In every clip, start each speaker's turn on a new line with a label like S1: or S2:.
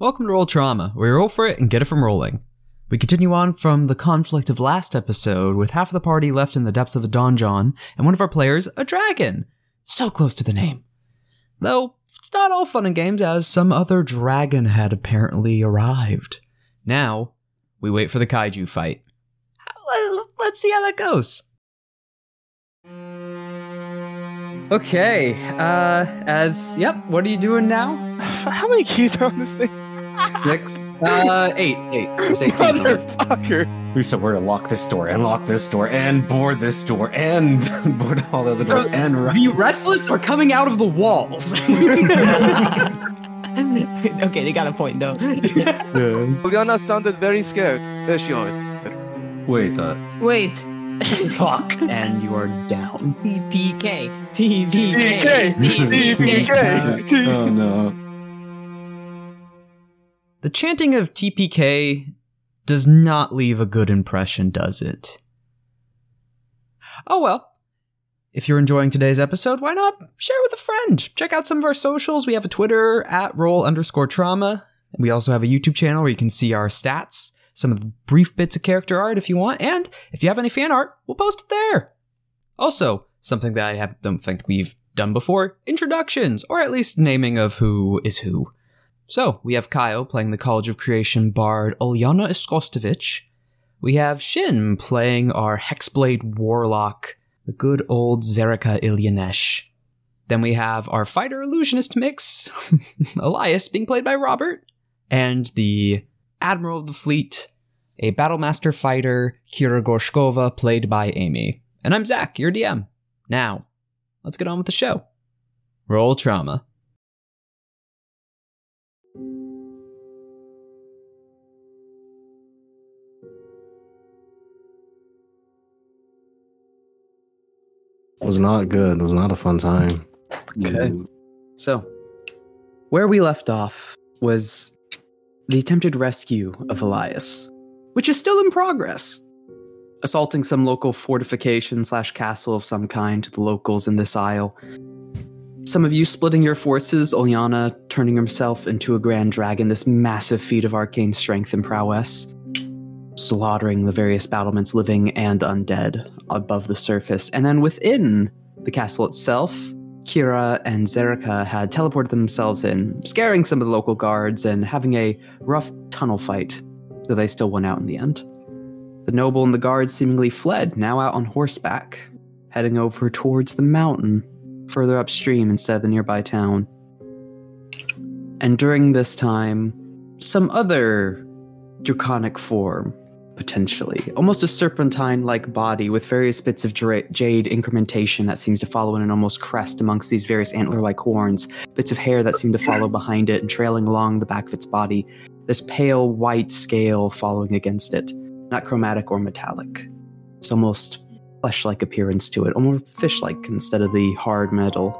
S1: Welcome to Roll Trauma, where you roll for it and get it from rolling. We continue on from the conflict of last episode with half of the party left in the depths of a donjon and one of our players, a dragon. So close to the name. Though, it's not all fun and games as some other dragon had apparently arrived. Now, we wait for the kaiju fight. Let- Let's see how that goes. Okay, uh, as, yep, what are you doing now?
S2: How many keys are on this thing?
S1: Six, uh, eight, eight. There's eight
S2: Mm.
S1: keys on it.
S2: Motherfucker!
S3: We said we're gonna lock this door and lock this door and board this door and board all the other doors and run.
S1: The restless are coming out of the walls.
S4: okay, they got a point though.
S2: Liana sounded very scared. There she always.
S3: Wait, uh,
S4: Wait.
S1: Fuck, and you are down.
S4: TPK. TPK.
S2: TPK.
S4: TPK.
S3: oh no.
S1: The chanting of TPK does not leave a good impression, does it? Oh well. If you're enjoying today's episode, why not share with a friend? Check out some of our socials. We have a Twitter at roll underscore trauma. We also have a YouTube channel where you can see our stats, some of the brief bits of character art if you want, and if you have any fan art, we'll post it there. Also, something that I have, don't think we've done before introductions, or at least naming of who is who. So we have Kyle playing the College of Creation bard Oljana Iskostovich. We have Shin playing our Hexblade warlock, the good old Zerika Ilyanesh. Then we have our fighter illusionist mix, Elias, being played by Robert, and the Admiral of the Fleet, a Battlemaster fighter, Kira Gorshkova, played by Amy. And I'm Zach, your DM. Now, let's get on with the show. Roll trauma.
S5: was not good. It was not a fun time.
S1: Okay. So, where we left off was the attempted rescue of Elias, which is still in progress. Assaulting some local fortification slash castle of some kind to the locals in this isle. Some of you splitting your forces, Olyana turning herself into a grand dragon, this massive feat of arcane strength and prowess, slaughtering the various battlements, living and undead, above the surface. And then within the castle itself, Kira and Zerika had teleported themselves in, scaring some of the local guards and having a rough tunnel fight, though they still won out in the end. The noble and the guards seemingly fled, now out on horseback, heading over towards the mountain, further upstream instead of the nearby town. And during this time, some other draconic form, potentially, almost a serpentine like body with various bits of dra- jade incrementation that seems to follow in an almost crest amongst these various antler like horns, bits of hair that seem to follow behind it and trailing along the back of its body, this pale white scale following against it, not chromatic or metallic. It's almost flesh like appearance to it, almost fish like instead of the hard metal.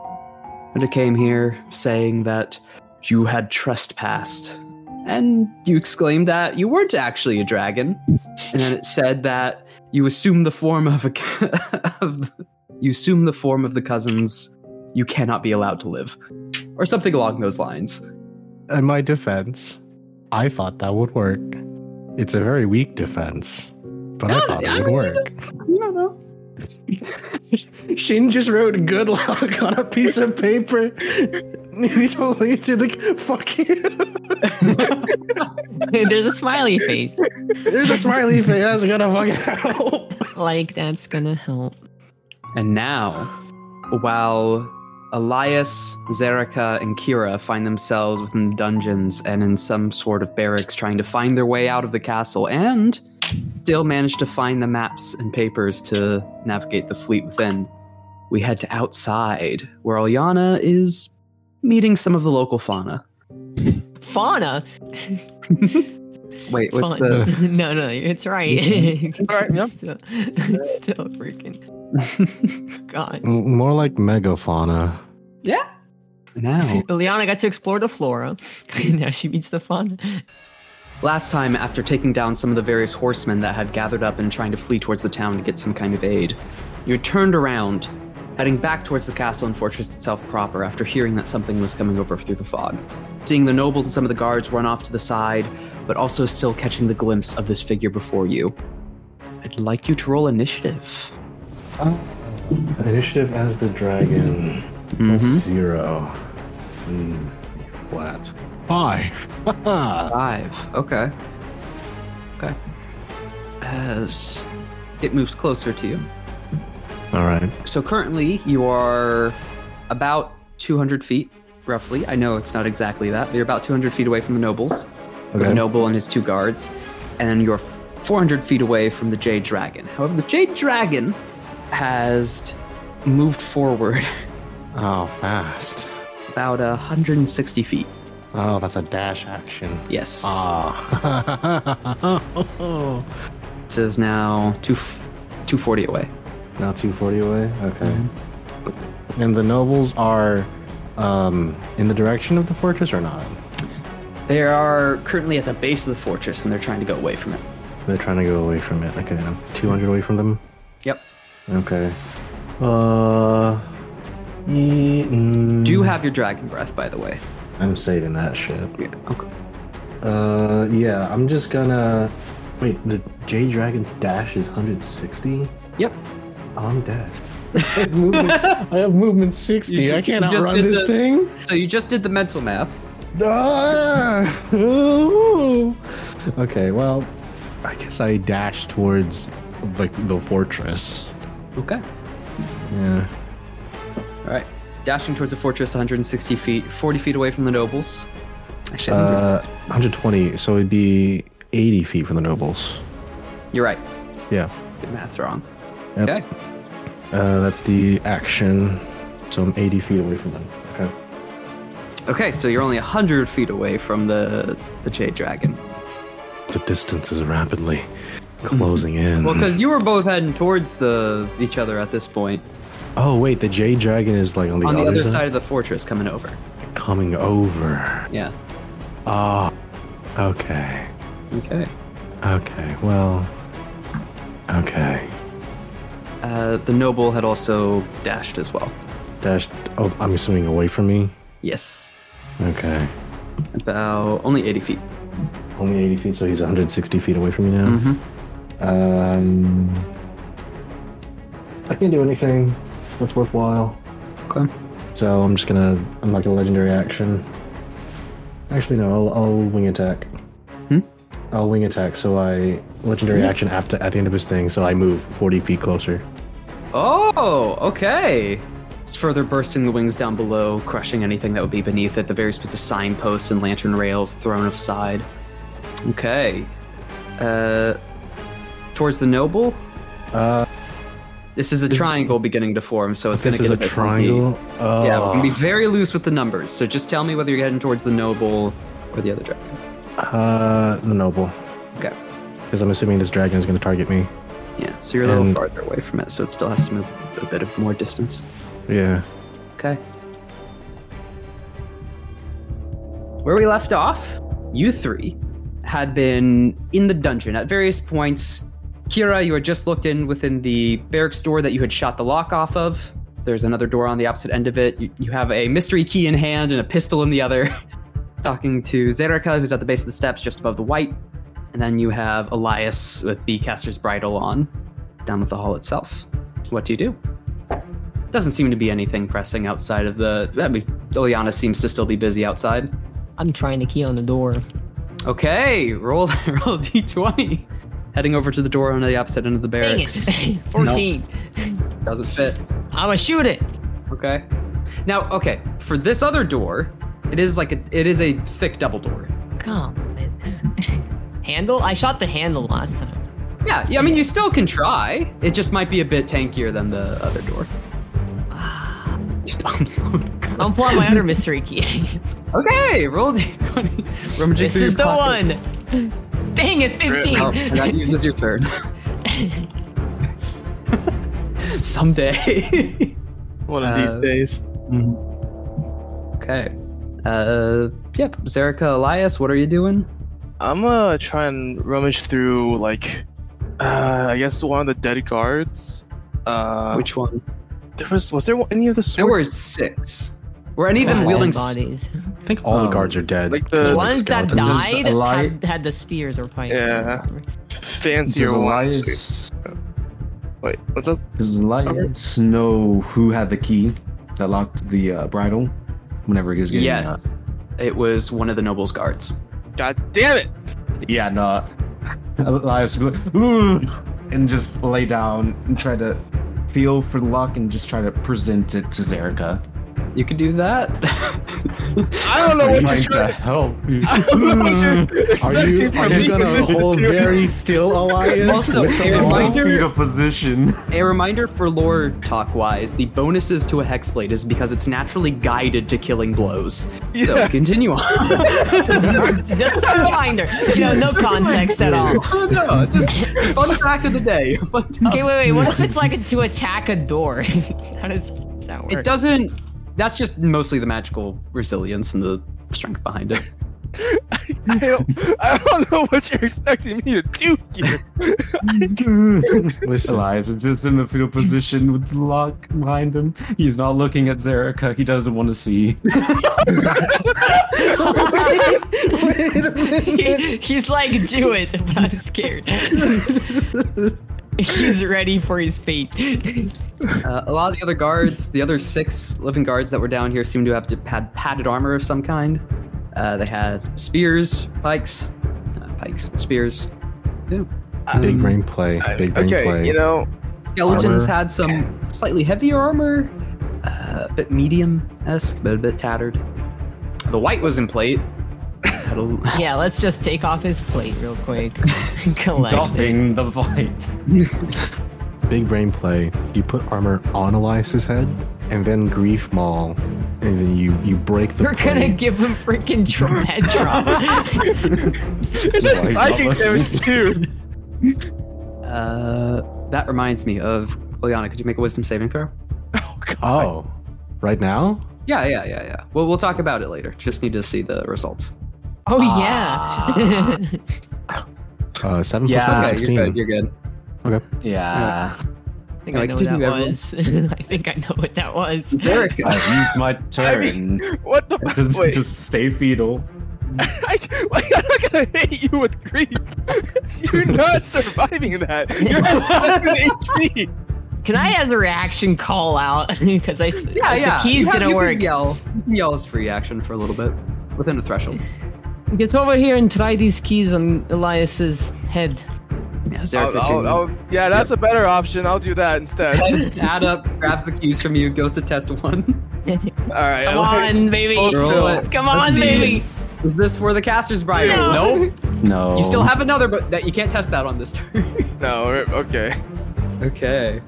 S1: And it came here saying that you had trespassed and you exclaimed that you weren't actually a dragon. And then it said that you assume the form of a of, you assume the form of the cousins you cannot be allowed to live, or something along those lines.
S5: In my defense, I thought that would work. It's a very weak defense, but I
S1: No,
S5: thought
S1: I
S5: it would
S1: mean,
S5: work.
S1: You don't know.
S5: Shin just wrote good luck on a piece of paper. He told me to the fuck you.
S4: There's a smiley face.
S5: There's a smiley face. That's gonna fucking help.
S4: Like that's gonna help.
S1: And now, while Elias, Zerika, and Kira find themselves within the dungeons and in some sort of barracks trying to find their way out of the castle and still manage to find the maps and papers to navigate the fleet within, we head to outside where Olyana is meeting some of the local fauna.
S4: Fauna.
S1: Wait, what's
S4: Fauna.
S1: the.
S4: no, no, it's right. Alright,
S2: yep.
S4: Still, it's still freaking God.
S5: More like megafauna.
S1: now.
S4: Liana got to explore the flora. now she meets the fauna.
S1: Last time, after taking down some of the various horsemen that had gathered up and trying to flee towards the town to get some kind of aid, you turned around, heading back towards the castle and fortress itself proper after hearing that something was coming over through the fog. seeing the nobles and some of the guards run off to the side, but also still catching the glimpse of this figure before you. I'd like you to roll initiative.
S6: Initiative as the dragon.
S1: Mhm.
S6: 0 Hmm, What?
S7: Hi. Haha.
S1: Five. Okay. Okay. As it moves closer to you.
S7: All right.
S1: So currently you are about 200 feet, roughly. I know it's not exactly that, but you're about 200 feet away from the nobles, with the
S7: Okay.
S1: noble and his two guards, and you're 400 feet away from the Jade Dragon. However, the Jade Dragon has moved forward
S7: Oh, fast.
S1: about 160 feet.
S7: Oh, that's a dash action.
S1: Yes.
S7: Ah.
S1: It is now two, 240 away.
S7: now 240 away. Okay. And the nobles are um, in the direction of the fortress or not?
S1: They are currently at the base of the fortress and they're trying to go away from it.
S7: They're trying to go away from it. Okay, I'm 200 away from them.
S1: Yep.
S7: Okay. Uh. mm,
S1: Do you have your dragon breath, by the way?
S7: I'm saving that shit.
S1: Yeah. Okay.
S7: Uh, yeah, I'm just gonna. Wait, the J Dragon's dash is 160?
S1: Yep.
S7: I'm dead. I have movement, I have movement 60.
S1: You ju-
S7: I can't
S1: you just
S7: outrun
S1: did
S7: this
S1: the-
S7: thing.
S1: So you just did the mental map.
S7: Ah! Ooh. okay, well, I guess I dash towards like the fortress.
S1: Okay.
S7: Yeah.
S1: All right. Dashing towards the fortress 160 feet, 40 feet away from the nobles. Actually, I think
S7: Uh, 120. So it'd be 80 feet from the nobles.
S1: you're right.
S7: Yeah.
S1: Did math wrong.
S7: Yep.
S1: Okay.
S7: Uh, that's the action. So I'm 80 feet away from them. Okay.
S1: Okay, so you're only 100 feet away from the the Jade Dragon.
S7: The distance is rapidly closing in.
S1: Mm-hmm. Well, because you were both heading towards the each other at this point.
S7: oh wait, the Jade Dragon is like on the,
S1: on the
S7: other,
S1: other side? of the fortress coming over.
S7: coming over.
S1: Yeah.
S7: Ah, okay,
S1: Okay.
S7: okay. Well, okay.
S1: Uh, the noble had also dashed as well.
S7: Dash. Oh, I'm assuming away from me.
S1: Yes.
S7: Okay.
S1: About only 80 feet.
S7: Only 80 feet, so he's 160 feet away from me now.
S1: Mm-hmm.
S7: Um, I can't do anything that's worthwhile.
S1: Okay.
S7: So I'm just gonna unlock a legendary action. Actually, no, I'll, I'll wing attack.
S1: Hmm? Mm-hmm.
S7: I'll wing attack. So I legendary action after at the end of his thing. So I move 40 feet closer.
S1: Oh, okay. It's further bursting the wings down below, crushing anything that would be beneath it, the various bits of signposts and lantern rails thrown aside. Okay. Uh, towards the noble?
S7: Uh,
S1: This is a triangle beginning to form, so it's going
S7: this
S1: to get
S7: is a
S1: bit
S7: triangle.
S1: funky. Yeah, we're
S7: Oh,
S1: going to be very loose with the numbers, so just tell me whether you're heading towards the noble or the other dragon.
S7: uh, the noble.
S1: Okay.
S7: Because I'm assuming this dragon is gonna target me.
S1: Yeah, so you're a little
S7: And-
S1: farther away from it, so it still has to move a bit of more distance.
S7: Yeah.
S1: Okay. Where we left off, you three had been in the dungeon at various points. Kira, you had just looked in within the barracks door that you had shot the lock off of. There's another door on the opposite end of it. You, you have a mystery key in hand and a pistol in the other. Talking to Zerika, who's at the base of the steps just above the white. And then you have Elias with the caster's bridle on, down with the hall itself. What do you do? Doesn't seem to be anything pressing outside of the. I mean, Ileana seems to still be busy outside.
S4: I'm trying to key on the door.
S1: Okay, roll roll d d20. Heading over to the door on the opposite end of the
S4: Dang
S1: barracks.
S4: it! 14.
S1: Doesn't fit.
S4: I'ma shoot it.
S1: Okay. Now, okay, for this other door, it is like a it is a thick double door.
S4: Come on. handle? I shot the handle last time.
S1: Yeah, yeah, I mean you still can try. It just might be a bit tankier than the other door. Just
S4: I'm pulling my other mystery key.
S1: Okay, roll d20. Rummaging
S4: this
S1: through your
S4: is the
S1: pocket.
S4: one. Dang it, 15.
S1: Oh, and that uses your turn. Someday.
S2: One of these
S1: Uh,
S2: days.
S1: okay. Uh, yep. Zerika, Elias, what are you doing?
S2: I'm gonna try and rummage through like uh I guess one of the dead guards. Uh
S1: Which one?
S2: there was was there any of the
S1: There
S2: sword?
S1: were six. Or any of them
S4: Dead
S1: wielding s-
S4: bodies.
S5: I think all the
S3: Um,
S5: guards are dead.
S2: like
S5: There's,
S2: the-
S4: The ones that
S5: skeletons.
S3: Does
S4: died
S3: Eli-
S4: had, had the spears or pikes.
S2: Yeah.
S3: Does
S2: Fancier ones.
S3: Elias,
S2: Wait, what's up?
S3: does Elias know who had the key that locked the uh, bridle? Whenever he was getting uh,
S1: Yes.
S3: out.
S1: It was one of the nobles' guards.
S2: God damn it!
S3: Yeah, no. Elias would be like, "Ooh," and just lay down and try to feel for the lock and just try to present it to Zerica.
S1: You could do that.
S2: I don't know what you're
S3: Trying to
S2: trying to.
S3: help you.
S2: I don't know what you're
S5: Are
S2: expecting
S5: you,
S2: from
S5: are
S2: me.
S5: you gonna hold very still, Elias?
S1: Also,
S5: with
S1: a
S5: the law?
S1: reminder-
S3: Feet of position.
S1: a reminder for lore talk wise, the bonuses to a hexblade is because it's naturally guided to killing blows. So
S2: Yeah.
S1: continue on.
S4: Just a reminder. You know, no context at all.
S1: no, no, it's just fun fact of the day. Fun
S4: Okay, wait, wait. What if it's like to attack a door? How does that work?
S1: It doesn't. That's just mostly the magical resilience and the strength behind it.
S2: I don't, I don't know what you're expecting me to do here.
S5: Listen.
S3: Elias is just in the fetal position with the lock behind him. He's not looking at Zerica. He doesn't want to see.
S4: He- he's like, do it, but I'm scared. he's ready for his fate.
S1: Uh, a lot of the other guards, the other six living guards that were down here, seem to have to had padded armor of some kind. Uh, they had spears, pikes, uh, pikes, spears. Yeah.
S5: Big
S1: Um,
S5: brain play. Big brain
S2: Okay,
S5: play.
S2: you know,
S1: Skeletons
S5: armor.
S1: had some slightly heavier armor, uh, a bit medium esque, but a bit tattered. The white was in plate. Had a-
S4: Yeah, let's just take off his plate real quick. Collect it.
S3: Doffing the fight.
S5: Big brain play. You put armor on Elias's head, and then grief maul, and then you you break the.
S4: We're gonna
S5: plate.
S4: give him freaking Tremet drop.
S2: it's just
S3: Nice.
S2: psychic damage too.
S1: uh, that reminds me of Liliana. Could you make a wisdom saving throw?
S2: Oh god.
S5: Oh, right now.
S1: Yeah, yeah, yeah, yeah. Well, we'll talk about it later. Just need to see the results.
S4: Oh
S1: Ah.
S4: yeah.
S5: Uh, seven
S3: Yeah,
S5: plus
S2: Ah,
S5: nine,
S3: okay,
S1: Okay,
S5: 16.
S1: you're good. You're good.
S3: Yeah.
S4: I think I
S1: Like,
S4: know
S1: did
S4: what that
S1: you ever-
S4: was. I think I know what that was.
S1: Derek,
S3: I've used my
S2: I
S3: turn.
S2: mean, what the fuck?
S3: just,
S2: Wait,
S3: just stay fetal.
S2: I, wait, I'm not gonna hit you with grief. You're not surviving that. You're at an HP.
S4: Can I, as a reaction, call out because I s-
S1: yeah, yeah.
S4: the keys
S1: you have-
S4: didn't
S1: you
S4: work.
S1: Can yell. You can yell as free action for a little bit within the threshold.
S4: Get over here and try these keys on Elias's head.
S1: Yeah,
S2: I'll,
S1: Zarek
S2: I'll, I'll, yeah, that's a better option. I'll do that instead. All
S1: can add up, grabs the keys from you, goes to test one.
S2: right.
S4: Come
S2: I like-
S4: on, baby.
S2: Let's do it.
S4: Come
S1: Let's
S4: on,
S1: see.
S4: baby.
S1: Is this for the caster's bridle?
S4: No.
S1: Nope.
S3: No.
S1: You still have another, but that you can't test that on this turn.
S2: No, we're- okay.
S1: okay.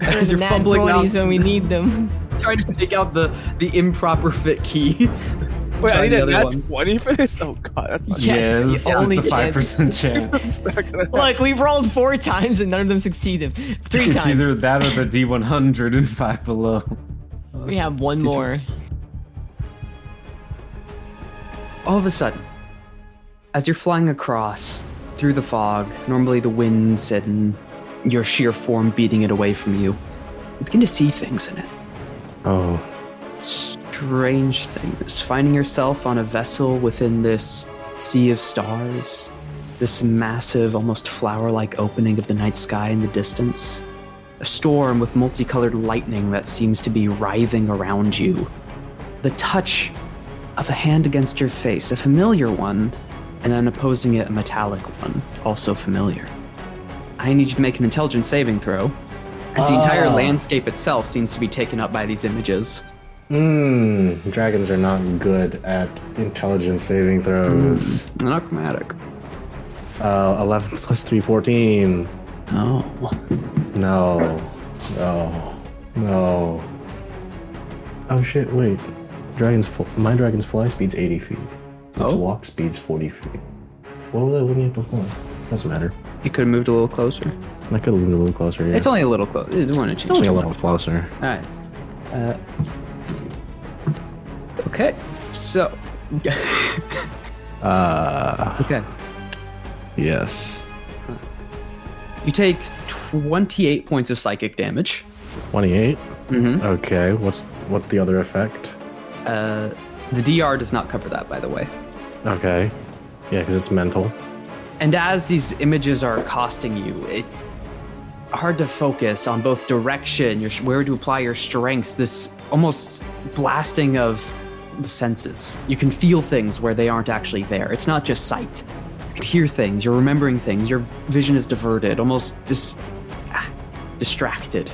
S1: As
S4: There's
S1: you're
S4: mad
S1: fumbling
S4: 20s
S1: out,
S4: when we need them.
S1: trying to take out the the improper fit key. Try
S2: Wait, I need
S1: the
S2: a
S1: other
S2: nat
S1: one.
S2: 20 for this? Oh god, that's not
S4: Yes,
S3: Yes,
S4: you only
S3: it's a
S4: get-
S3: five percent chance.
S2: not gonna-
S4: Look, we've rolled four times and none of them succeeded. Three
S3: It's either
S4: times.
S3: that or the D100 and five below.
S4: We have one
S1: Did you-
S4: more.
S1: all of a sudden, as you're flying across through the fog, normally the winds and your sheer form beating it away from you, you begin to see things in it.
S5: Oh,
S1: Strange things. Finding yourself on a vessel within this sea of stars, this massive, almost flower like opening of the night sky in the distance. A storm with multicolored lightning that seems to be writhing around you. The touch of a hand against your face, a familiar one, and then opposing it, a metallic one, also familiar. I need you to make an intelligence saving throw, as the entire
S3: Ah.
S1: landscape itself seems to be taken up by these images.
S5: mm, dragons are not good at intelligence saving throws.
S1: Not chromatic.
S5: Uh, 11 plus 3, 14.
S1: Oh.
S5: No. No. No. Oh shit, wait. Dragon's fl- my dragon's fly speed's 80 feet. Its
S1: Oh.
S5: walk speed's 40 feet. What was I looking at before? Doesn't matter.
S1: You could have moved a little closer.
S5: I could have moved a little closer. Yeah.
S1: It's only a little close. It's one inch.
S5: It's only a little closer.
S1: All right. Uh, okay. So.
S5: Uh,
S1: okay.
S5: yes.
S1: You take 28 points of psychic damage.
S5: 28.
S1: Mm-hmm.
S5: Okay. What's what's the other effect?
S1: Uh, the DR does not cover that, by the way.
S7: Okay. Yeah, because it's mental.
S1: And as these images are accosting you, it hard to focus on both direction, your where to apply your strengths. This almost blasting of the senses. You can feel things where they aren't actually there. It's not just sight. You can hear things. You're remembering things. Your vision is diverted, almost dis- ah, distracted.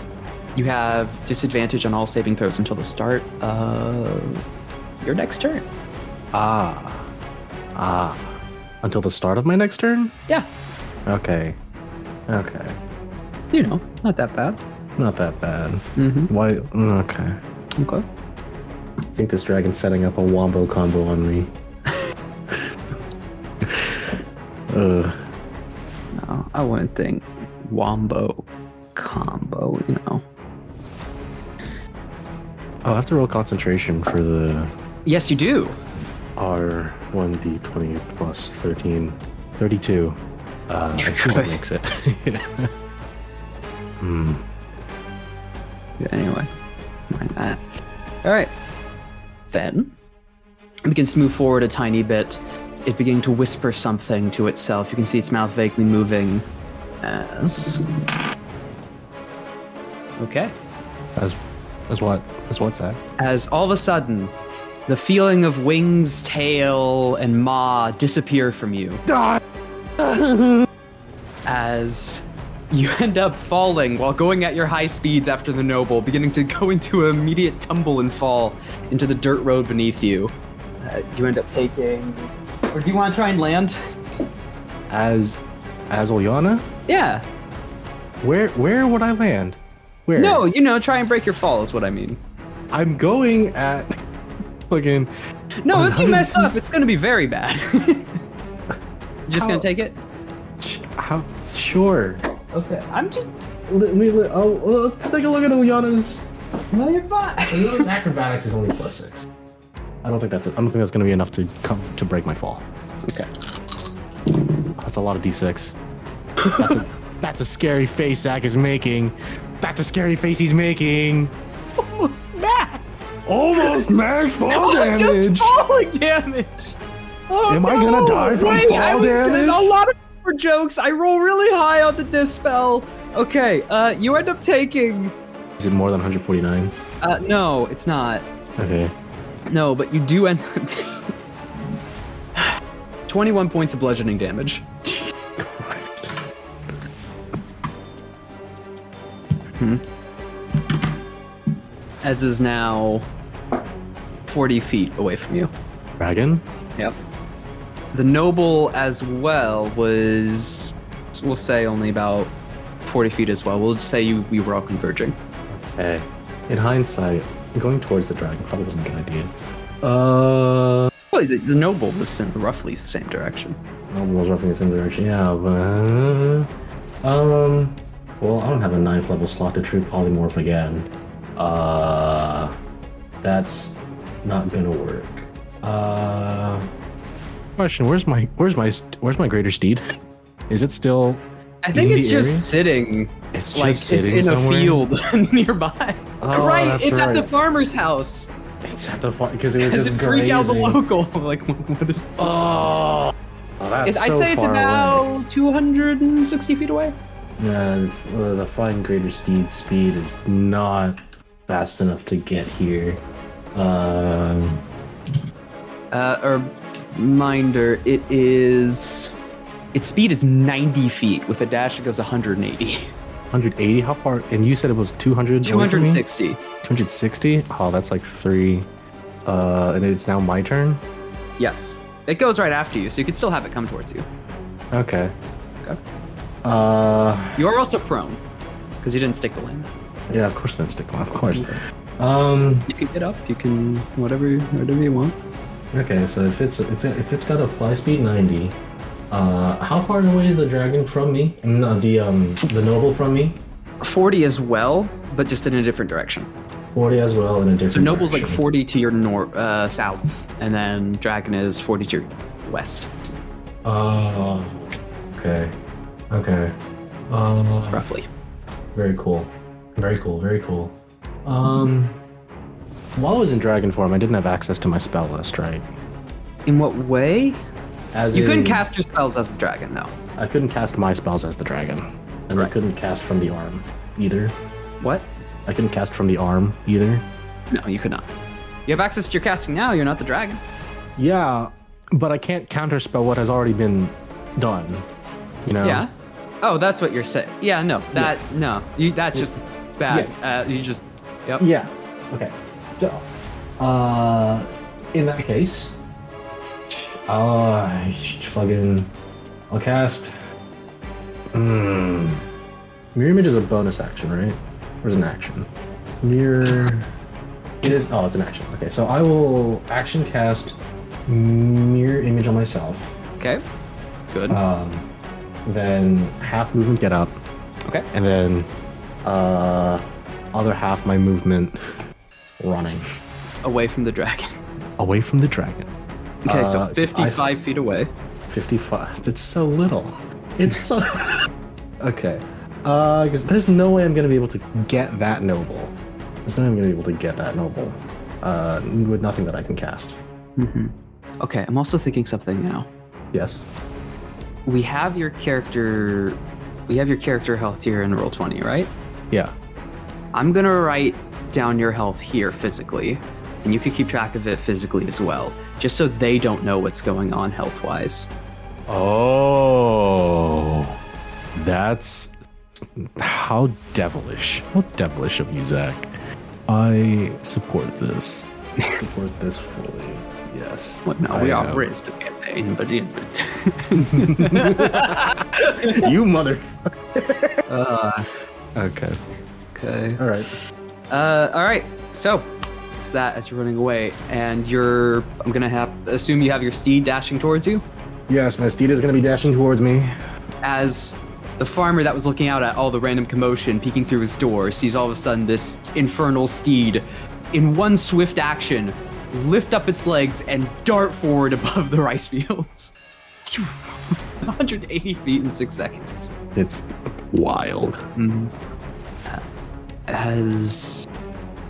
S1: You have disadvantage on all saving throws until the start of your next turn.
S7: Ah. Ah. Until the start of my next turn?
S1: Yeah,
S7: Okay. Okay.
S1: you know, not that bad.
S7: Not that bad.
S1: Mm-hmm.
S7: Why?
S5: mm,
S7: Okay.
S1: Okay.
S7: I think this dragon's setting up a wombo combo on me. Ugh.
S1: No, Oh, I wouldn't think wombo combo, you know.
S7: Oh, I have to roll concentration for the
S1: Yes, you do.
S7: R1D20 plus 13. 32. Uh, I think
S1: good.
S7: that makes it. Hmm.
S1: Yeah, Anyway, mind that. All right. Then it begins to move forward a tiny bit. It beginning to whisper something to itself. You can see its mouth vaguely moving. As okay.
S7: As, as what? As what, Zach?
S1: as all of a sudden, the feeling of wings, tail, and maw disappear from you. as you end up falling while going at your high speeds after the noble, beginning to go into an immediate tumble and fall into the dirt road beneath you. Uh, you end up taking. Or do you want to try and land?
S7: As, as Olyana?
S1: yeah.
S7: Where, where would I land? Where?
S1: No, you know, try and break your fall is what I mean.
S7: I'm going at fucking.
S1: No, if you
S7: 100
S1: mess up, it's going to be very bad. Just
S7: How-
S1: going to take it?
S7: ch- How? Sure.
S1: Okay. I'm just.
S7: Let me. Let, oh, let's take a look at Eliana's.
S1: No, you're fine.
S7: Eliana's acrobatics is only plus six. I don't think that's. I don't think that's gonna be enough to come to break my fall.
S1: Okay.
S7: That's a lot of d6. That's a, that's a scary face Zach is making. That's a scary face he's making.
S1: Almost max.
S7: Almost max fall
S1: Just falling damage. Oh,
S7: Am I
S1: no.
S7: gonna die from
S1: Wait, I
S7: fall
S1: was
S7: damage?
S1: Doing a lot of for jokes. I roll really high on the dispel. Okay, uh, you end up taking.
S7: Is it more than 149?
S1: Uh, no, it's not.
S7: Okay.
S1: No, but you do end up. Twenty-one points of bludgeoning damage. As is now forty feet away from you.
S7: Dragon?
S1: Yep. The noble as well was, we'll say, only about 40 feet as well. We'll just say you, we were all converging.
S7: Hey. In hindsight, going towards the dragon probably wasn't a good idea. Uh.
S1: Well, the, the noble was in roughly the same direction.
S7: Almost roughly the same direction. Yeah, but um, well, I don't have a ninth level slot to true polymorph again. Uh, that's not gonna work. Uh, question: Where's my where's my where's my greater steed? Is it still?
S1: I think
S7: In
S1: it's
S7: the
S1: just
S7: area?
S1: sitting,
S7: It's
S1: like it's in a field nearby.
S7: Oh,
S1: right,
S7: that's
S1: it's at the
S7: right.
S1: farmer's house.
S7: It's at the farm because it was
S1: Does it
S7: just
S1: freak out the
S7: grazing.
S1: local? I'm like, what is this?
S7: Oh, oh, that's
S1: It's- I'd
S7: so
S1: say it's
S7: far away.
S1: about 260 feet away.
S7: Uh, uh, the fine greater steed speed is not fast enough to get here. Um,
S1: Uh, or reminder, it is. Its speed is 90 feet. With a dash, it goes 180.
S7: 180. How far? And you said it was 200. away from me?
S1: 260.
S7: 260. Oh, that's like three. Uh, and it's now my turn.
S1: Yes. It goes right after you, so you can still have it come towards you.
S7: Okay.
S1: Okay.
S7: Uh,
S1: You are also prone, because you didn't stick the land.
S7: yeah. Of course, not stick Of course. Um.
S1: You can get up. You can whatever whatever you want.
S7: Okay. So if it's it's if it's got a fly speed 90, uh, how far away is the dragon from me? No, the um the noble from me.
S1: 40 as well, but just in a different direction.
S7: 40 as well in a different.
S1: So Noble's like
S7: direction.
S1: 40 to your nor- uh, south, and then Dragon is 40 to your west,
S7: Oh, okay. Okay.
S1: Uh-huh.
S7: Um,
S1: roughly.
S7: very cool. Very cool. Very cool. Um, While I was in dragon form, I didn't have access to my spell list, right?
S1: In what way?
S7: As
S1: You couldn't
S7: in-
S1: cast your spells as the dragon, no.
S7: I couldn't cast my spells as the dragon, and I couldn't cast from the arm either.
S1: What?
S7: I couldn't cast from the arm either.
S1: No, you could not. You have access to your casting now. You're not the dragon.
S7: Yeah, but I can't counterspell what has already been done. You know.
S1: Yeah. Oh, that's what you're saying. Yeah. No. That. No. You, that's just bad. Uh, you just. Yep.
S7: Yeah. Okay. So, uh, in that case, uh, I should fucking, I'll cast. Mm. Mirror image is a bonus action, right? Or is it an action? Mirror. It is. Oh, it's an action. Okay, so I will action cast mirror image on myself.
S1: Okay. Good.
S7: Um, then half movement, get up
S1: okay.
S7: and then uh other half my movement running
S1: Away from the dragon.
S7: away from the dragon
S1: Okay.
S7: Uh,
S1: so
S7: I-
S1: 55 feet away.
S7: 55 it's so little it's so okay uh because there's no way i'm gonna be able to get that noble there's no way i'm gonna be able to get that noble uh with nothing that i can cast
S1: Okay. I'm also thinking something now.
S7: yes
S1: We have your character. We have your character health here in roll 20, right?
S7: yeah
S1: I'm gonna write down your health here physically, and you can keep track of it physically as well, just so they don't know what's going on health wise.
S7: oh that's how devilish how devilish of you zach i support this support this fully yes
S1: Well, no, we
S7: I
S1: are
S7: know.
S1: Brits to get pain, but it-
S7: you motherfucker okay
S1: okay.
S7: all right
S1: Uh, all right. So it's that as you're running away, and you're. I'm gonna have assume you have your steed dashing towards you,
S7: yes my steed is going to be dashing towards me
S1: as the farmer that was looking out at all the random commotion, peeking through his door, sees all of a sudden this infernal steed, in one swift action, lift up its legs and dart forward above the rice fields. 180 feet in six seconds.
S7: it's wild
S1: as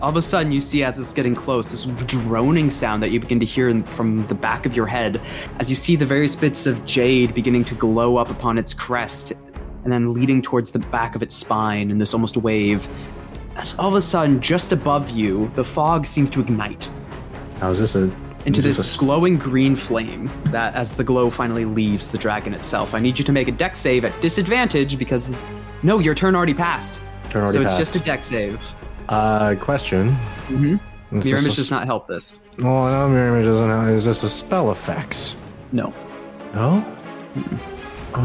S1: all of a sudden you see as it's getting close this droning sound that you begin to hear in, from the back of your head as you see the various bits of jade beginning to glow up upon its crest and then leading towards the back of its spine in this almost wave as all of a sudden just above you the fog seems to ignite
S7: how's this a
S1: into
S7: is
S1: this,
S7: a s-
S1: glowing green flame that as the glow finally leaves the dragon itself i need you to make a deck save at disadvantage because no your turn already passed
S7: turn already
S1: so it's
S7: passed.
S1: just a deck save
S7: uh question
S1: Mhm.
S7: Is
S1: Mirror
S7: this a
S1: image does
S7: s-
S1: not help this.
S7: well no mirror image doesn't have- is this a spell effects
S1: No,
S7: No?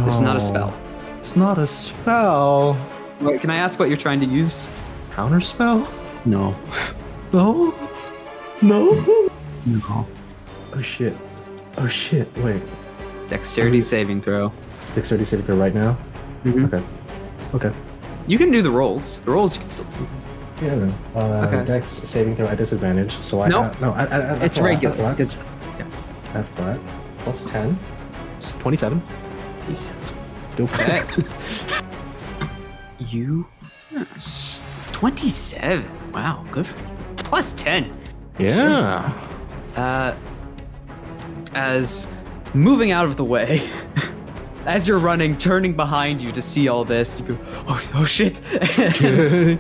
S1: this is not
S7: Oh,
S1: a spell.
S7: It's not a spell.
S1: Wait, can I ask what you're trying to use?
S7: Counter spell?
S1: No.
S7: No? No?
S1: No.
S7: Oh shit. Oh shit. Wait.
S1: Dexterity saving throw.
S7: Dexterity saving throw right now?
S1: Mhm.
S7: Okay. Okay.
S1: You can do the rolls. The rolls you can still do.
S7: Yeah, I know. Uh,
S1: Okay.
S7: Dex saving throw at disadvantage. So I.
S1: No.
S7: uh, no, I, I, I,
S1: It's
S7: I- I-
S1: regular
S7: I-
S1: because
S7: That's flat. Plus 10. It's 27.
S1: he's
S7: Still flat.
S1: you. Yes. Twenty-seven. Wow, good. For you. Plus ten.
S7: yeah.
S1: Uh, as moving out of the way, as you're running, turning behind you to see all this, you go, oh, oh shit,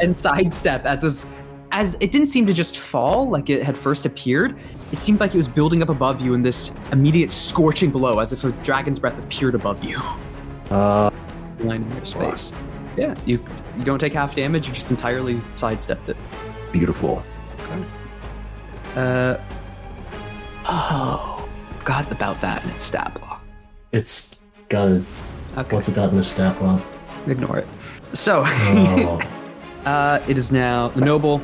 S1: and sidestep as this, as it didn't seem to just fall like it had first appeared. It seemed like it was building up above you in this immediate scorching blow, as if a dragon's breath appeared above you,
S7: Uh,
S1: lying in your space. Yeah, you you don't take half damage. You just entirely sidestepped it.
S7: beautiful.
S1: Uh, oh, forgot about that in its stat block.
S7: It's got a.
S1: Okay,
S7: What's it got in the stat block?
S1: ignore it. So,
S7: Oh.
S1: uh, it is now the noble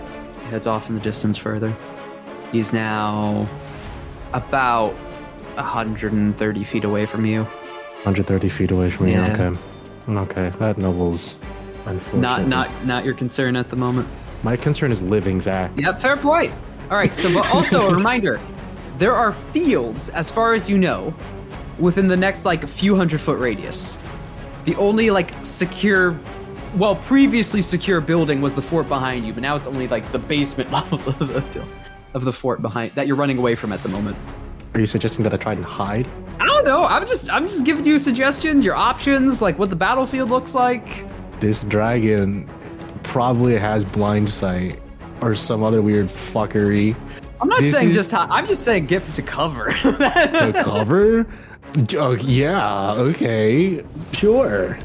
S1: heads off in the distance further. He's now about 130 feet away from you.
S7: 130 feet away from me.
S1: Yeah.
S7: Okay. Okay. That noble's unfortunate.
S1: Not, not, not your concern at the moment.
S7: My concern is living, Zach.
S1: Yep, fair point. All right, so but also a reminder there are fields, as far as you know, within the next like few hundred foot radius. The only like secure well, previously secure building was the fort behind you, but now it's only like the basement levels of the of the fort behind that you're running away from at the moment.
S7: Are you suggesting that I try and hide?
S1: I don't know. I'm just I'm just giving you suggestions, your options, like what the battlefield looks like.
S7: This dragon probably has blind sight or some other weird fuckery
S1: I'm not
S7: This
S1: saying
S7: is-
S1: just how, I'm just saying get to cover.
S7: to cover. Oh, yeah, okay, sure.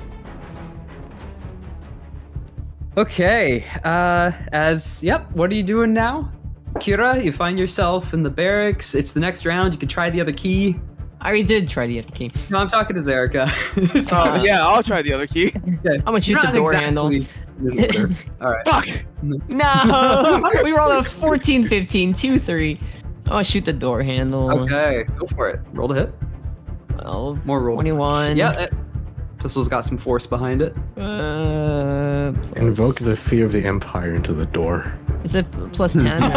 S1: okay. Uh as yep, what are you doing now? Kira, you find yourself in the barracks. It's the next round. You can try the other key.
S4: I already did try to get the key.
S1: No, I'm talking to Zerika.
S4: Oh,
S2: Uh, yeah, I'll try the other key.
S4: I'm gonna shoot the door handle.
S1: handle. All right.
S2: Fuck!
S4: No, we rolled a 14, 15, 2, 3. I'm gonna Oh, shoot the door handle.
S1: Okay, go for it. Roll to hit.
S4: 12,
S1: More roll.
S4: 21.
S1: Yeah. It, pistol's got some force behind it.
S4: Uh, plus-
S7: Invoke the fear of the Empire into the door.
S4: Is it plus 10?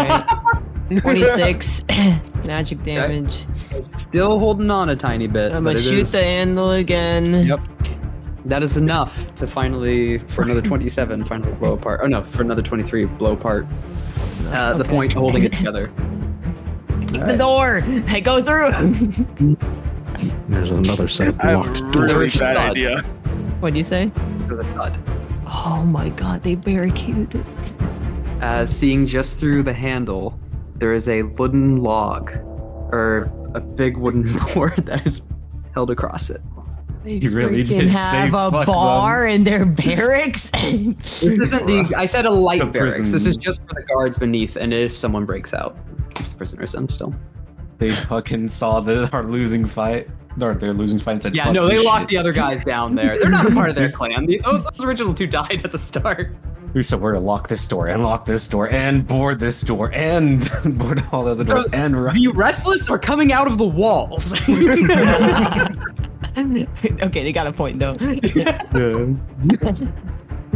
S4: Right. 26. Magic damage.
S1: It's still holding on a tiny bit.
S4: I'm
S1: but
S4: gonna
S1: it
S4: shoot
S1: is-
S4: the handle again.
S1: Yep. That is enough to finally, for another 27, finally blow apart. Oh no, for another 23, blow apart uh, the
S4: Okay.
S1: point holding it together.
S4: The
S1: Alright.
S4: door. I go through.
S7: There's another set of
S2: I have
S7: locked
S2: a
S7: doors.
S2: really
S1: Door
S2: bad
S1: stud.
S2: idea.
S4: what do you say?
S1: With a thud.
S4: Oh my god, they barricaded it.
S1: As seeing just through the handle, there is a wooden log, or a big wooden board that is held across it.
S4: They
S3: You really
S4: freaking
S3: did
S4: have
S3: say
S4: a
S3: fuck
S4: bar in their barracks.
S1: This isn't the. I said a light
S3: The
S1: barracks. This is
S3: prison.
S1: just for the guards beneath, and if someone breaks out, keeps the prisoners in still.
S3: They fucking saw the, our losing fight. Or their losing fight and said,
S1: Yeah,
S3: "Fuck
S1: no, they
S3: this
S1: locked the
S3: shit.
S1: other guys down there. They're not a part of their clan. The, oh, those, those original two died at the start.
S3: We said we're gonna lock this door and lock this door and board this door and board all the other doors and run.
S1: The restless are coming out of the walls.
S4: okay, they got a point though. Uh,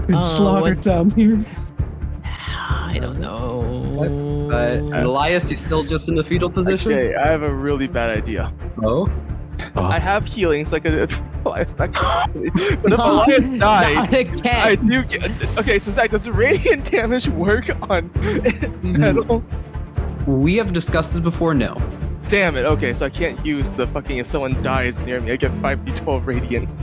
S3: Slaughter
S4: what-
S3: down here.
S4: I don't know.
S1: but uh, Elias, you're still just in the fetal position.
S2: Okay, I have a really bad idea.
S1: Oh,
S2: I have healings like a Elias back. But if Elias dies,
S4: Not again.
S2: I do get. Okay, so Zach, does radiant damage work on metal?
S1: we have discussed this before. No,
S2: Damn it. Okay, so I can't use the fucking if someone dies near me, I get 5d12 radiant.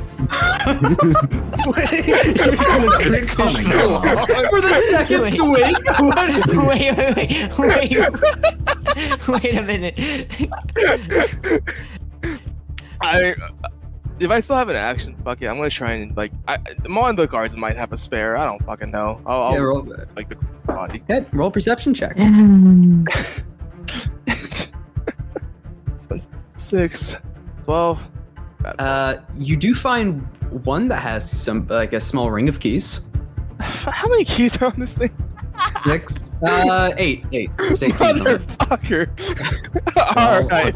S3: It's coming.
S1: for the second
S4: Wait.
S1: swing. What?
S4: wait, wait, wait, wait. wait a minute.
S2: I. uh, If I still have an action, fuck it. I'm gonna try and like. I, I'm on the guards might have a spare. I don't fucking know. I'll, I'll
S1: Yeah, roll,
S2: like the body.
S1: okay, roll perception check.
S3: Mm.
S2: Six, twelve. Bad
S1: Uh, you do find one that has some like a small ring of keys.
S2: boys. How many keys are on this thing?
S1: Six, uh, eight, eight. There's eight keys on there.
S2: Motherfucker. All right.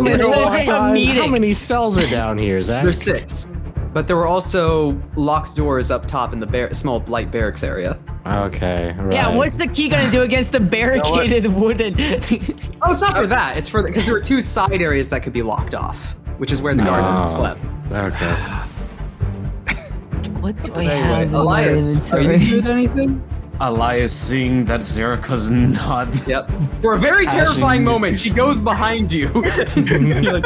S2: Well,
S7: many-
S2: it's gonna be
S7: how
S2: here
S7: many
S2: for a
S4: This
S7: cells
S4: isn't a
S7: are- How
S4: meeting.
S7: many cells are down here, Zach?
S1: There's six, but there were also locked doors up top in the bar- small light barracks area.
S7: Okay, right.
S4: Yeah, what's the key gonna do against the barricaded wooden?
S1: Oh, it's
S4: Uh,
S1: not for that. It's for because there were two side areas that could be locked off, which is where the guards had
S7: No.
S4: Oh,
S1: slept.
S7: Okay.
S4: what do I
S1: But
S4: have?
S1: anyway,
S4: in my
S1: Elias, are
S4: inventory?
S1: you doing anything?
S3: Elias seeing that Zerika's not.
S1: Yep. For a very
S3: Ashing.
S1: terrifying moment, she goes behind you. You're like-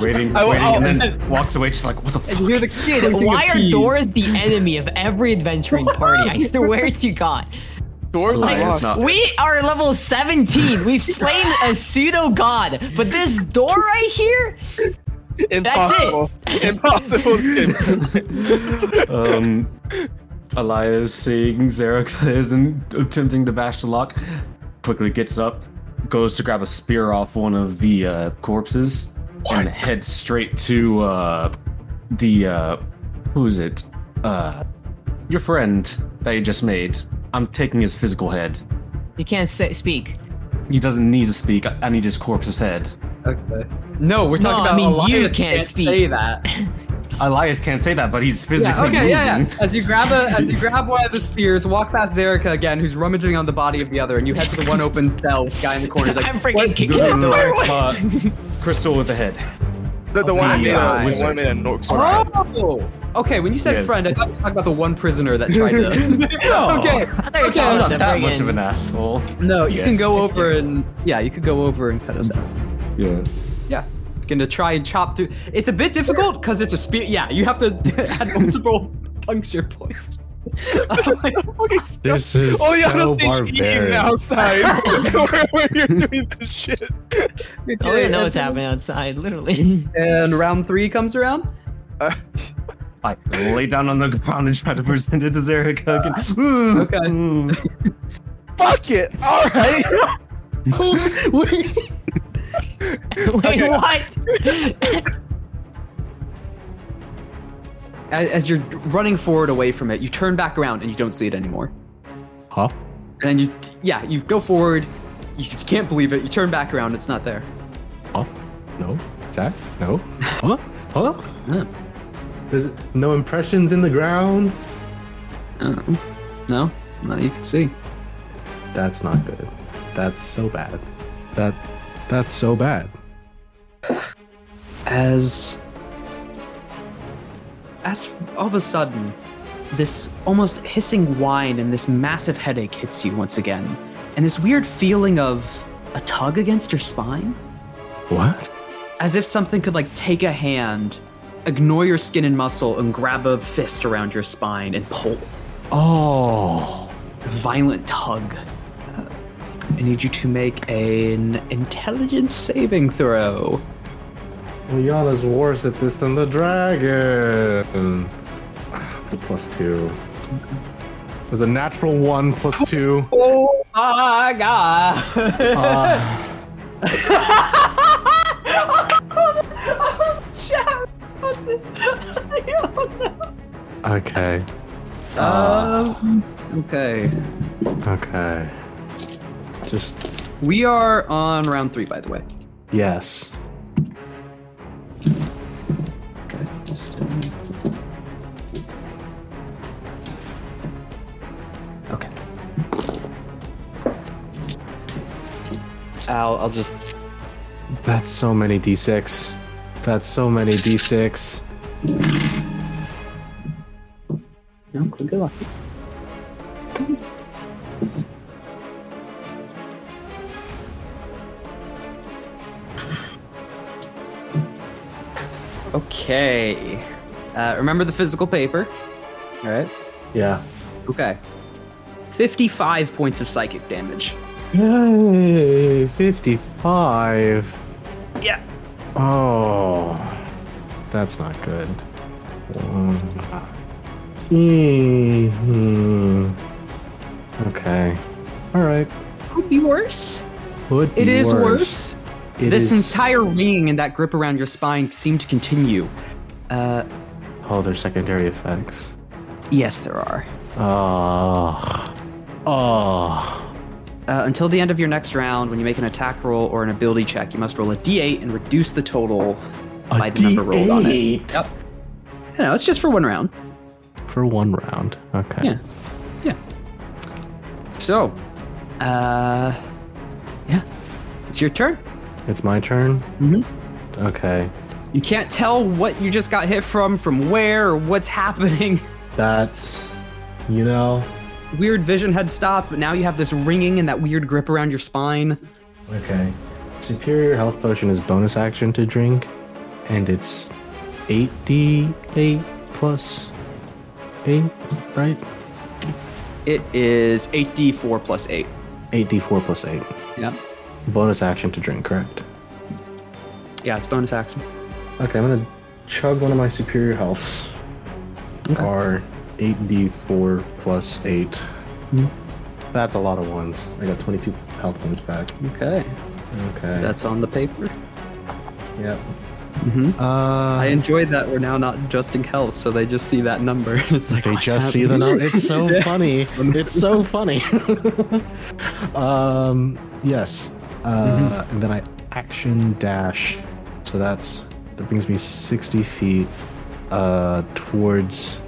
S3: waiting,
S2: I-
S3: waiting,
S2: I'll-
S3: and then walks away. She's like, "What the
S1: and you hear the
S3: fuck?"
S4: Dude,
S1: clinking of
S4: why are
S1: keys.
S4: doors the enemy of every adventuring party? I swear to God.
S2: Doors
S3: Like,
S2: locked.
S3: it's
S1: Uh,
S3: not-
S4: We are level 17. We've slain a pseudo god, but this door right here?
S2: Impossible. Impossible.
S3: Um, Elias seeing Zerika isn't attempting to bash the lock, quickly gets up, goes to grab a spear off one of the uh, corpses, and heads straight to uh, the uh, who is it? Uh, your friend that you just made. I'm taking his physical head.
S4: You can't say, speak.
S3: He doesn't need to speak. I I need his corpse's head.
S1: Okay. No, we're talking
S4: No, I
S1: about
S4: mean, you
S1: Elias
S4: can't speak.
S1: say that.
S3: Elias can't say that, but he's physically
S1: Yeah, okay, yeah, yeah.
S3: moving.
S1: As you grab a, as you grab one of the spears, walk past Zerika again, who's rummaging on the body of the other, and you head to the one open cell. with the Guy in the corner is like,
S4: I'm freaking
S1: "What
S4: kicking
S1: the-
S4: the door.
S3: Uh, crystal with the head.
S2: The, the one Oh, I made,
S1: Yeah.
S2: a, the one I made a Nork.
S1: Oh, Okay, when you said
S3: Yes.
S1: friend, I thought you were talking about the one prisoner that tried to.
S3: No,
S1: okay.
S4: I thought you were
S1: Okay,
S4: talking
S1: I'm
S3: I'm
S4: about
S3: not
S4: the
S3: that much
S4: friggin'
S3: of an asshole.
S1: No, you can
S3: Yes.
S1: go over and yeah, you could go over and cut us out.
S3: Yeah.
S1: Yeah. Gonna try and chop through. It's a bit difficult because it's a spear. Yeah, you have to add multiple puncture points.
S7: This is
S2: Oh yeah,
S7: so
S2: those things eating
S7: barbaric.
S2: outside where, where you're doing this shit.
S4: Oh, I don't even know what's happening outside, literally.
S1: And round three comes around.
S2: Uh,
S3: I lay down on the ground and try to present it to Zerica again. Ooh,
S1: okay.
S3: ooh.
S2: fuck it. All right.
S4: Wait,
S2: Okay.
S4: what?
S1: As, as you're running forward away from it, you turn back around and you don't see it anymore.
S7: Huh?
S1: And then you, yeah, you go forward. You can't believe it. You turn back around. It's not there.
S7: Huh? Oh, No? Zach? No? Huh? Huh?
S1: No.
S7: There's no impressions in the ground?
S1: Oh. No, not that you can see.
S7: That's not good. That's so bad. That that's so bad.
S1: as as all of a sudden this almost hissing whine and this massive headache hits you once again and this weird feeling of a tug against your spine
S7: What?
S1: as if something could like take a hand ignore your skin and muscle and grab a fist around your spine and pull
S7: Oh.
S1: a violent tug Uh, i need you to make an intelligence saving throw
S7: Liana's worse at this than the dragon. It's a plus two. It was a natural one plus two.
S1: oh my god
S7: Uh, okay.
S1: Um, okay.
S7: Okay. Just
S1: We are on round three, by the way.
S7: yes.
S1: Okay. Okay. I'll, I'll just.
S7: That's so many d6. That's so many d6.
S1: No, good luck. Okay. Uh, remember the physical paper. All right.
S5: Yeah.
S1: Okay. 55 points of psychic damage.
S7: Yay, 55.
S1: Yeah.
S7: Oh, that's not good. Um, hmm. Okay. All right.
S1: Could be worse.
S7: Would
S1: It
S7: be
S1: is
S7: worse.
S1: worse.
S7: It
S1: this
S7: is-
S1: entire ringing and that grip around your spine seem to continue. Uh,
S7: Oh, there's secondary effects.
S1: yes, there are.
S7: Oh. Oh.
S1: Uh, until the end of your next round, when you make an attack roll or an ability check, you must roll a d8 and reduce the total
S7: A
S1: by the number rolled on it.
S7: D8
S1: Yep. You know, it's just for one round.
S7: For one round. Okay.
S1: Yeah. Yeah. So, uh, yeah, it's your turn.
S7: It's my turn?
S1: Mhm.
S7: Okay.
S1: You can't tell what you just got hit from, from where, or what's happening.
S7: That's. You know.
S1: Weird vision had stopped, but now you have this ringing and that weird grip around your spine.
S7: Okay. Superior health potion is bonus action to drink, and it's 8d8 plus 8, right?
S1: It is 8d4 plus 8.
S7: 8d4 plus 8.
S1: Yeah.
S7: Bonus action to drink, correct?
S1: Yeah, it's bonus action.
S7: Okay, I'm gonna chug one of my superior healths. Are 8d4 plus 8. Hmm. That's a lot of ones. I got 22 health points back.
S1: Okay.
S7: Okay.
S1: That's on the paper.
S7: yep.
S1: Mhm.
S7: Uh,
S1: I enjoyed that we're now not adjusting health, so they just see that number. it's like,
S7: They
S1: what's
S7: just see the
S1: happening?
S7: number. It's so funny. It's so funny. um, yes. Uh,
S5: Mm-hmm.
S7: And then I action dash. So that's that brings me sixty feet uh, towards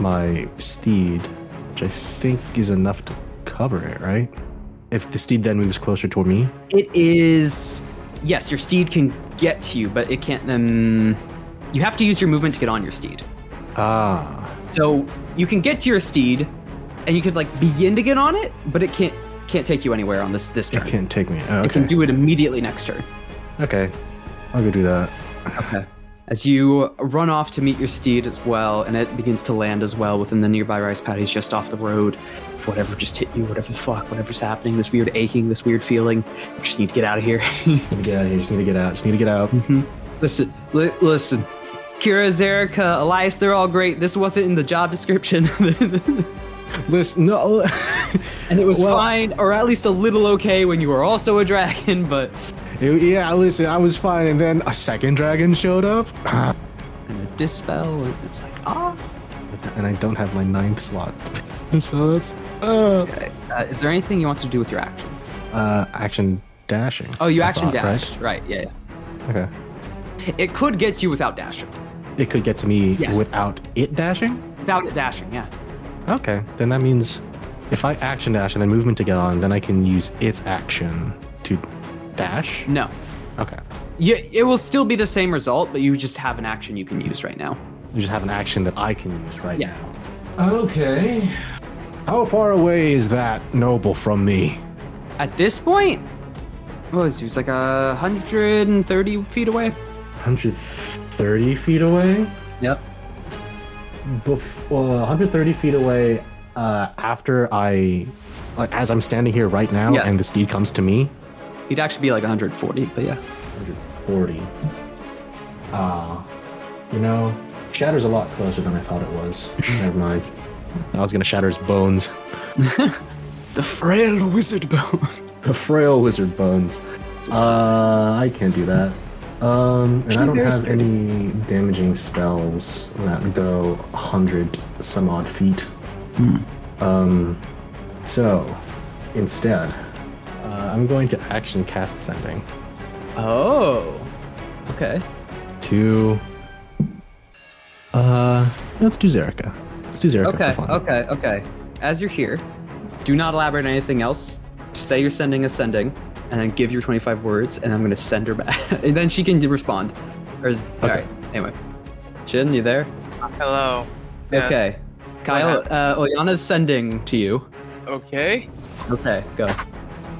S7: my steed, which I think is enough to cover it, right? If the steed then moves closer toward me.
S1: It is. Yes, your steed can get to you, but it can't. Um, you have to use your movement to get on your steed.
S7: Ah.
S1: So you can get to your steed, and you could like begin to get on it, but it can't can't take you anywhere on this this turn.
S7: It can't take me. Oh,
S1: It can
S7: okay.
S1: do it immediately next turn.
S7: okay. I'll go do that.
S1: Okay. As you run off to meet your steed as well, and it begins to land as well within the nearby rice paddies just off the road. Whatever just hit you, whatever the fuck, whatever's happening, this weird aching, this weird feeling, you just need to get out of here.
S5: Need to get out of here. Just need to get out. Just need to get out.
S1: listen, li- listen. Kira, Zerica, Elias, they're all great. This wasn't in the job description.
S7: Listen, no.
S1: and it was
S7: Well-
S1: fine, or at least a little okay when you were also a dragon, but
S7: It- yeah, listen, I was fine, and then a second dragon showed up.
S1: and a dispel, and it's like, ah.
S7: and I don't have my ninth slot. so that's. Uh,
S1: Okay. Uh, is there anything you want to do with your action?
S7: uh, action dashing.
S1: Oh, you
S7: I
S1: action
S7: thought, right?
S1: dashed. Right, yeah, yeah.
S7: Okay.
S1: It could get you without dashing.
S7: It could get to me
S1: Yes.
S7: without it dashing?
S1: Without it dashing, yeah.
S7: Okay, then that means if I action dash and then movement to get on, then I can use its action to dash.
S1: No.
S7: Okay,
S1: You, it will still be the same result, but you just have an action you can use right now.
S7: you just have an action that I can use right
S1: Yeah.
S7: now. Okay. How far away is that noble from me?
S1: At this point, what was he? He was like a 130 feet away.
S5: 130 feet away.
S1: Yep.
S5: Bef- uh, 130 feet away.
S7: Uh, after I, like, as I'm standing here right now,
S1: Yeah.
S7: and the steed comes to me.
S1: He'd actually be like 140, but yeah.
S5: 140. Ah, you know, Shatter's a lot closer than I thought it was. Never mind.
S7: I was gonna shatter his bones.
S1: The frail wizard bone.
S5: The frail wizard bones. Uh, I can't do that. Um, and I don't have any damaging spells that go 100 some odd feet. Um, so instead,
S7: Uh, I'm going to action cast sending
S1: Oh. Okay.
S7: to. Uh, let's do Zerika. Let's do Zerika
S1: Okay.
S7: for fun.
S1: Okay. Okay. As you're here, do not elaborate on anything else. Say you're sending a sending, and then give your 25 words, and I'm gonna send her back, and then she can respond. Or is, all
S7: Okay.
S1: right. Anyway, Jin, you there?
S2: Hello. Yeah.
S1: Okay. Kyle,
S2: happened?
S1: uh, Olyana's sending to you.
S2: Okay.
S1: Okay, go.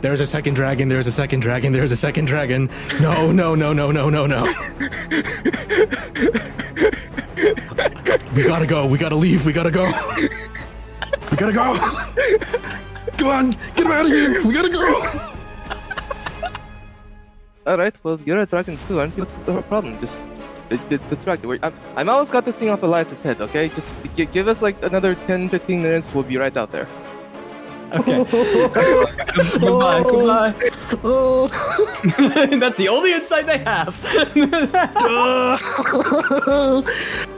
S7: There's a second dragon. There's a second dragon. There's a second dragon. No, no, no, no, no, no, no. we gotta go. We gotta leave. We gotta go. We gotta go. Come on, get him out of here. We gotta go.
S2: All right. Well, you're a dragon too, aren't you? What's the problem? Just the, the, the dragon. We're- I'm, I'm almost got this thing off Elias's head. Okay. Just g- give us like another 10, 15 minutes. We'll be right out there.
S4: Okay.
S1: goodbye, goodbye. That's the only insight they have.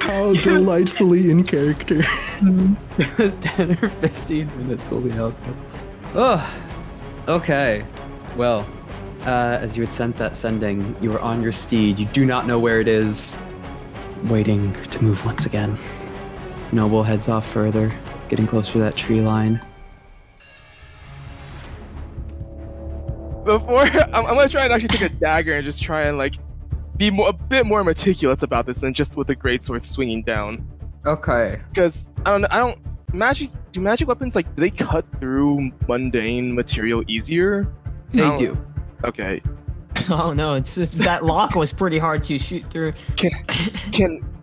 S7: How delightfully in character.
S1: it was 10 or 15 minutes will be helpful. Oh, okay. Well, uh, as you had sent that sending, you were on your steed. You do not know where it is. Waiting to move once again. Noble heads off further, getting closer to that tree line.
S2: Before I'm, I'm gonna try and actually take a dagger and just try and like be more, a bit more meticulous about this than just with the greatsword swinging down.
S1: Okay.
S2: because I don't, I don't magic. Do magic weapons like do they cut through mundane material easier?
S1: They
S2: No.
S1: do.
S2: Okay,
S4: oh no, it's, it's that lock was pretty hard to shoot through.
S2: can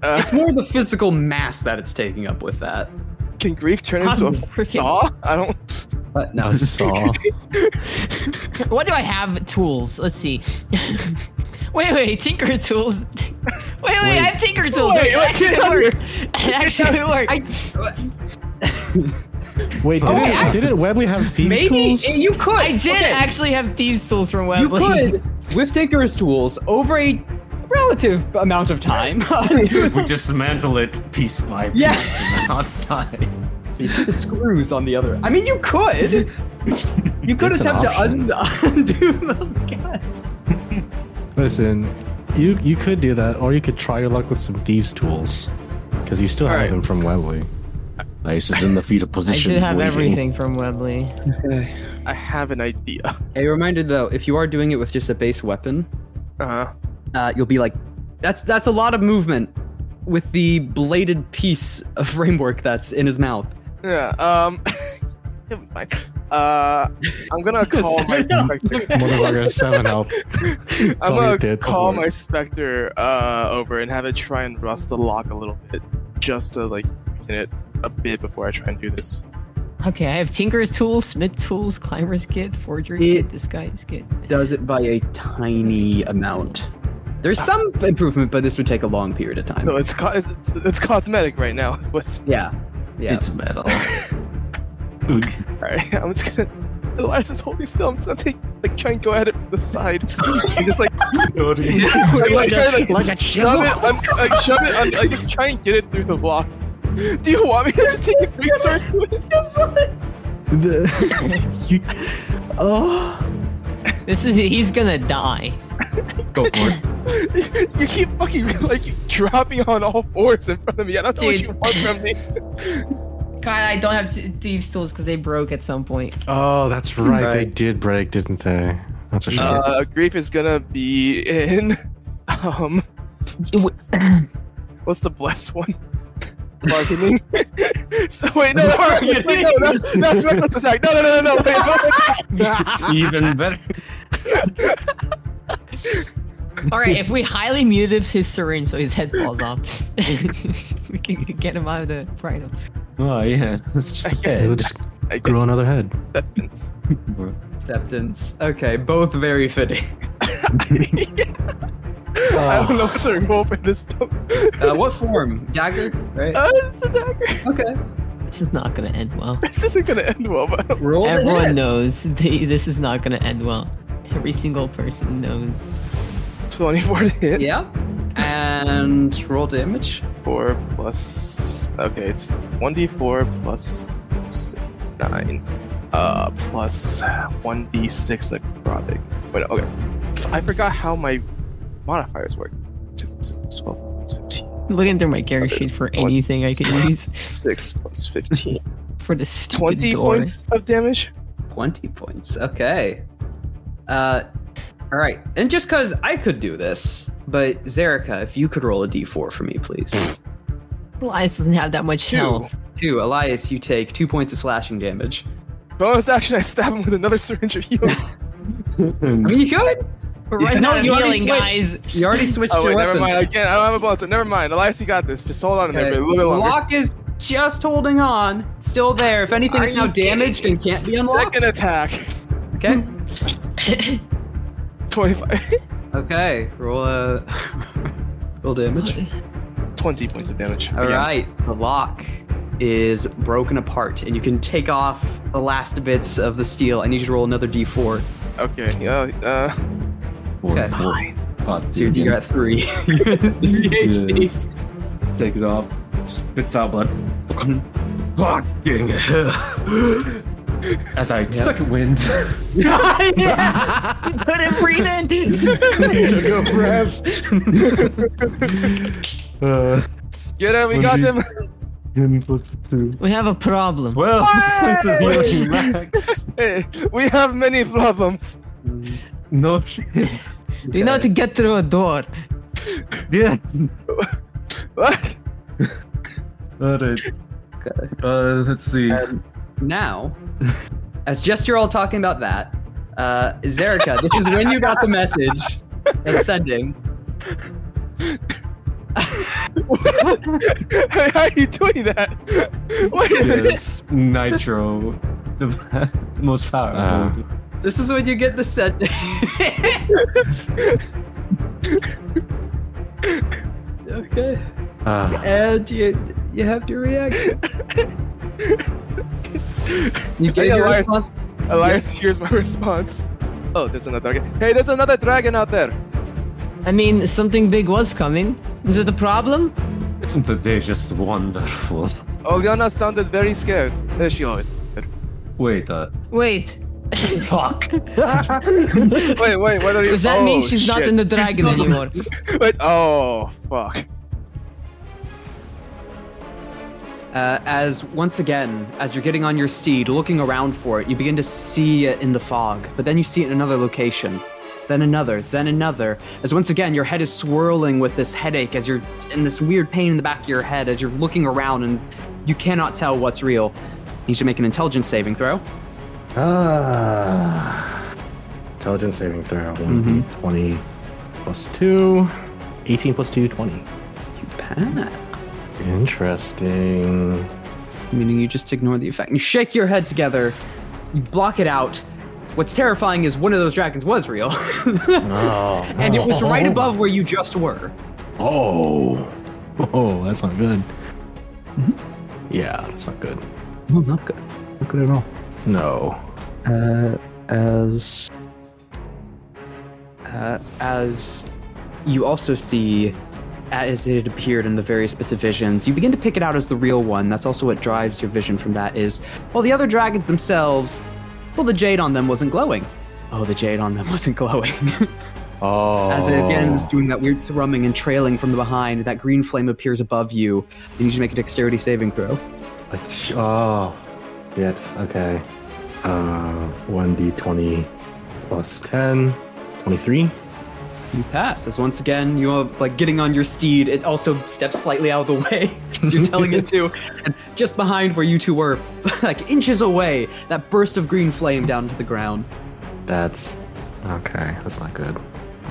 S2: uh,
S1: It's more the physical mass that it's taking up with that.
S2: can grief turn into a
S4: I'm freaking-
S2: saw? I don't.
S1: But no.
S7: A saw.
S4: What do I have? Tools. Let's see. wait, wait, tinker tools. Wait, wait, I have tinker tools.
S2: Wait,
S4: it
S2: wait, get out
S4: actually
S2: of
S4: worked.
S1: I,
S4: It actually worked.
S7: Wait, didn't,
S4: Okay, I-
S7: didn't Webley have thieves
S1: maybe
S7: tools?
S1: you could.
S4: I did
S1: Okay,
S4: actually have thieves tools from
S1: You
S4: Webley.
S1: could, with Tinker's tools, over a relative amount of time. do
S3: We dismantle it piece by piece
S1: Yes.
S3: from the outside.
S1: So you see the screws on the other. I mean, you could. You could
S7: It's an
S1: attempt to
S7: option.
S1: un- undo them. God.
S7: Listen, you you could do that, or you could try your luck with some thieves' tools, because you still have
S2: Alright.
S7: them from Webley.
S3: Ice is in the fetal
S4: I
S3: position.
S4: did have
S3: waiting.
S4: everything from Webley.
S1: Okay.
S2: I have an idea.
S1: A reminder though, if you are doing it with just a base weapon,
S2: Uh huh.
S1: Uh-huh. uh, you'll be like, that's that's a lot of movement. with the bladed piece of framework that's in his mouth.
S2: Yeah. Um. never mind. Uh, I'm gonna call my specter.
S7: Motherfucker, seven health.
S2: I'm
S7: Call
S2: gonna
S7: your tits.
S2: call my specter uh, over and have it try and rust the lock a little bit, just to like in it a bit before I try and do this.
S4: Okay, I have Tinker's Tools, Smith Tools, Climber's Kit, Forger
S1: It-
S4: Kit, Disguise Kit.
S1: Does it by a tiny amount. There's some improvement, but this would take a long period of
S2: So
S1: time.
S2: it's co- it's, it's, it's cosmetic right now. What's
S1: Yeah. Yeah.
S3: It's metal. Oog.
S2: all right? I'm just gonna. Elias is holding still. I'm just gonna take like try and go at it from the side. I'm just like, like, like, try to, like,
S4: Like a
S2: shove
S4: chisel?
S2: it. I'm, like, shove it. I'm, like, just try and get it through the lock. Do you want me to just take a big sword? to it?
S7: The- you- oh,
S4: This is he's gonna die.
S3: Go for it.
S2: you keep fucking like dropping on all fours in front of me. I don't know
S4: Dude.
S2: what you want from me.
S4: God, I don't have thieves tools because they broke at some point.
S7: oh, that's right. They
S1: Right.
S7: did break, didn't they? That's a shame.
S2: Uh, grief is gonna be in. Um, what's the blessed one? Bargaining. so wait, no, that's wait, no, that's, that's reckless attack. No, no, no, no, no, wait, no, wait.
S3: Even better.
S4: All right, if we highly mutives his syringe so his head falls off, we can get him out of the bridle.
S3: Oh yeah, it's just
S7: It'll
S3: head.
S7: just
S2: I
S7: grow
S2: guess
S7: another head.
S2: acceptance.
S1: Acceptance. Okay, both very fitting.
S2: I don't know what to roll for this. Though.
S1: Uh, what form? Dagger, right?
S2: Uh, it's a dagger.
S1: Okay.
S4: This is not gonna end well.
S2: This isn't gonna end well, but I'm
S1: Roll to
S4: Everyone
S1: hit.
S4: knows th- this is not gonna end well. Every single person knows.
S2: 24 to hit.
S1: Yeah. And roll damage.
S2: 4 plus. Okay, it's 1d4 plus six, 9. Uh, plus 1d6 necrotic. Wait, okay. I forgot how my modifiers work. 6 plus 6 is 12 plus 15.
S4: Looking through my character sheet for anything I could use
S2: 6 plus 15.
S4: for this stupid
S2: 20
S4: door.
S2: points of damage?
S1: 20 points. Okay. Uh, all right. And just because I could do this, but Zerica, if you could roll a d4 for me, please.
S4: Elias doesn't have that much
S2: Two.
S4: health.
S1: Two, Elias, you take two points of slashing damage.
S2: Bonus action, I stab him with another syringe of healing.
S1: I mean, you could.
S4: We're right
S1: No,
S4: now
S1: you already
S4: healing, guys.
S1: switched. You already switched
S2: oh,
S1: your
S2: wait, never
S1: weapons.
S2: mind. Again, I don't have a bonus. Never mind. Elias, you got this. Just hold on in there
S1: Okay.
S2: for a little bit
S1: The
S2: longer.
S1: lock is just holding on. It's Still there. If anything,
S4: Are
S1: it's now
S4: you kidding
S1: damaged and can't be unlocked.
S2: Second attack.
S1: Okay.
S2: 25.
S1: Okay. Roll a roll damage.
S2: 20 points of damage.
S1: All
S2: Again.
S1: right, the lock is broken apart, and you can take off the last bits of the steel. I need you to roll another d4.
S2: Okay. Uh, uh,
S1: Okay.
S3: Hot
S1: So you're,
S3: dude.
S1: you're at three. three HP.
S3: Yes. Takes off. Spits out blood.
S1: Mhm.
S3: Fucking hell. As I suck at wind.
S4: Couldn't breathe in.
S3: Took a breath. uh,
S2: get her, we
S3: Would
S2: got
S3: you-
S2: them.
S3: and plus two.
S4: We have a problem.
S3: Well, it's a healing max.
S2: Hey, we have many problems.
S3: No shit.
S4: Do you know how to get through a door?
S3: Yes.
S2: What?
S3: All right.
S1: Okay.
S3: Uh, let's see.
S1: Um, now, as just you're all talking about that, uh, Zerica, this is when you got the message that's sending.
S2: hey, how are you doing that? Wait a minute.
S3: Yes, nitro, the, the most powerful.
S7: Uh.
S1: This is when you get the send. okay.
S7: Ah,
S1: And you, you have to react. You
S2: Hey,
S1: gave your
S2: Elias.
S1: response.
S2: Elias, here's my response. Oh, there's another dragon. Hey, there's another dragon out there.
S4: I mean, something big was coming. Is it a problem?
S3: Isn't the day just wonderful?
S2: Oliana sounded very scared. There she always. is.
S3: Wait, uh,
S4: Wait.
S3: fuck.
S2: Wait, wait, what are you?
S4: Does that
S2: oh,
S4: mean she's not
S2: shit.
S4: in the dragon anymore?
S2: Wait, oh fuck.
S1: Uh, as once again, as you're getting on your steed, looking around for it, you begin to see it in the fog, but then you see it in another location. then another, then another, as once again your head is swirling with this headache as you're in this weird pain in the back of your head as you're looking around and you cannot tell what's real. You should make an intelligence saving throw.
S7: Ah. Intelligence saving throw. one 20 plus 2. 18 plus 2, 20.
S1: You panic.
S7: Interesting.
S1: meaning you just ignore the effect. You shake your head together, you block it out. What's terrifying is one of those dragons was real,
S7: Oh.
S1: and it was right above where you just were.
S7: Oh. Oh, that's not good. Yeah, that's not good.
S1: Well, Oh, not good. Not good at all.
S7: No.
S1: Uh, as uh, as you also see as it appeared in the various bits of visions you begin to pick it out as the real one that's also what drives your vision from that is well the other dragons themselves well the jade on them wasn't glowing oh the jade on them wasn't glowing
S7: Oh.
S1: as it again is doing that weird thrumming and trailing from the behind that green flame appears above you and you should make a dexterity saving throw
S7: Ach- Oh, yet. Okay. Uh, 1d20 plus 10. 23.
S1: You pass as once again you are like getting on your steed. It also steps slightly out of the way as you're telling it to, and just behind where you two were, like inches away, that burst of green flame down to the ground.
S7: That's. Okay, that's not good.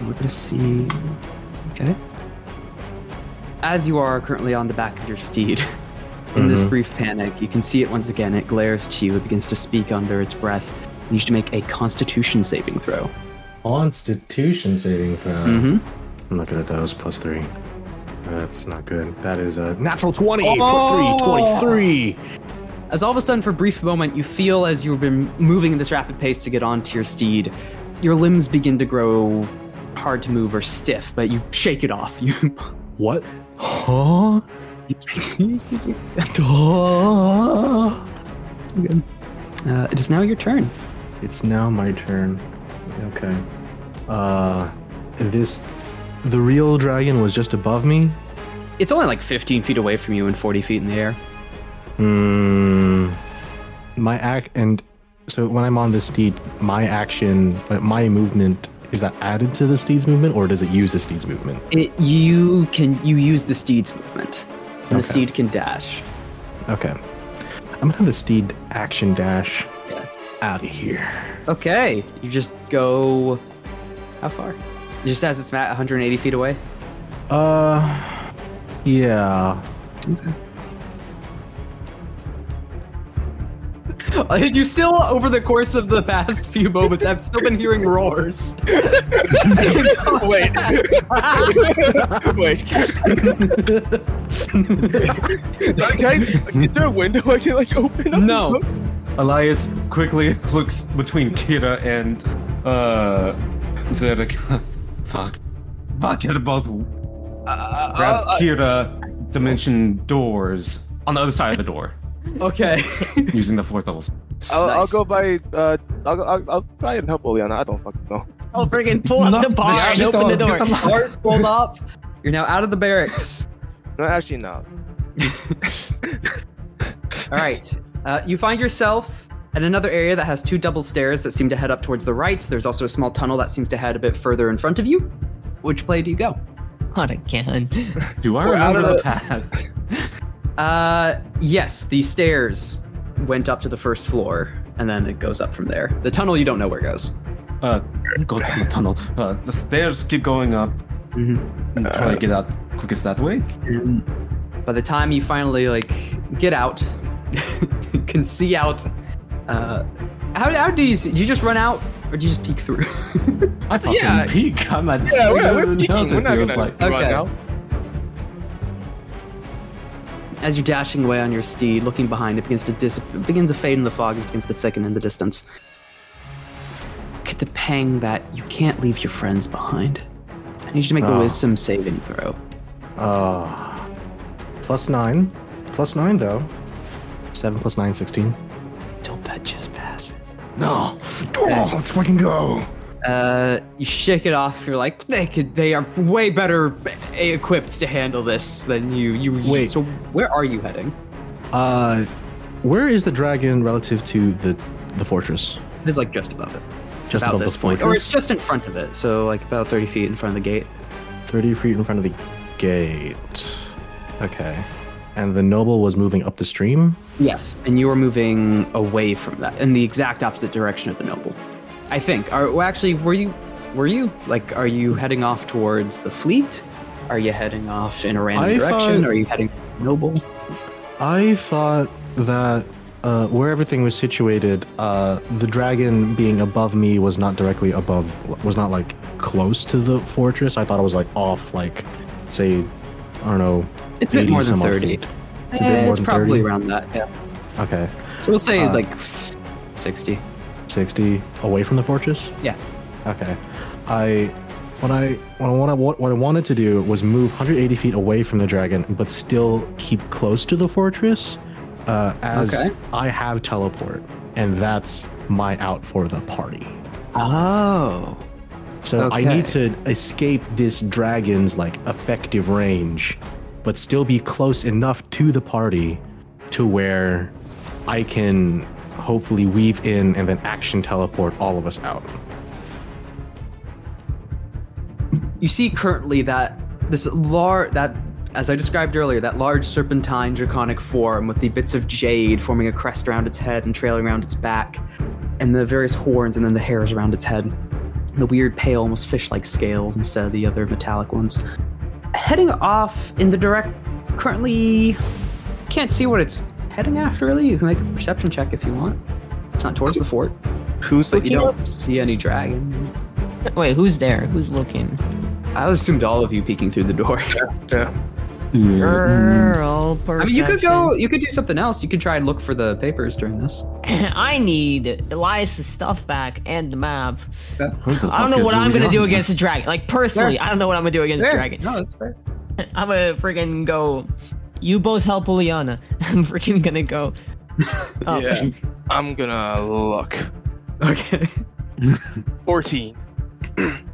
S1: We're gonna see. Okay. As you are currently on the back of your steed, in this
S7: Mhm.
S1: brief panic, you can see it once again. It glares to you. It begins to speak under its breath. You need to make a Constitution saving throw.
S5: Constitution saving throw.
S1: Mm-hmm.
S7: I'm not good at those. Plus 3. That's not good. That is a natural 20 plus 3. 23.
S1: As all of a sudden, for a brief moment, you feel as you've been moving at this rapid pace to get onto your steed, your limbs begin to grow hard to move or stiff, but you shake it off. You,
S7: What? Huh? Duh.
S1: uh, it is now your turn.
S7: It's now my turn. Okay. Uh, this. The real dragon was just above me?
S1: It's only like 15 feet away from you and 40 feet in the air.
S7: Hmm. My act and so when I'm on the steed, my action, but my movement is that added to the steed's movement, or does it use the steed's movement?
S1: It, you can you use the steed's movement, and
S7: Okay.
S1: the steed can dash.
S7: Okay, I'm gonna have the steed action dash
S1: Yeah.
S7: out of here.
S1: Okay, you just go. How far? Just as it's at 180 feet away.
S7: Uh, yeah.
S1: You still, over the course of the past few moments, I've still been hearing roars.
S2: Wait. Wait. Like, can I- is there a window I can like open up?
S1: No.
S3: Elias quickly looks between Kira and uh Zerika. Fuck. Fuck it both
S1: Uh,
S4: uh,
S3: grabs Kira dimension doors on the other side of the door
S1: Okay.
S3: using the fourth level.
S2: I'll, I'll
S1: Nice.
S2: go by. Uh, I'll, go- I'll, I'll try and help Oleana. I don't fucking know.
S4: I'll friggin' pull up the bar and
S3: shit
S4: open the
S3: off. Get
S4: door.
S3: the lock.
S1: Bars pulled up. You're now out of the barracks.
S2: No, actually, no.
S1: All right. Uh, you find yourself in another area that has two double stairs that seem to head up towards the right. There's also a small tunnel that seems to head a bit further in front of you. Which way do you go?
S4: Not again.
S3: Do I
S2: We're out
S3: remember
S2: of the-
S3: the path?
S1: Uh, yes, the stairs went up to the first floor, and then it goes up from there. The tunnel you don't know where it goes.
S3: Uh, go down the tunnel. Uh, the stairs keep going up.
S1: Mhm.
S3: And try to get out quickest that way.
S1: And by the time you finally like get out, can see out. Uh, how, how do you see? Do you just run out, or do you just peek through?
S3: I fucking
S2: Yeah.
S3: peek. I'm at
S2: Yeah, we're, we're
S3: seven
S2: peeking.
S3: health,
S2: We're
S3: it
S2: not
S3: feels
S2: gonna
S3: like.
S2: run
S1: Okay.
S2: out.
S1: As you're dashing away on your steed, looking behind, it begins to dis- it begins to fade in the fog, it begins to thicken in the distance. Get the pang that you can't leave your friends behind. I need you to make a
S7: Oh.
S1: wisdom saving throw.
S7: Uh, plus nine, plus nine though. Seven plus nine, sixteen.
S1: Don't that just pass it?
S7: No, oh, let's fucking go.
S1: Uh, you shake it off. You're like, they could. They are way better e- equipped to handle this than you. You
S7: Wait.
S1: So where are you heading?
S7: Uh, where is the dragon relative to the the fortress?
S1: It is like just above it.
S7: Just
S1: about
S7: above the
S1: this point, or
S7: fortress?
S1: it's just in front of it. So like about thirty feet in front of the gate.
S7: 30 feet in front of the gate. Okay. And the noble was moving up the stream?
S1: Yes, and you are moving away from that in the exact opposite direction of the noble. I think. Are well, actually were you were you like are you heading off towards the fleet? Are you heading off in a random
S7: I
S1: direction?
S7: thought-
S1: Are you heading towards the noble?
S7: I thought that uh, where everything was situated, uh, the dragon being above me was not directly above, was not like close to the fortress. I thought it was like off, like, say, I don't know.
S1: It's a bit
S7: 80
S1: more than
S7: some odd
S1: thirty.
S7: feet.
S1: It's,
S7: a bit more
S1: it's
S7: than
S1: probably
S7: 30.
S1: around that. Yeah.
S7: Okay.
S1: So we'll say
S7: Uh,
S1: like sixty.
S7: 60 away from the fortress?
S1: Yeah.
S7: Okay. I what I what I wanted what, what I wanted to do was move 180 feet away from the dragon, but still keep close to the fortress. Uh, as
S1: Okay.
S7: I have teleport, and that's my out for the party.
S1: Oh.
S7: So I need
S1: Okay.
S7: to escape this dragon's like effective range, but still be close enough to the party to where I can hopefully weave in and then action teleport all of us out.
S1: you see currently that this lar that as I described earlier, that large serpentine draconic form with the bits of jade forming a crest around its head and trailing around its back, and the various horns and then the hairs around its head. The weird pale, almost fish like scales instead of the other metallic ones. Heading off in the direct currently can't see what it's heading after really. You can make a perception check if you want. It's not towards the fort.
S2: Who's
S1: But
S2: like
S1: you
S2: you know?
S1: don't see any dragon.
S4: Wait, who's there? Who's looking?
S1: I assumed all of you peeking through the door.
S3: Mm-hmm.
S4: Girl,
S1: I mean, you could go. You could do something else. You could try and look for the papers during this.
S4: I need Elias's stuff back and the map.
S3: What the
S4: I don't
S3: fuck
S4: know
S3: is
S4: what I'm
S3: going
S4: gonna do
S3: on?
S4: against a dragon. Like personally, I don't know what I'm gonna do against a
S1: Fair.
S4: dragon.
S1: No, that's fair.
S4: I'm gonna freaking go. You both help Oleana. I'm freaking gonna go. Oh,
S2: Yeah. I'm gonna look.
S1: Okay.
S2: 14.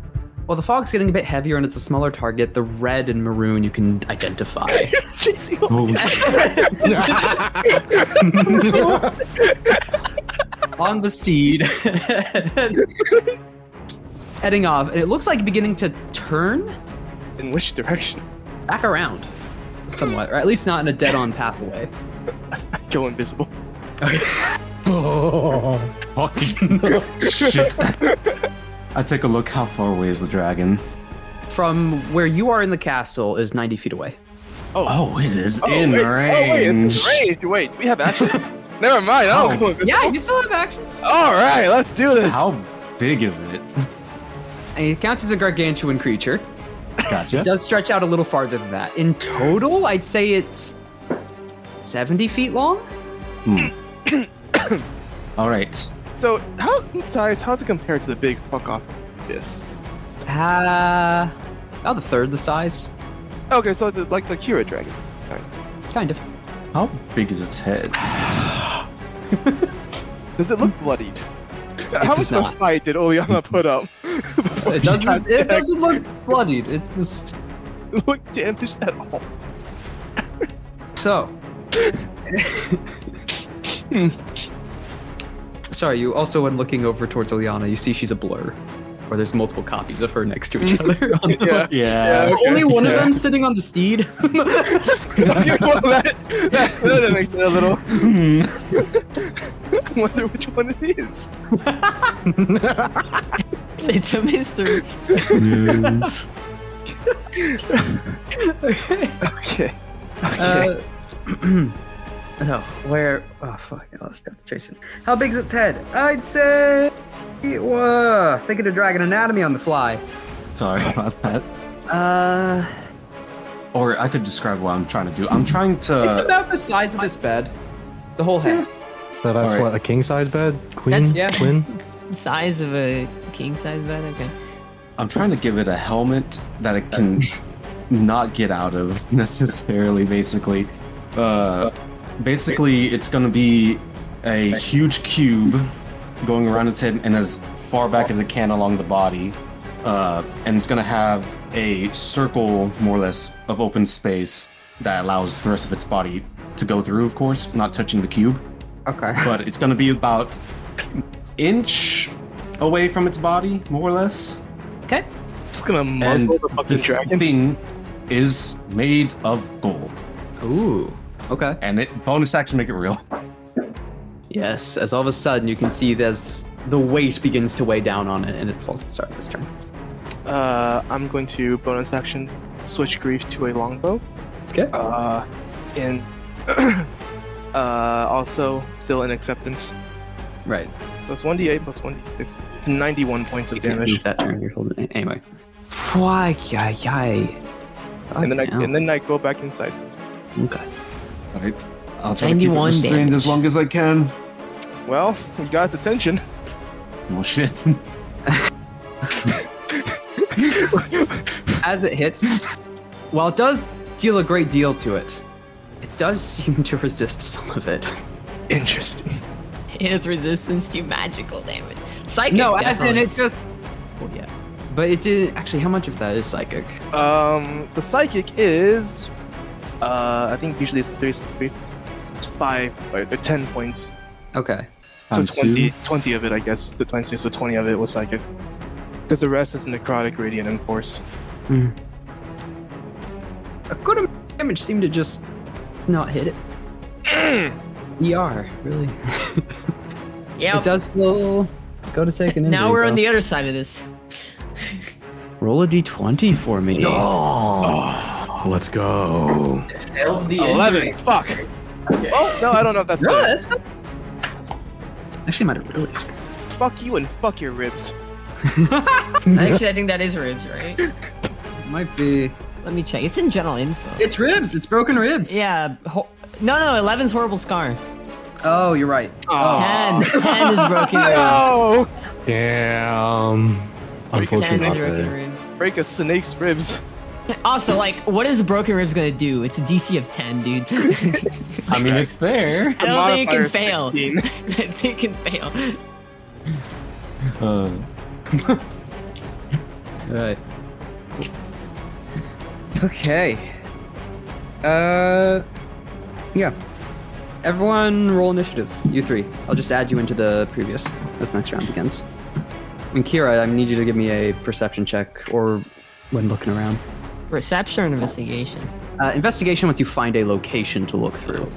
S1: Well, the fog's getting a bit heavier and it's a smaller target. The red and maroon you can identify.
S2: It's chasing
S3: Holy
S1: on the seed. Heading off, and it looks like beginning to turn
S2: In which direction?
S1: back around somewhat, or at least not in a dead on pathway.
S2: I go invisible.
S3: fucking shit. I take a look. How far away is the dragon?
S1: From where you are in the castle is 90 feet away.
S3: Oh, it is in
S2: wait, Oh, wait,
S3: range.
S2: it's in range. Wait, do we have action? Never mind. I don't
S3: Oh.
S2: go invisible.
S1: Yeah, you still have actions.
S2: All right, let's do this.
S3: How big is it?
S1: And it counts as a gargantuan creature.
S3: Gotcha.
S1: does stretch out a little farther than that. In total, I'd say it's 70 feet long.
S3: All right.
S2: So, how in size? How's it compared to the big fuck off? This.
S1: Uh, about a third the size,
S2: Okay, so the, like the Kira dragon.
S1: kind of.
S3: How big is its head?
S2: Does it look bloodied? how
S1: does
S2: much of a
S1: not.
S2: fight did Oleana put up? before
S1: It
S2: she got
S1: doesn't. It
S2: attacked?
S1: doesn't look bloodied. It just
S2: It look damaged at all.
S1: so. Sorry, you also, when looking over towards Eliana, you see she's a blur, or there's multiple copies of her next to each other. On the
S2: Mm. Yeah.
S3: Yeah.
S2: okay.
S1: Only one of
S2: Yeah.
S1: them sitting on the steed.
S2: well, that, that, that makes it a little. I wonder which one it is.
S4: it's, it's a mystery.
S2: Okay. Okay.
S1: Uh, no, where? Oh fuck! I lost concentration. How big's its head? I'd say. Whoa! Thinking of Dragon Anatomy on the fly.
S3: Sorry about that.
S1: Uh,
S3: Or I could describe what I'm trying to do. I'm trying to.
S1: it's about the size of this bed. The whole head.
S7: So that's
S3: Alright.
S7: what a king size bed, queen,
S4: That's-
S1: yeah.
S7: twin.
S4: Size of a king size bed. Okay.
S3: I'm trying to give it a helmet that it can not get out of necessarily, basically. Uh, basically, it's going to be a huge cube going around its head and as far back as it can along the body. Uh, and it's going to have a circle, more or less, of open space that allows the rest of its body to go through, of course, not touching the cube
S1: Okay.
S3: but it's going to be about inch away from its body, more or less.
S4: Okay.
S2: Just gonna
S3: And
S2: muzzle the fucking
S3: this
S2: dragon.
S3: thing is made of gold,
S1: Ooh. Okay.
S3: and it bonus action make it real.
S1: Yes, as all of a sudden you can see there's the weight begins to weigh down on it and it falls at the start of this turn.
S2: Uh, I'm going to bonus action switch grief to a longbow.
S1: Okay.
S2: Uh, and uh, also still in acceptance.
S1: Right.
S2: So it's 1d8 plus 1d6. It's 91 points of
S1: You can't
S2: damage.
S1: move that turn. You're holding it. Anyway. Why? Yay, yay.
S2: And then I and then I go back inside.
S1: Okay.
S3: All right. I'll try to keep it
S4: 91
S3: restrained
S4: damage.
S3: as long as I can.
S2: Well, we got its attention.
S3: Well, Oh, shit.
S1: As it hits, while it does deal a great deal to it, it does seem to resist some of it.
S2: Interesting.
S4: It has resistance to magical damage. Psychic.
S1: No, as in
S4: definitely.
S1: it just. Well, yeah. But it didn't. Actually, how much of that is psychic?
S2: Um, the psychic is, uh, I think usually it's three, three it's five or, or ten points.
S1: Okay.
S2: So
S3: Times
S2: 20,
S3: two.
S2: 20 of it, I guess. The 20, so 20 of it was psychic. Because the rest is necrotic, radiant, and force.
S1: A good amount of damage seemed to just not hit it. ER, really.
S4: Yeah.
S1: It does still go to take an injury.
S4: Now we're on
S1: though.
S4: the other side of this.
S1: Roll a d20 for me.
S7: Oh, let's go.
S2: Eleven. Fuck. Oh no, I don't know if that's
S1: No,
S2: good.
S1: that's not... Actually, might have really. screwed.
S2: Fuck you and fuck your ribs.
S4: Actually, I think that is ribs, right?
S1: Might be.
S4: Let me check. It's in general info.
S1: It's ribs. It's broken ribs.
S4: yeah. Ho- no, no. 11's horrible scar.
S1: Oh, you're right.
S4: Ten. Ten is broken ribs.
S2: No!
S7: Damn.
S4: Ten
S7: Unfortunately,
S4: is
S7: not
S4: broken
S7: there.
S4: ribs.
S2: Break a snake's ribs.
S4: Also, like, what is broken ribs gonna do? It's a DC of ten, dude.
S3: I mean, it's there.
S4: I don't think it
S2: Modifier
S4: can
S2: is 16.
S4: fail. I think it can fail.
S3: Uh,
S1: Right. Okay. Uh, yeah. Everyone, roll initiative. You three. I'll just add you into the previous as next round begins. And Kira, I need you to give me a perception check, or when looking around,
S4: Reception or investigation?
S1: uh, investigation once you find a location to look through.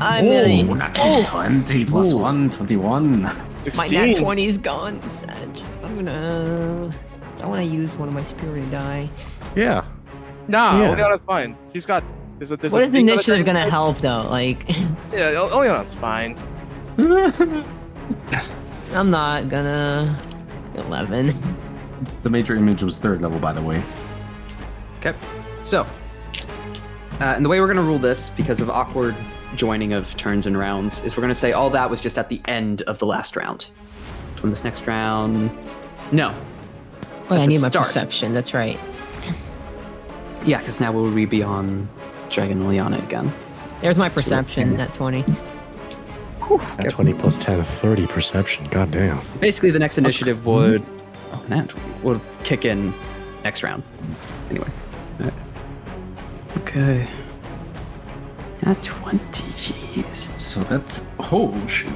S4: I'm gonna.
S3: oh, 20 plus 1, 21.
S4: My nat 20's gone, Sag. I'm gonna. I want to use one of my superior die.
S7: Yeah.
S2: Nah,
S7: Yeah.
S2: Oleana's fine. She's got. There's a, there's
S4: What
S2: a
S4: is
S2: big
S4: initiative
S2: other-
S4: gonna help though? Like,
S2: Yeah, O- Oleana's fine.
S4: I'm not gonna. Eleven.
S3: The major image was third level, by the way.
S1: Okay. So, uh, and the way we're going to rule this, because of awkward joining of turns and rounds, is we're going to say all that was just at the end of the last round. From this next round, no,
S4: Wait, I
S1: the
S4: need my
S1: start.
S4: perception. That's right.
S1: Yeah, because now will we be on Dragon Liana again?
S4: There's my perception. That twenty.
S7: At 20 plus 10, 30 perception. God damn.
S1: Basically, the next initiative would, oh, man, would kick in next round. Anyway. Alright. Okay. Not Ah, twenty. Jeez.
S3: So that's. Oh, shoot.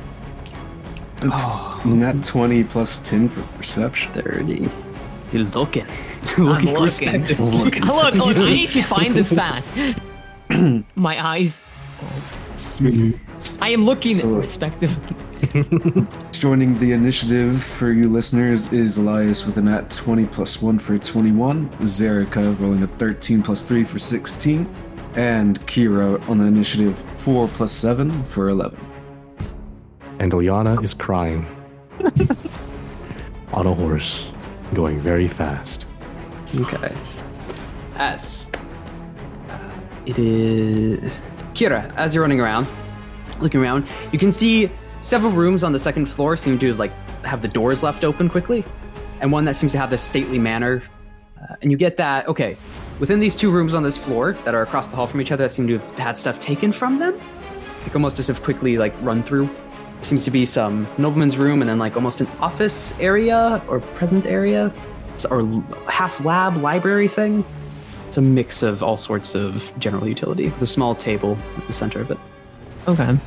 S3: That's
S1: Oh.
S3: not 20 plus 10 for perception.
S1: Thirty. You're looking. looking.
S4: looking.
S1: respected.
S3: Looking.
S4: Look, look, I need to find this fast. my eyes.
S3: Mm-hmm.
S4: I am looking
S3: So-
S4: respectively.
S3: Joining the initiative for you listeners is Elias with a nat 20 plus 1 for 21, Zerika rolling a 13 plus 3 for 16, and Kira on the initiative 4 plus 7 for 11.
S7: And Ilyana is crying. On a horse, going very fast.
S1: Okay. As it is Kira, as you're running around, looking around, you can see several rooms on the second floor seem to like have the doors left open quickly, and one that seems to have the stately manner. Uh, and you get that okay, within these two rooms on this floor that are across the hall from each other that seem to have had stuff taken from them, like almost as if quickly like run through. Seems to be some nobleman's room and then like almost an office area or present area or l- half lab library thing. It's a mix of all sorts of general utility. The small table at the center of it.
S4: Okay.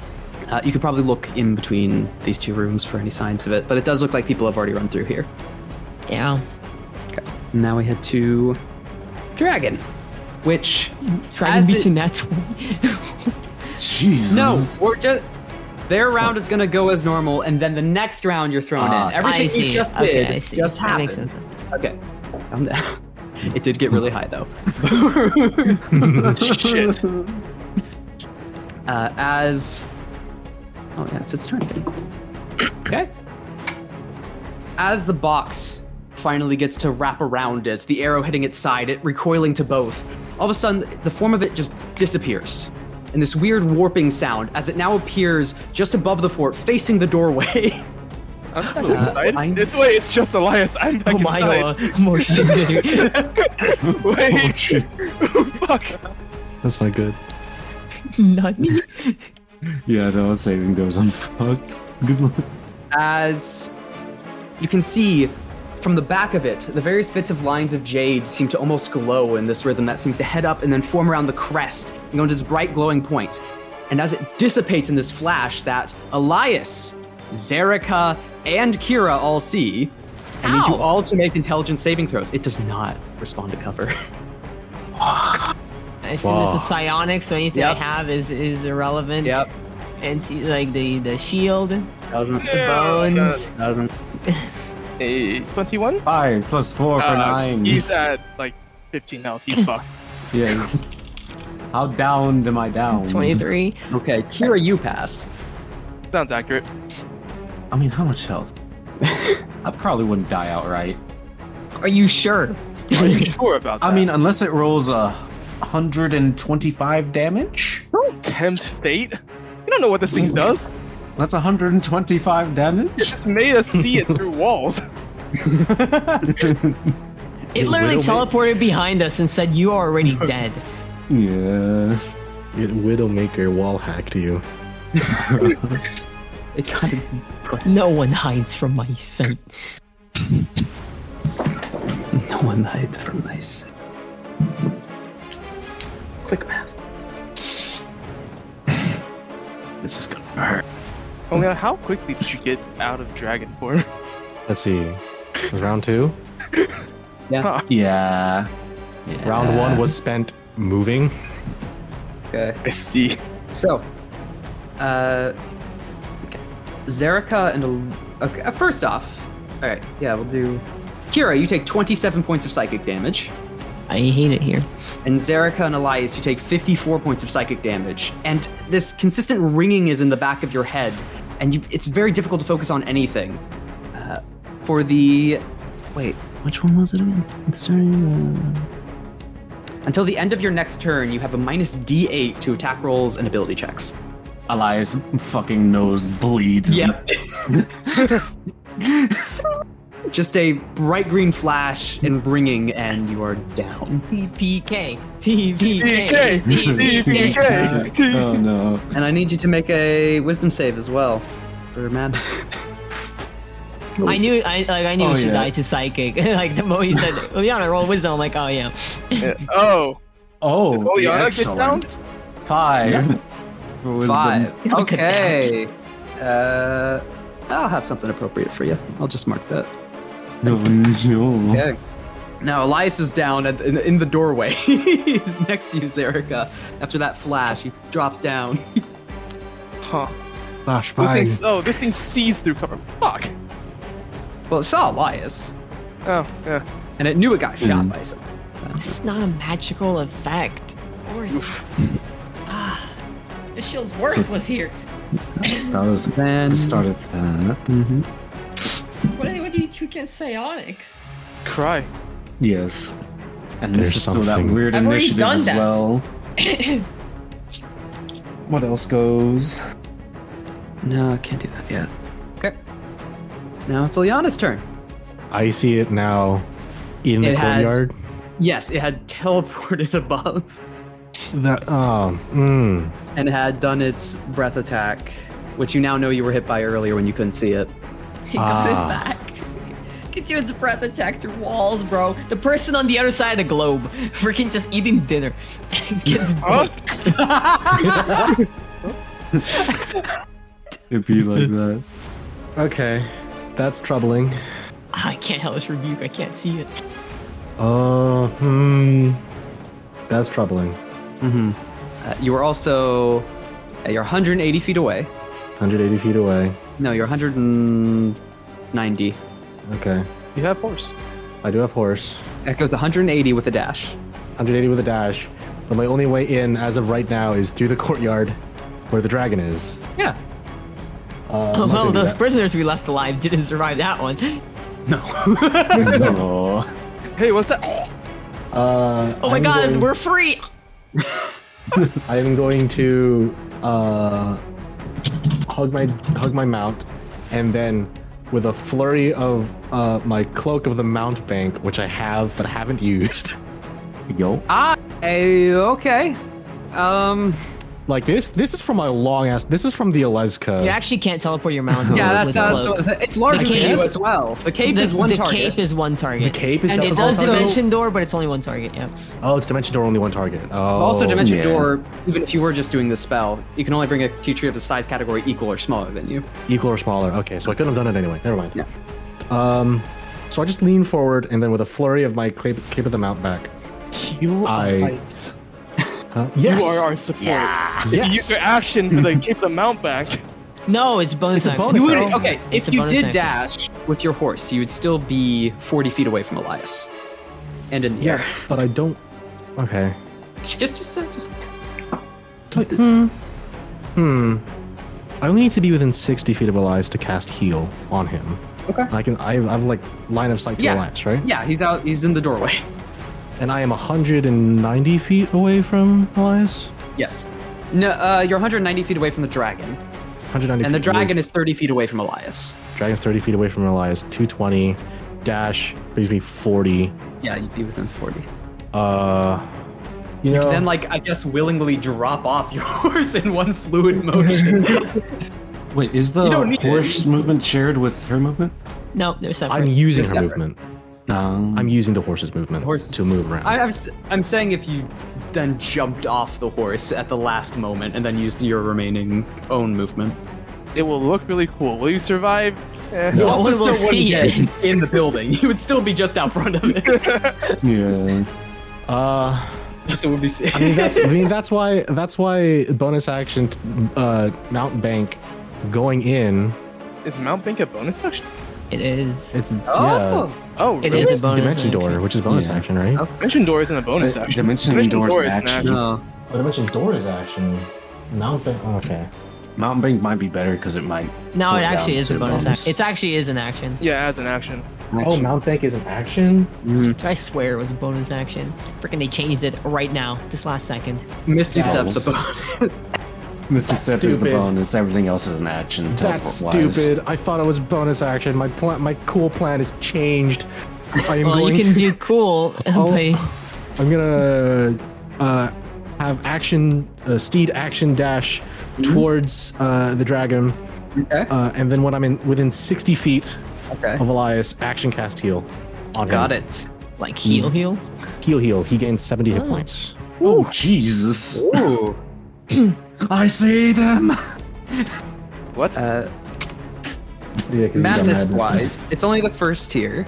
S1: Uh, you could probably look in between these two rooms for any signs of it, but it does look like people have already run through here.
S4: Yeah.
S1: Now we head to Dragon, which
S4: Dragon
S1: As
S4: beats
S1: it-
S4: a nat 20.
S3: Jesus.
S1: no, we're just their round is gonna go as normal, and then the next round you're thrown
S3: Ah,
S1: in. Everything
S4: I see.
S1: you just
S4: okay,
S1: did
S4: I see.
S1: just
S4: that
S1: happened.
S4: makes sense.
S1: Okay, calm down. It did get really high though.
S2: Shit.
S1: Uh, as oh yeah, it's its turn. Okay. As the box finally gets to wrap around it, the arrow hitting its side, it recoiling to both. All of a sudden, the form of it just disappears, and this weird warping sound as it now appears just above the fort, facing the doorway.
S2: I'm back inside.
S1: I-
S2: This way, it's just Elias. I'm back
S4: Uh, Oh my
S2: inside.
S4: god. More shit. dude.
S3: Oh,
S2: Wait. Fuck.
S7: That's not good.
S4: Nani?
S3: Yeah, no, saving goes unfucked. Good luck.
S1: as you can see from the back of it, the various bits of lines of jade seem to almost glow in this rhythm that seems to head up and then form around the crest and go into this bright glowing point. And as it dissipates in this flash that Elias, Zerika, and Kira all see, I need you
S4: Ow.
S1: all to make intelligence saving throws. It does not respond to cover.
S4: I assume this is psionic, so anything I
S1: Yep.
S4: have is is irrelevant.
S1: Yep.
S4: And see, like the the shield,
S1: Doesn't.
S4: the bones.
S1: Doesn't.
S2: A 21?
S3: Five plus four for
S2: Uh,
S3: nine.
S2: He's at like 15 health. He's fucked.
S3: Yes. How downed am I down?
S4: 23.
S1: Okay, Kira, you pass.
S2: Sounds accurate.
S3: I mean, how much health? I probably wouldn't die outright.
S4: Are you sure?
S2: Are you sure about that?
S3: I mean, unless it rolls a 125 damage?
S2: don't tempt fate. You don't know what this thing does.
S3: That's 125
S2: It
S3: damage?
S2: just made us see it through walls.
S4: It literally
S7: Little
S4: teleported behind us and said, You are already dead.
S3: yeah.
S7: It Widowmaker wall hacked you.
S1: It kind of
S4: No one hides from my sight.
S1: No one hides from my sight. Quick math.
S3: This is gonna hurt.
S2: Oh man, how quickly did you get out of dragon form?
S7: Let's see. Round two.
S3: Yeah. Yeah.
S7: Round one was spent moving.
S1: Okay.
S2: I see.
S1: So, uh, okay. Zerika and El- okay. uh, First off, all right. Yeah, we'll do. Kira, you take 27 points of psychic damage,
S4: I hate it here.
S1: and Zerika and Elias, you take 54 points of psychic damage. And this consistent ringing is in the back of your head, and you, it's very difficult to focus on anything. Uh, for the wait, which one was it again? At the start of the- Until the end of your next turn, you have a minus D8 to attack rolls and ability checks.
S3: Elias fucking nose bleeds.
S1: Yep. Just a bright green flash and ringing, and you are down.
S4: TPK.
S2: DK!
S4: TPK. TPK.
S2: DK!
S3: oh no.
S1: And I need you to make a wisdom save as well for mad.
S4: I knew I like I knew
S3: Oh,
S4: she
S3: yeah.
S4: died to psychic. like the moment he said, Liana, roll wisdom, I'm like, oh yeah.
S2: Yeah. Oh,
S3: Oh,
S2: Oh, Yana gets
S3: excellent. Five. For wisdom.
S1: Five.
S4: Look at that.
S1: Okay. Uh, I'll have something appropriate for you. I'll just mark that.
S3: No, no.
S1: Okay. Now Elias is down at, in, in the doorway. He's next to you, Zerika. After that flash, he drops down.
S2: huh.
S7: Flash
S2: This
S7: bang.
S2: thing, oh, this thing sees through cover. Fuck.
S1: Well, it saw Elias,
S2: Oh, yeah.
S1: and it knew it got shot
S4: Hmm.
S3: Mhm.
S1: by someone.
S4: This is not a magical effect. Of course. ah, the shield's worth was here.
S3: That was
S1: Then
S3: the start of that.
S4: What do, what do you do against psionics?
S2: Cry.
S3: Yes. And
S7: There's
S3: this is still that
S7: something.
S3: weird
S4: I've already
S3: initiative
S4: done
S3: as
S4: that.
S3: well. what else goes?
S1: No, I can't do that yet. Okay. Now it's Eliana's turn.
S7: I see it now in the
S1: It had-
S7: courtyard.
S1: Yes, it had teleported above
S7: That um mm,
S1: and had done its breath attack, which you now know you were hit by earlier when you couldn't see it.
S4: He got
S7: Ah.
S4: it back. Get you its breath attack through walls, bro. The person on the other side of the globe, freaking just eating dinner, gets
S2: Huh?
S4: baked.
S3: It'd be like that.
S7: Okay, that's troubling.
S4: Ah, I can't help this rebuke. I can't see it.
S7: Uh, hmm. That's troubling.
S1: hmm Uh, you are also uh, you're 180 feet away.
S7: 180 feet away.
S1: No, you're 190.
S7: Okay.
S2: You have horse.
S7: I do have horse.
S1: That goes 180 with a dash.
S7: 180 with a dash. But my only way in, as of right now, is through the courtyard where the dragon is.
S1: Yeah.
S7: Uh,
S4: Oh, well,
S7: I'm not gonna do
S4: those
S7: that.
S4: prisoners we left alive didn't survive that one.
S3: No.
S2: Hey, what's that?
S7: Uh,
S4: Oh my
S7: I'm
S4: god,
S7: going-
S4: we're free!
S7: I am going to uh, hug my hug my mount, and then with a flurry of uh, my cloak of the mount bank, which I have but haven't used,
S3: Yo.
S1: Ah. eh, okay. Um.
S7: like this. This is from my long ass. This is from the Alezka.
S4: You actually can't teleport your mountain.
S1: Yeah, that's,
S4: with
S1: that's
S4: cloak.
S1: it's larger
S4: The
S1: than you
S4: cape-
S1: as well. The cape
S4: the,
S1: is one
S4: the
S1: target.
S4: cape is one target.
S7: the cape is
S4: and it
S7: self-
S4: does
S1: also-
S4: dimension door, but it's only one target. Yeah.
S7: Oh, it's dimension door only one target. Oh,
S1: also, Dimension
S3: yeah.
S1: Door, even if you were just doing the spell, you can only bring a creature of a size category equal or smaller than you.
S7: equal or smaller. Okay, so I couldn't have done it anyway. Never mind.
S1: Yeah.
S7: Um, so I just lean forward, and then with a flurry of my cape, cape of the mount back.
S2: You
S7: I-
S2: are right.
S7: Huh? Yes.
S2: You are our support.
S7: Yes.
S2: You, your action to like keep the mount back.
S4: No, it's bonus
S7: It's a
S4: action.
S7: bonus
S1: You would,
S7: So-
S1: okay,
S4: It's a
S1: if you
S4: bonus
S1: did
S4: action.
S1: dash with your horse, you would still be 40 feet away from Elias. And in the air.
S7: but I don't. Okay.
S1: Just, just, uh, just.
S7: Hmm. Hmm. I only need to be within 60 feet of Elias to cast heal on him.
S1: Okay.
S7: I can. I've, I've like line of sight
S1: uh,
S7: to
S1: Yeah.
S7: Elias, right?
S1: Yeah, he's out. He's in the doorway.
S7: And I am 190 feet away from Elias.
S1: Yes. No, uh, you're 190 feet away from the dragon,
S7: 190.
S1: and the
S7: feet away.
S1: dragon is 30 feet away from Elias.
S7: Dragon's 30 feet away from Elias. 220 dash brings me 40.
S1: Yeah, you'd be within 40.
S7: Uh, you know.
S1: Then, like, I guess willingly drop off your horse in one fluid motion.
S3: Wait, is the
S1: You don't need it.
S3: horse movement shared with her movement?
S4: No, they're separate.
S7: I'm using her
S1: Separate.
S7: movement.
S3: Um,
S7: I'm using the horse's movement
S1: Horse-
S7: to move around.
S1: I, I'm, s- I'm saying if you then jumped off the horse at the last moment and then used your remaining own movement,
S2: It will look really cool. Will you survive? Eh.
S1: you
S4: No
S1: also
S4: one
S1: still
S4: will
S1: wouldn't
S4: see
S1: get
S4: it.
S1: in the building. You would still be just out front of it,
S3: Yeah.
S7: uh,
S1: so it would be safe.
S7: I mean, that's, I mean, that's why that's why bonus action t- uh, mountain bank going in.
S2: Is mount bank a bonus action?
S4: It is.
S7: It's
S1: oh,
S2: Oh,
S4: It
S2: really?
S4: is
S7: yeah,
S4: a bonus
S7: dimension
S4: action.
S7: door, which is bonus
S3: Yeah.
S7: action,
S5: Oh,
S7: right?
S2: Dimension door isn't a bonus
S3: Di-
S2: action.
S3: dimension door is
S2: an
S3: action.
S1: no.
S5: But dimension door is action. Mount bank. Okay.
S3: Mountain Bank might be better because it might.
S4: No, it
S3: Yeah,
S4: actually
S3: it's
S4: is a
S3: a
S4: bonus
S3: bonus.
S4: action. It actually is an action.
S2: Yeah, as an action.
S5: Oh, mount bank is an action.
S4: I swear it was a bonus action. Freaking they changed it right now, this last second.
S1: Misty steps
S3: Yes.
S1: above.
S3: Mr. Step is the
S7: stupid.
S3: bonus. Everything else is an action.
S7: That's
S3: teleport-wise.
S7: stupid. I thought it was bonus action. My plan, my cool plan is changed. I am
S4: Well,
S7: going
S4: you can
S7: to.
S4: do cool.
S7: Oh.
S4: by-
S7: I'm gonna uh, have action uh, steed action dash
S5: Hmm?
S7: towards uh, the dragon,
S1: okay.
S7: uh, and then when I'm in within 60 feet
S1: Okay.
S7: of Elias, action cast heal. On
S1: Got
S7: him.
S1: it.
S4: like heal, heal.
S7: Heal, heal. He gains 70 hit
S4: Oh.
S7: points.
S3: Oh Jesus!
S1: Ooh.
S3: I see them.
S2: What?
S1: Uh,
S5: Yeah, because
S1: madness wise, it's only the first tier.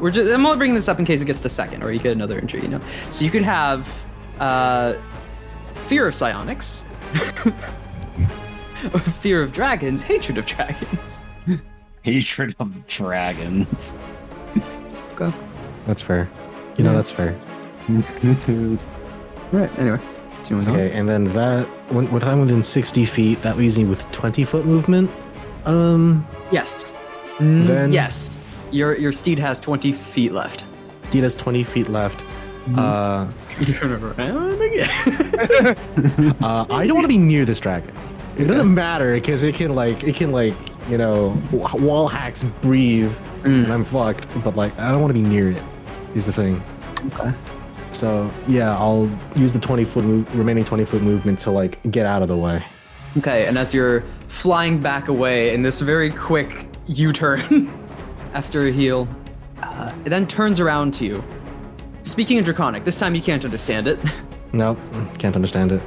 S1: We're just, I'm only bringing this up in case it gets to second, or you get another entry, you know. So you could have uh, fear of psionics, fear of dragons, hatred of dragons.
S3: Hatred of dragons.
S1: Go.
S7: That's fair. You know, that's fair.
S1: Right. Anyway, do you want to
S7: Okay, and then that when, with I'm within 60 feet, that leaves me with 20 foot movement. Um,
S1: go? Yes. Mm,
S7: Then-
S1: Yes. Your your steed has 20 feet left.
S7: Steed has 20 feet left. Uh,
S1: You turn around again.
S7: Uh, I don't want to be near this dragon. It doesn't matter because it can like it can like you know wa- wall hacks breathe
S1: Mm.
S7: and I'm fucked. But like I don't want to be near it. Is the thing.
S1: Okay.
S7: So yeah, I'll use the 20 foot move, remaining 20 foot movement to like get out of the way.
S1: Okay, and as you're flying back away in this very quick U turn after a heal, uh, it then turns around to you. Speaking in Draconic, this time you can't understand it.
S7: Nope, can't understand it.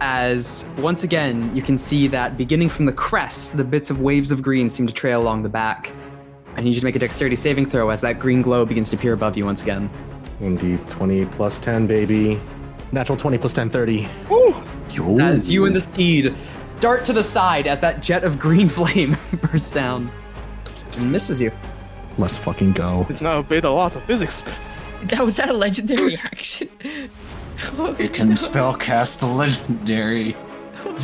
S1: as once again you can see that beginning from the crest, the bits of waves of green seem to trail along the back. I need you to make a dexterity saving throw as that green glow begins to appear above you once again.
S7: Indeed, 20 plus 10, baby. Natural 20 plus 10, 30.
S1: As you and the steed dart to the side as that jet of green flame bursts down and misses you.
S7: Let's fucking go.
S2: It's not obey the laws of physics.
S4: That was that a legendary action. Oh,
S3: It can
S4: no.
S3: spell cast a legendary. Uh,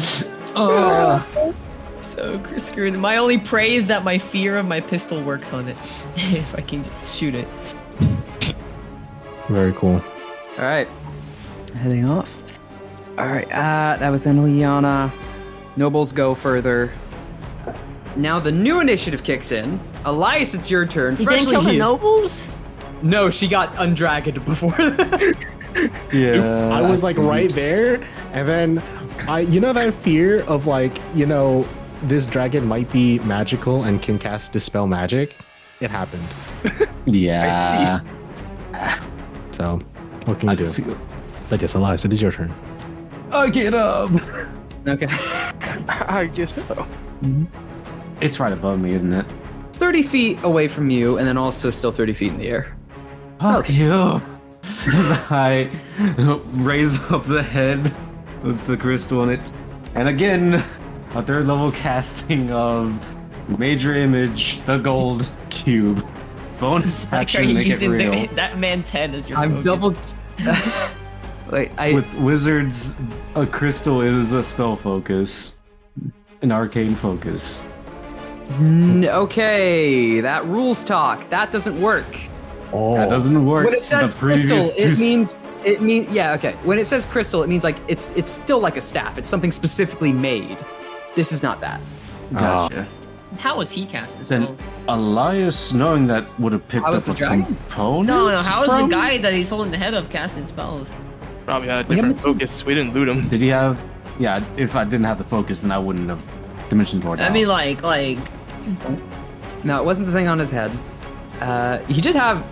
S4: Oh. So screwed. My only praise that my fear of my pistol works on it. if I can just shoot it.
S7: Very cool.
S1: All right. Heading off. All right. Uh, that was Emiliana. Nobles go further. Now the new initiative kicks in. Elias, it's your turn.
S4: You didn't
S1: Freshly
S4: kill the
S1: healed-
S4: nobles?
S1: No, she got undragged before that.
S3: yeah.
S7: I was like right there, and then I, you know, that fear of like, you know, this dragon might be magical and can cast dispel magic. It happened.
S3: Yeah.
S7: So, what can you do? But yes, Elias, it is your turn.
S3: I get up.
S1: okay.
S2: I get it.
S3: It's right above me, isn't it?
S1: 30 feet away from you, and then also still 30 feet in the air.
S3: Fuck you. As I raise up the head with the crystal in it. And again, a third level casting of Major Image, the gold cube. Bonus
S4: Like, are
S3: action,
S4: you
S3: make it
S4: using the-
S3: real.
S4: that man's head as your
S1: I'm
S4: focus?
S1: double. Wait, I.
S3: With wizards, a crystal is a spell focus, an arcane focus.
S1: N- okay, that rules talk. That doesn't work.
S7: Oh.
S3: That doesn't work.
S1: when it says
S3: The previous
S1: crystal,
S3: two
S1: it
S3: s-
S1: means it means yeah, okay. When it says crystal, it means like it's it's still like a staff. It's something specifically made. This is not that.
S3: Gotcha.
S4: How was he casting this?
S3: Ah, Then-
S4: spell?
S3: Elias, knowing that, would have picked
S1: I
S3: up
S1: was
S3: a
S1: the dragon?
S3: component.
S4: No, no. How is the
S3: from-
S4: guy that he's holding the head of casting spells?
S2: Probably had a different focus. We didn't loot him.
S3: Did he have? Yeah, if I didn't have the focus, then I wouldn't have dimension board.
S4: I
S3: out.
S4: mean, like, like
S1: No, it wasn't the thing on his head. Uh, he did have.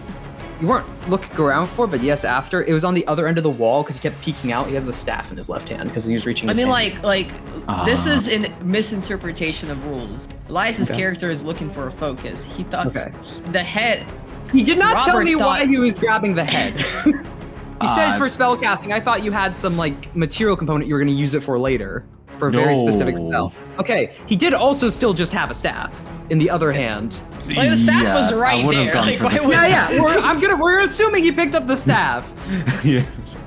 S1: You weren't looking around for, but yes, after it was on the other end of the wall because he kept peeking out. He has the staff in his left hand because he was reaching.
S4: I
S1: His
S4: mean,
S1: hand.
S4: like, like this
S3: Ah.
S4: is a misinterpretation of rules. Elias's
S1: Okay.
S4: character is looking for a focus. He thought
S1: Okay.
S4: the head.
S1: he did not tell
S4: Robert
S1: me why
S4: thought-
S1: he was grabbing the head. he said
S3: Uh,
S1: for spell casting. I thought you had some like material component you were going to use it for later for a very specific
S3: No.
S1: spell. Okay, he did also still just have a staff in the other hand.
S4: Like, the staff was
S3: I
S4: right
S3: would've
S4: there.
S3: gone
S4: Like,
S3: for
S4: why
S3: the
S4: would-
S1: Yeah,
S3: staff.
S1: yeah. We're, I'm gonna. We're assuming he picked up the staff.
S3: yes.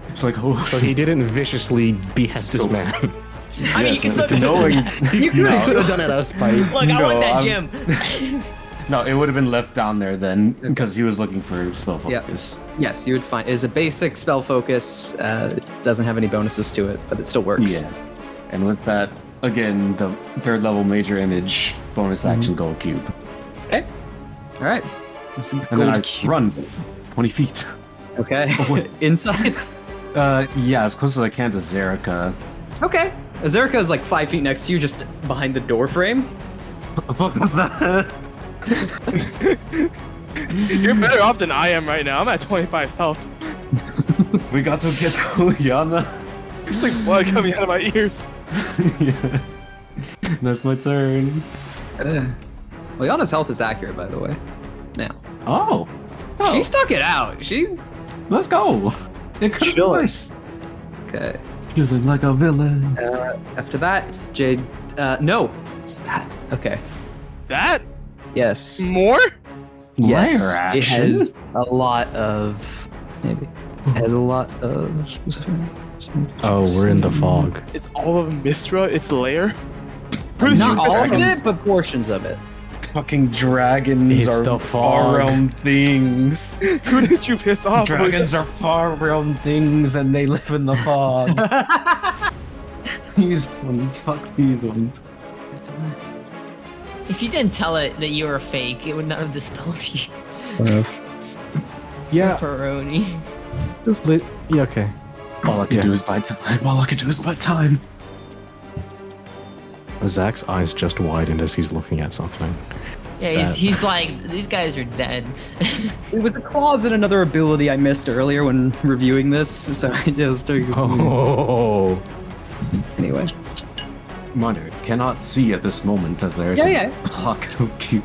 S3: It's like oh,
S7: So he didn't viciously behead this
S3: So-
S7: man.
S4: I mean, you can
S3: yes, like,
S4: still
S3: knowing.
S7: you
S3: No.
S7: could have done it us by.
S4: Look, I
S3: No,
S4: want that
S3: I'm-
S4: gem.
S3: No, it would have been left down there then because he was looking for spell
S1: Yep.
S3: focus.
S1: Yes, you would find. It is a basic spell focus. Uh, it doesn't have any bonuses to it, but it still works.
S3: Yeah. And with that, again, the third level major image bonus action gold cube,
S1: Okay. All right. This is
S3: and
S1: gold
S3: then I
S1: cube.
S3: run twenty feet. Oh,
S1: Okay. Inside.
S3: Uh, yeah, as close as I can to Zerica.
S1: Okay. Azerka is like five feet next to you, just behind the door frame.
S3: What the fuck was that?
S2: You're better off than I am right now. I'm at 25 health.
S3: We got to get to Liana.
S2: It's like blood coming out of my ears.
S3: yeah. That's my turn.
S1: Uh, well, Yana's health is accurate, by the way. Now
S3: Oh,
S1: she stuck it out. She
S3: let's go. It could be
S2: Chill.
S3: worse.
S1: okay.
S3: Feeling like a villain.
S1: Uh, after that, it's Jade. Uh, no, it's that. Okay.
S2: That?
S1: Yes.
S2: More?
S1: Yes,
S3: Layer
S1: it
S3: action.
S1: has a lot of maybe. It has a lot of.
S7: Oh, we're in the fog.
S2: It's all of Mistra? It's Lair?
S3: Pretty
S1: Not
S3: sure
S1: all of
S3: dragons-
S1: it, but portions of it.
S3: Fucking dragons
S7: It's
S3: are
S7: the fog.
S3: far-realm things.
S2: Who did you piss
S1: Oh
S2: off?
S3: Dragons are far-realm things, and they live in the fog. these ones, fuck these ones.
S4: If you didn't tell it that you were fake, it would not have dispelled you.
S7: Yeah.
S4: Peroni.
S7: li- yeah. Okay.
S3: All I can
S7: Yeah.
S3: do is buy time. All I can do is buy time.
S7: Zach's eyes just widened as he's looking at something.
S4: Yeah, he's,
S7: That-
S4: he's like, these guys are dead.
S1: It was a clause in another ability I missed earlier when reviewing this, so I just.
S7: Oh.
S1: anyway.
S3: Monitor cannot see at this moment as there's
S1: Yeah,
S3: a
S1: yeah.
S3: block of cube.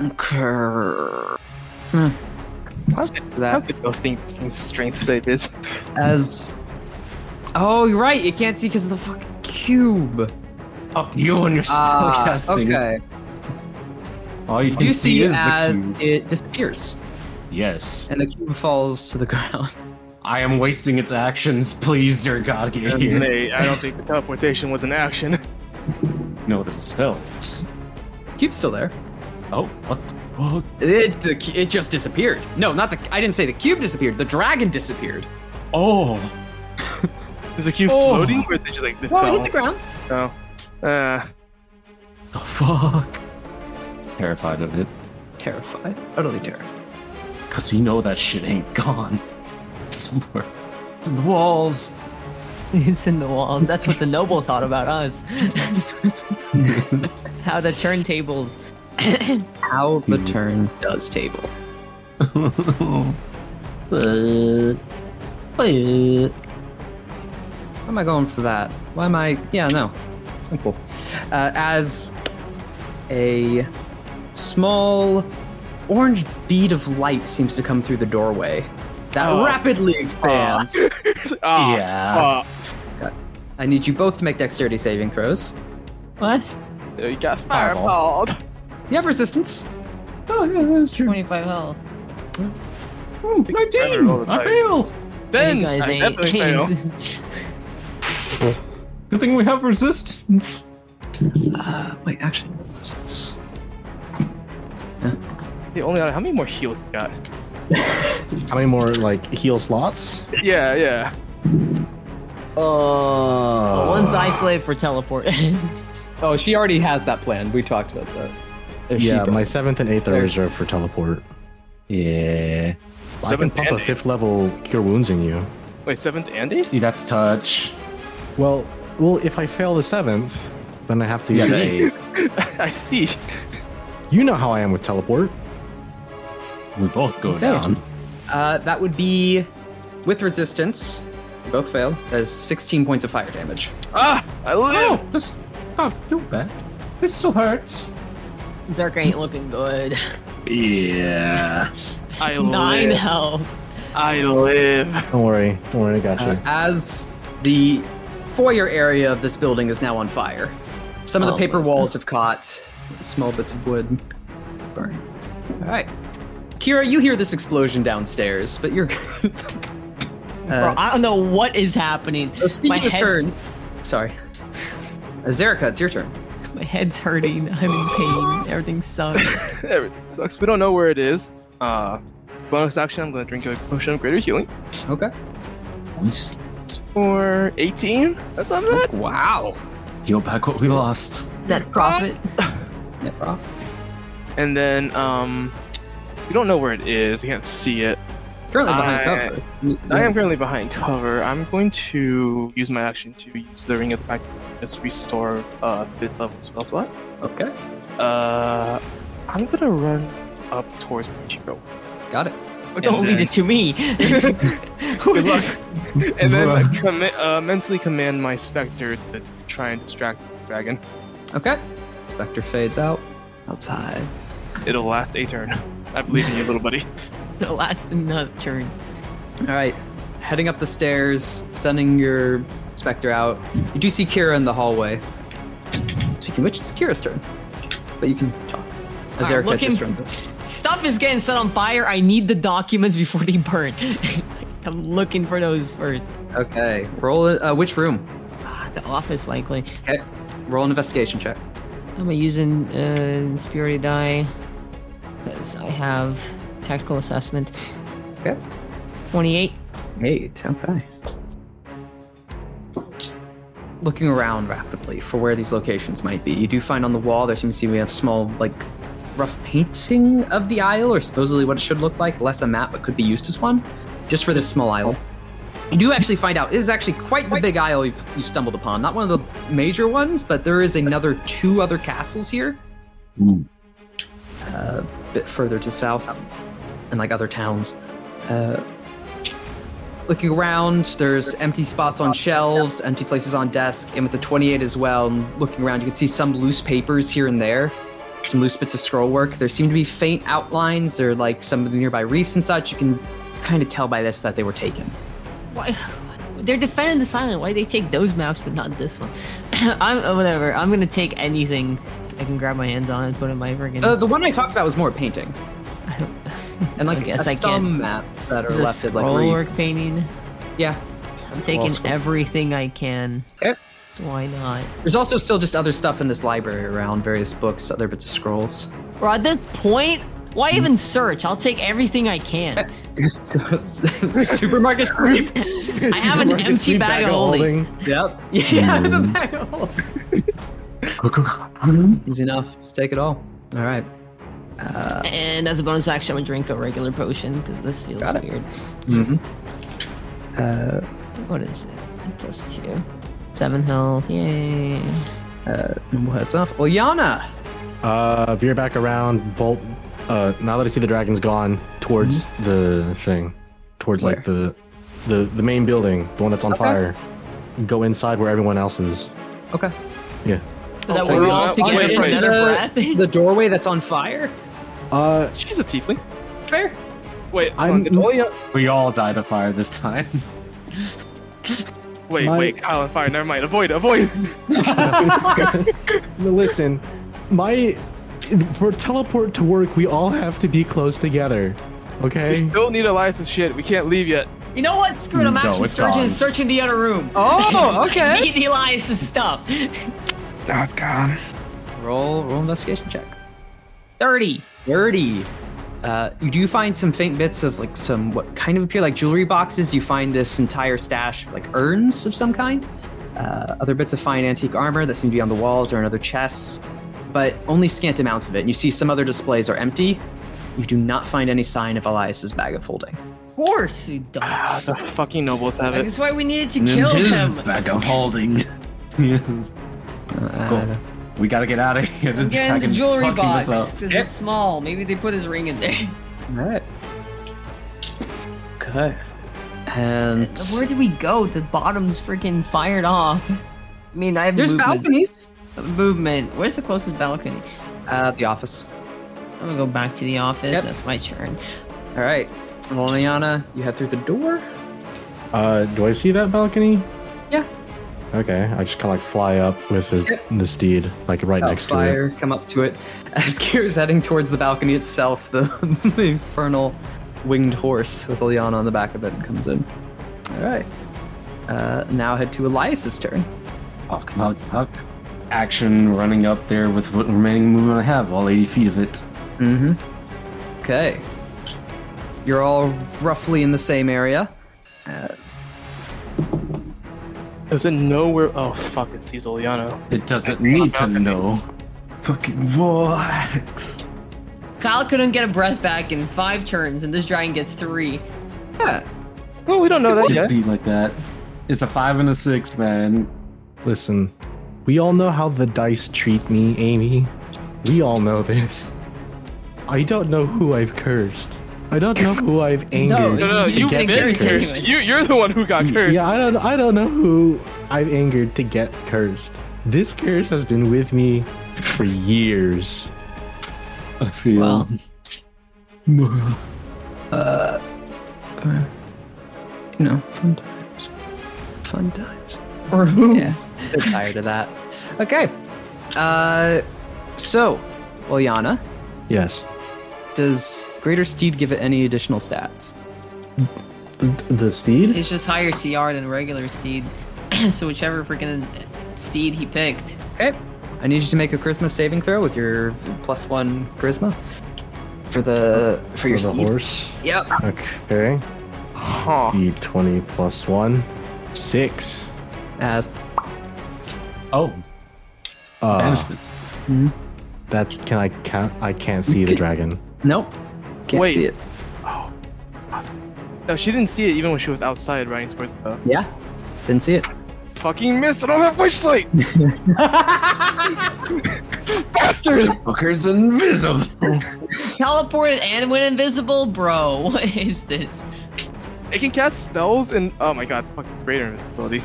S1: Grrr. Hmm.
S2: How, how
S1: That
S2: good those things, things strength save is.
S1: as. Oh, you're right. You can't see because of the fucking cube.
S3: Up you and your
S1: Ah,
S3: spellcasting.
S1: okay.
S3: All you
S1: Do
S3: can
S1: you
S3: see
S1: see
S3: is
S1: as
S3: the cube.
S1: it disappears
S3: Yes.
S1: and the cube falls to the ground?
S3: I am wasting its actions. Please, dear God, get here.
S2: Nay, I don't think the teleportation was an action.
S3: No, there's a spell.
S1: Cube's still there.
S3: Oh, what the fuck?
S1: It the, cu- it just disappeared. No, not the. I didn't say the cube disappeared. The dragon disappeared.
S3: Oh,
S2: Is the cube
S3: Oh.
S2: floating, or is it just like it
S1: Well, it
S2: fell?
S1: hit the ground.
S2: No. Uh,
S3: the fuck. Terrified of it.
S1: Terrified. Utterly terrified.
S3: Because you know that shit ain't gone. Somewhere. It's in the walls.
S4: It's in the walls. That's what the noble thought about us. How the turntables.
S1: How the turn does table. Why am I going for that? Why am I? Yeah, no. Simple. Uh, as a small orange bead of light seems to come through the doorway that
S2: Oh.
S1: rapidly expands.
S2: ah,
S3: Yeah.
S1: I need you both to make dexterity saving throws.
S4: What?
S2: ah, you got
S3: Fireball.
S2: fireballed.
S1: You have resistance.
S3: Oh, yeah, that's true.
S4: 25 health.
S3: Ooh, 19! I fail!
S2: Then
S4: you guys
S2: I
S4: ain't-
S2: definitely fail.
S3: Good thing we have resistance.
S1: Uh, wait, actually, resistance.
S2: You only got how many more heals you got?
S7: How many more like heal slots?
S2: Yeah, yeah.
S7: Uh,
S4: Well, One's eye slave for teleport.
S1: Oh, she already has that plan. We talked about that. Or she
S7: Yeah,
S1: does.
S7: my seventh and eighth are
S1: There's-
S7: reserved for teleport.
S3: Yeah.
S2: Seventh
S7: I can
S2: and
S7: pump a
S2: eighth.
S7: fifth level cure wounds in you.
S2: Wait, seventh and eighth?
S3: See, that's touch.
S7: Well, well, if I fail the seventh, then I have to use
S3: Yeah,
S7: the
S3: that
S7: eighth.
S3: is.
S2: I see.
S7: You know how I am with teleport.
S3: We both go down.
S1: Uh, that would be with resistance. You both fail. That is 16 points of fire damage.
S2: Ah, I live.
S3: Oh, that's not too bad. It still hurts.
S4: Zerk ain't looking good.
S3: Yeah.
S2: I
S4: Nine
S2: live.
S4: health.
S2: I live.
S7: Don't worry, don't worry, I got you.
S1: Uh, as the foyer area of this building is now on fire, some of the
S4: Oh,
S1: paper
S4: my
S1: walls have caught small bits of wood. Burn. All right. Kira, you hear this explosion downstairs, but you're Uh, good.
S4: Bro,
S1: uh,
S4: I don't know what is happening.
S1: speaking
S4: my
S1: of
S4: head-
S1: turns, sorry. Uh, Zerika, it's your turn.
S4: My head's hurting. I'm in pain. Everything sucks.
S2: Everything sucks. We don't know where it is. Uh, bonus action. I'm gonna drink a potion of greater healing
S1: Okay.
S3: Nice.
S2: for 18. That's not bad.
S1: Wow.
S3: Heal back what we lost.
S4: That profit.
S1: Necro.
S2: And then um, we don't know where it is. You can't see it.
S1: Currently behind
S2: I-
S1: cover.
S2: I am currently behind cover. I'm going to use my action to use the Ring of Practice to restore uh, fifth level spell slot.
S1: Okay.
S2: Uh, I'm gonna run up towards Ichigo.
S1: Got it.
S4: Don't lead it to me.
S2: Good luck. and then
S3: Bruh.
S2: commi- uh, mentally command my specter to try and distract the dragon.
S1: Okay. Spectre fades out. Outside.
S2: It'll last a turn. I believe in you, little buddy.
S4: The last another turn.
S1: All right. Heading up the stairs, sending your specter out. You do see Kira in the hallway. Speaking of which, it's Kira's turn. But you can talk. As
S4: Alright,
S1: Erica
S4: looking-
S1: just remembered.
S4: Stuff is getting set on fire. I need the documents before they burn. I'm looking for those first.
S1: Okay. Roll. Uh, which room?
S4: Ah, the office, likely.
S1: Okay. Roll an investigation check.
S4: Am I using uh, Spirit Die? Because I have tactical assessment.
S1: Okay.
S4: 28.
S1: Eight. Okay. Looking around rapidly for where these locations might be, you do find on the wall there seems to be a small, like, rough painting of the isle, or supposedly what it should look like. Less a map, but could be used as one, just for this small isle. You do actually find out it is actually quite the big isle you've, you've stumbled upon. Not one of the major ones, but there is another two other castles here,
S3: Ooh.
S1: uh, a bit further to south, and like other towns. Uh, Looking around, there's empty spots on shelves, empty places on desk, and with the 28 as well, and looking around, you can see some loose papers here and there, some loose bits of scroll work. There seem to be faint outlines. There are like some of the nearby reefs and such. You can kind of tell by this that they were taken.
S4: Why? They're defending this island. Why did they take those maps but not this one? I'm uh, whatever. I'm gonna take anything I can grab my hands on and put in my friggin'.
S1: Uh, the one I talked about was more painting, and like
S4: I guess
S1: uh,
S4: I
S1: some
S4: can.
S1: maps that are
S4: It's a
S1: left as like
S4: scroll
S1: reef.
S4: work painting.
S1: Yeah,
S4: I'm taking
S7: awesome.
S4: everything I can.
S1: Okay.
S4: So why not?
S1: there's also still just other stuff in this library around, various books, other bits of scrolls.
S4: Or at this point, why
S1: Hmm.
S4: even search? I'll take everything I can.
S1: Supermarket sweep.
S4: I have an
S7: Supermarket
S4: empty
S7: sweep
S4: bag of holding.
S1: Yep. Yeah, the bag of holding. Easy enough. Just take it all. All right.
S4: And as a bonus action, I'm gonna drink a regular potion because this feels
S1: Got it.
S4: weird.
S1: Mm-hmm. Uh,
S4: What is it? Plus two. Seven health. Yay.
S1: well, that's off. Well, Yana.
S7: Uh, veer back around, bolt. Uh, now that I see the dragon's gone, towards the thing, towards like the, the the main building, the one that's on fire. Go inside where everyone else is.
S1: Okay.
S7: Yeah.
S4: So that
S2: so
S4: we're
S2: you-
S4: all
S2: I'll
S4: together
S2: wait
S4: in
S2: for
S4: another breath.
S1: the, the doorway that's on fire.
S7: Uh,
S2: She's a tiefling.
S1: Fair.
S2: Wait, hold
S7: I'm-
S2: on, did Olia-
S3: We all died of fire this time.
S2: Wait,
S7: My-
S2: wait, Kyle on fire. Never mind. Avoid, avoid.
S7: no, listen, my for teleport to work, we all have to be close together.
S2: We
S7: Okay.
S2: still need Elias and shit. We can't leave yet.
S4: You know what? Screw it. I'm
S3: No,
S4: actually
S3: it's
S4: searching,
S3: gone.
S4: searching the other room.
S1: Oh,
S4: I
S1: okay.
S4: need Elias's stuff.
S2: That's gone.
S1: roll, roll investigation check.
S4: 30.
S1: Dirty. Uh, you do find some faint bits of like some what kind of appear like jewelry boxes. You find this entire stash of like urns of some kind, uh, other bits of fine antique armor that seem to be on the walls or in other chests, but only scant amounts of it. And you see some other displays are empty. You do not find any sign of Elias's bag of holding.
S4: Of course you don't.
S2: the fucking nobles have it.
S4: That's why we needed to
S3: And
S4: kill
S3: his
S4: him.
S3: bag of holding.
S4: Ah,
S1: Uh,
S3: we gotta get out of here. This
S4: Again, the
S3: dragon's
S4: jewelry
S3: fucking us
S4: box.
S3: up.
S4: Because it's small. Maybe they put his ring in there.
S1: all right. Okay. And
S4: Where do we go? The bottom's freaking fired off. I mean, I have
S1: there's
S4: movement.
S1: balconies.
S4: Movement. Where's the closest balcony?
S1: Uh, the office.
S4: I'm gonna go back to the office.
S1: Yep.
S4: That's my turn.
S1: All right. Well, Liana, you head through the door.
S7: Uh, do I see that balcony?
S1: Yeah.
S7: Okay, I just kind of like fly up with the,
S1: Yep.
S7: the steed, like right next to it.
S1: fire come up to it as Kier's heading towards the balcony itself the, the infernal winged horse with Eliana on the back of it comes in all right uh, now head to Elias's turn
S3: Huck, huck, huck. Action running up there with what remaining movement I have, all 80 feet of it.
S1: mm-hmm okay you're all roughly in the same area Uh,
S2: Does it know where? Oh fuck! It sees Oliano.
S3: It doesn't need to know. Fucking relax.
S4: Kyle couldn't get a breath back in five turns, and this dragon gets three.
S1: yeah
S2: Well, Oh, we don't know that
S3: Get
S2: yet.
S3: beat like that. It's a five and a six, man.
S7: Listen, we all know how the dice treat me, Amy. We all know this. I don't know who I've cursed. I don't know who I've angered.
S2: No, no,
S4: You
S2: you
S4: get
S2: missed
S4: cursed.
S2: cursed. You, you're the one who got cursed.
S7: Yeah, I don't. I don't know who I've angered to get cursed. This curse has been with me for years.
S3: I feel.
S4: Well.
S1: you know fun times fun times
S4: Or who?
S1: Yeah, I'm tired of that okay uh, so Eliana
S7: Yes,
S1: does Greater Steed give it any additional stats
S7: the, the steed.
S4: It's just higher CR than regular steed. so whichever freaking steed he picked.
S1: Okay. I need you to make a charisma saving throw with your plus one charisma for the for, your
S7: the
S1: steed.
S7: horse.
S4: Yep.
S7: Okay.
S2: Huh.
S7: D twenty plus one. Six.
S1: Uh,
S3: Oh,
S4: Ah.
S7: Uh,
S3: banishment.
S7: that can I can't I can't see the dragon.
S1: nope. Can't
S2: Wait.
S1: see it.
S2: No, she didn't see it even when she was outside running towards the.
S1: Yeah. Didn't see it.
S2: Fucking miss! I don't have flashlight. Bastard!
S3: Fucker's invisible.
S4: Teleported and went invisible, bro. What is this?
S2: It can cast spells and oh my god, it's fucking greater invisibility.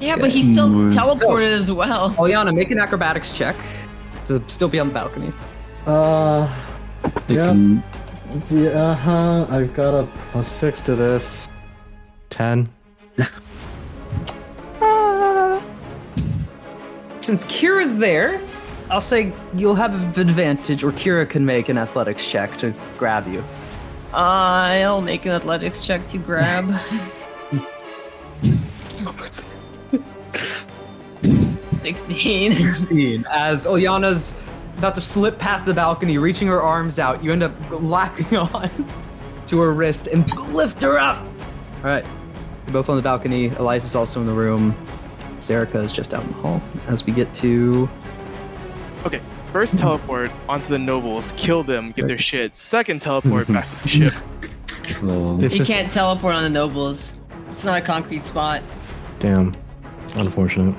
S4: Yeah, but he's still
S3: Mm.
S4: teleported as well.
S1: Aliana, make an acrobatics check to still be on the balcony.
S7: Uh, yeah.
S3: Can-
S7: Uh huh. I've got a plus six to this. Ten.
S1: Since Kira's there, I'll say you'll have advantage, or Kira can make an athletics check to grab you.
S4: I'll make an athletics check to grab. Sixteen.
S1: 16 as Olyana's about to slip past the balcony, reaching her arms out. You end up lacking on to her wrist and lift her up. All right. You're both on the balcony. Elias is also in the room. Zerika is just out in the hall as we get to.
S2: Okay, first teleport onto the nobles, kill them, get their shit. Second teleport back to the ship.
S3: um,
S7: This
S4: You
S7: is
S4: can't teleport on the nobles. It's not a concrete spot.
S7: damn. Unfortunate.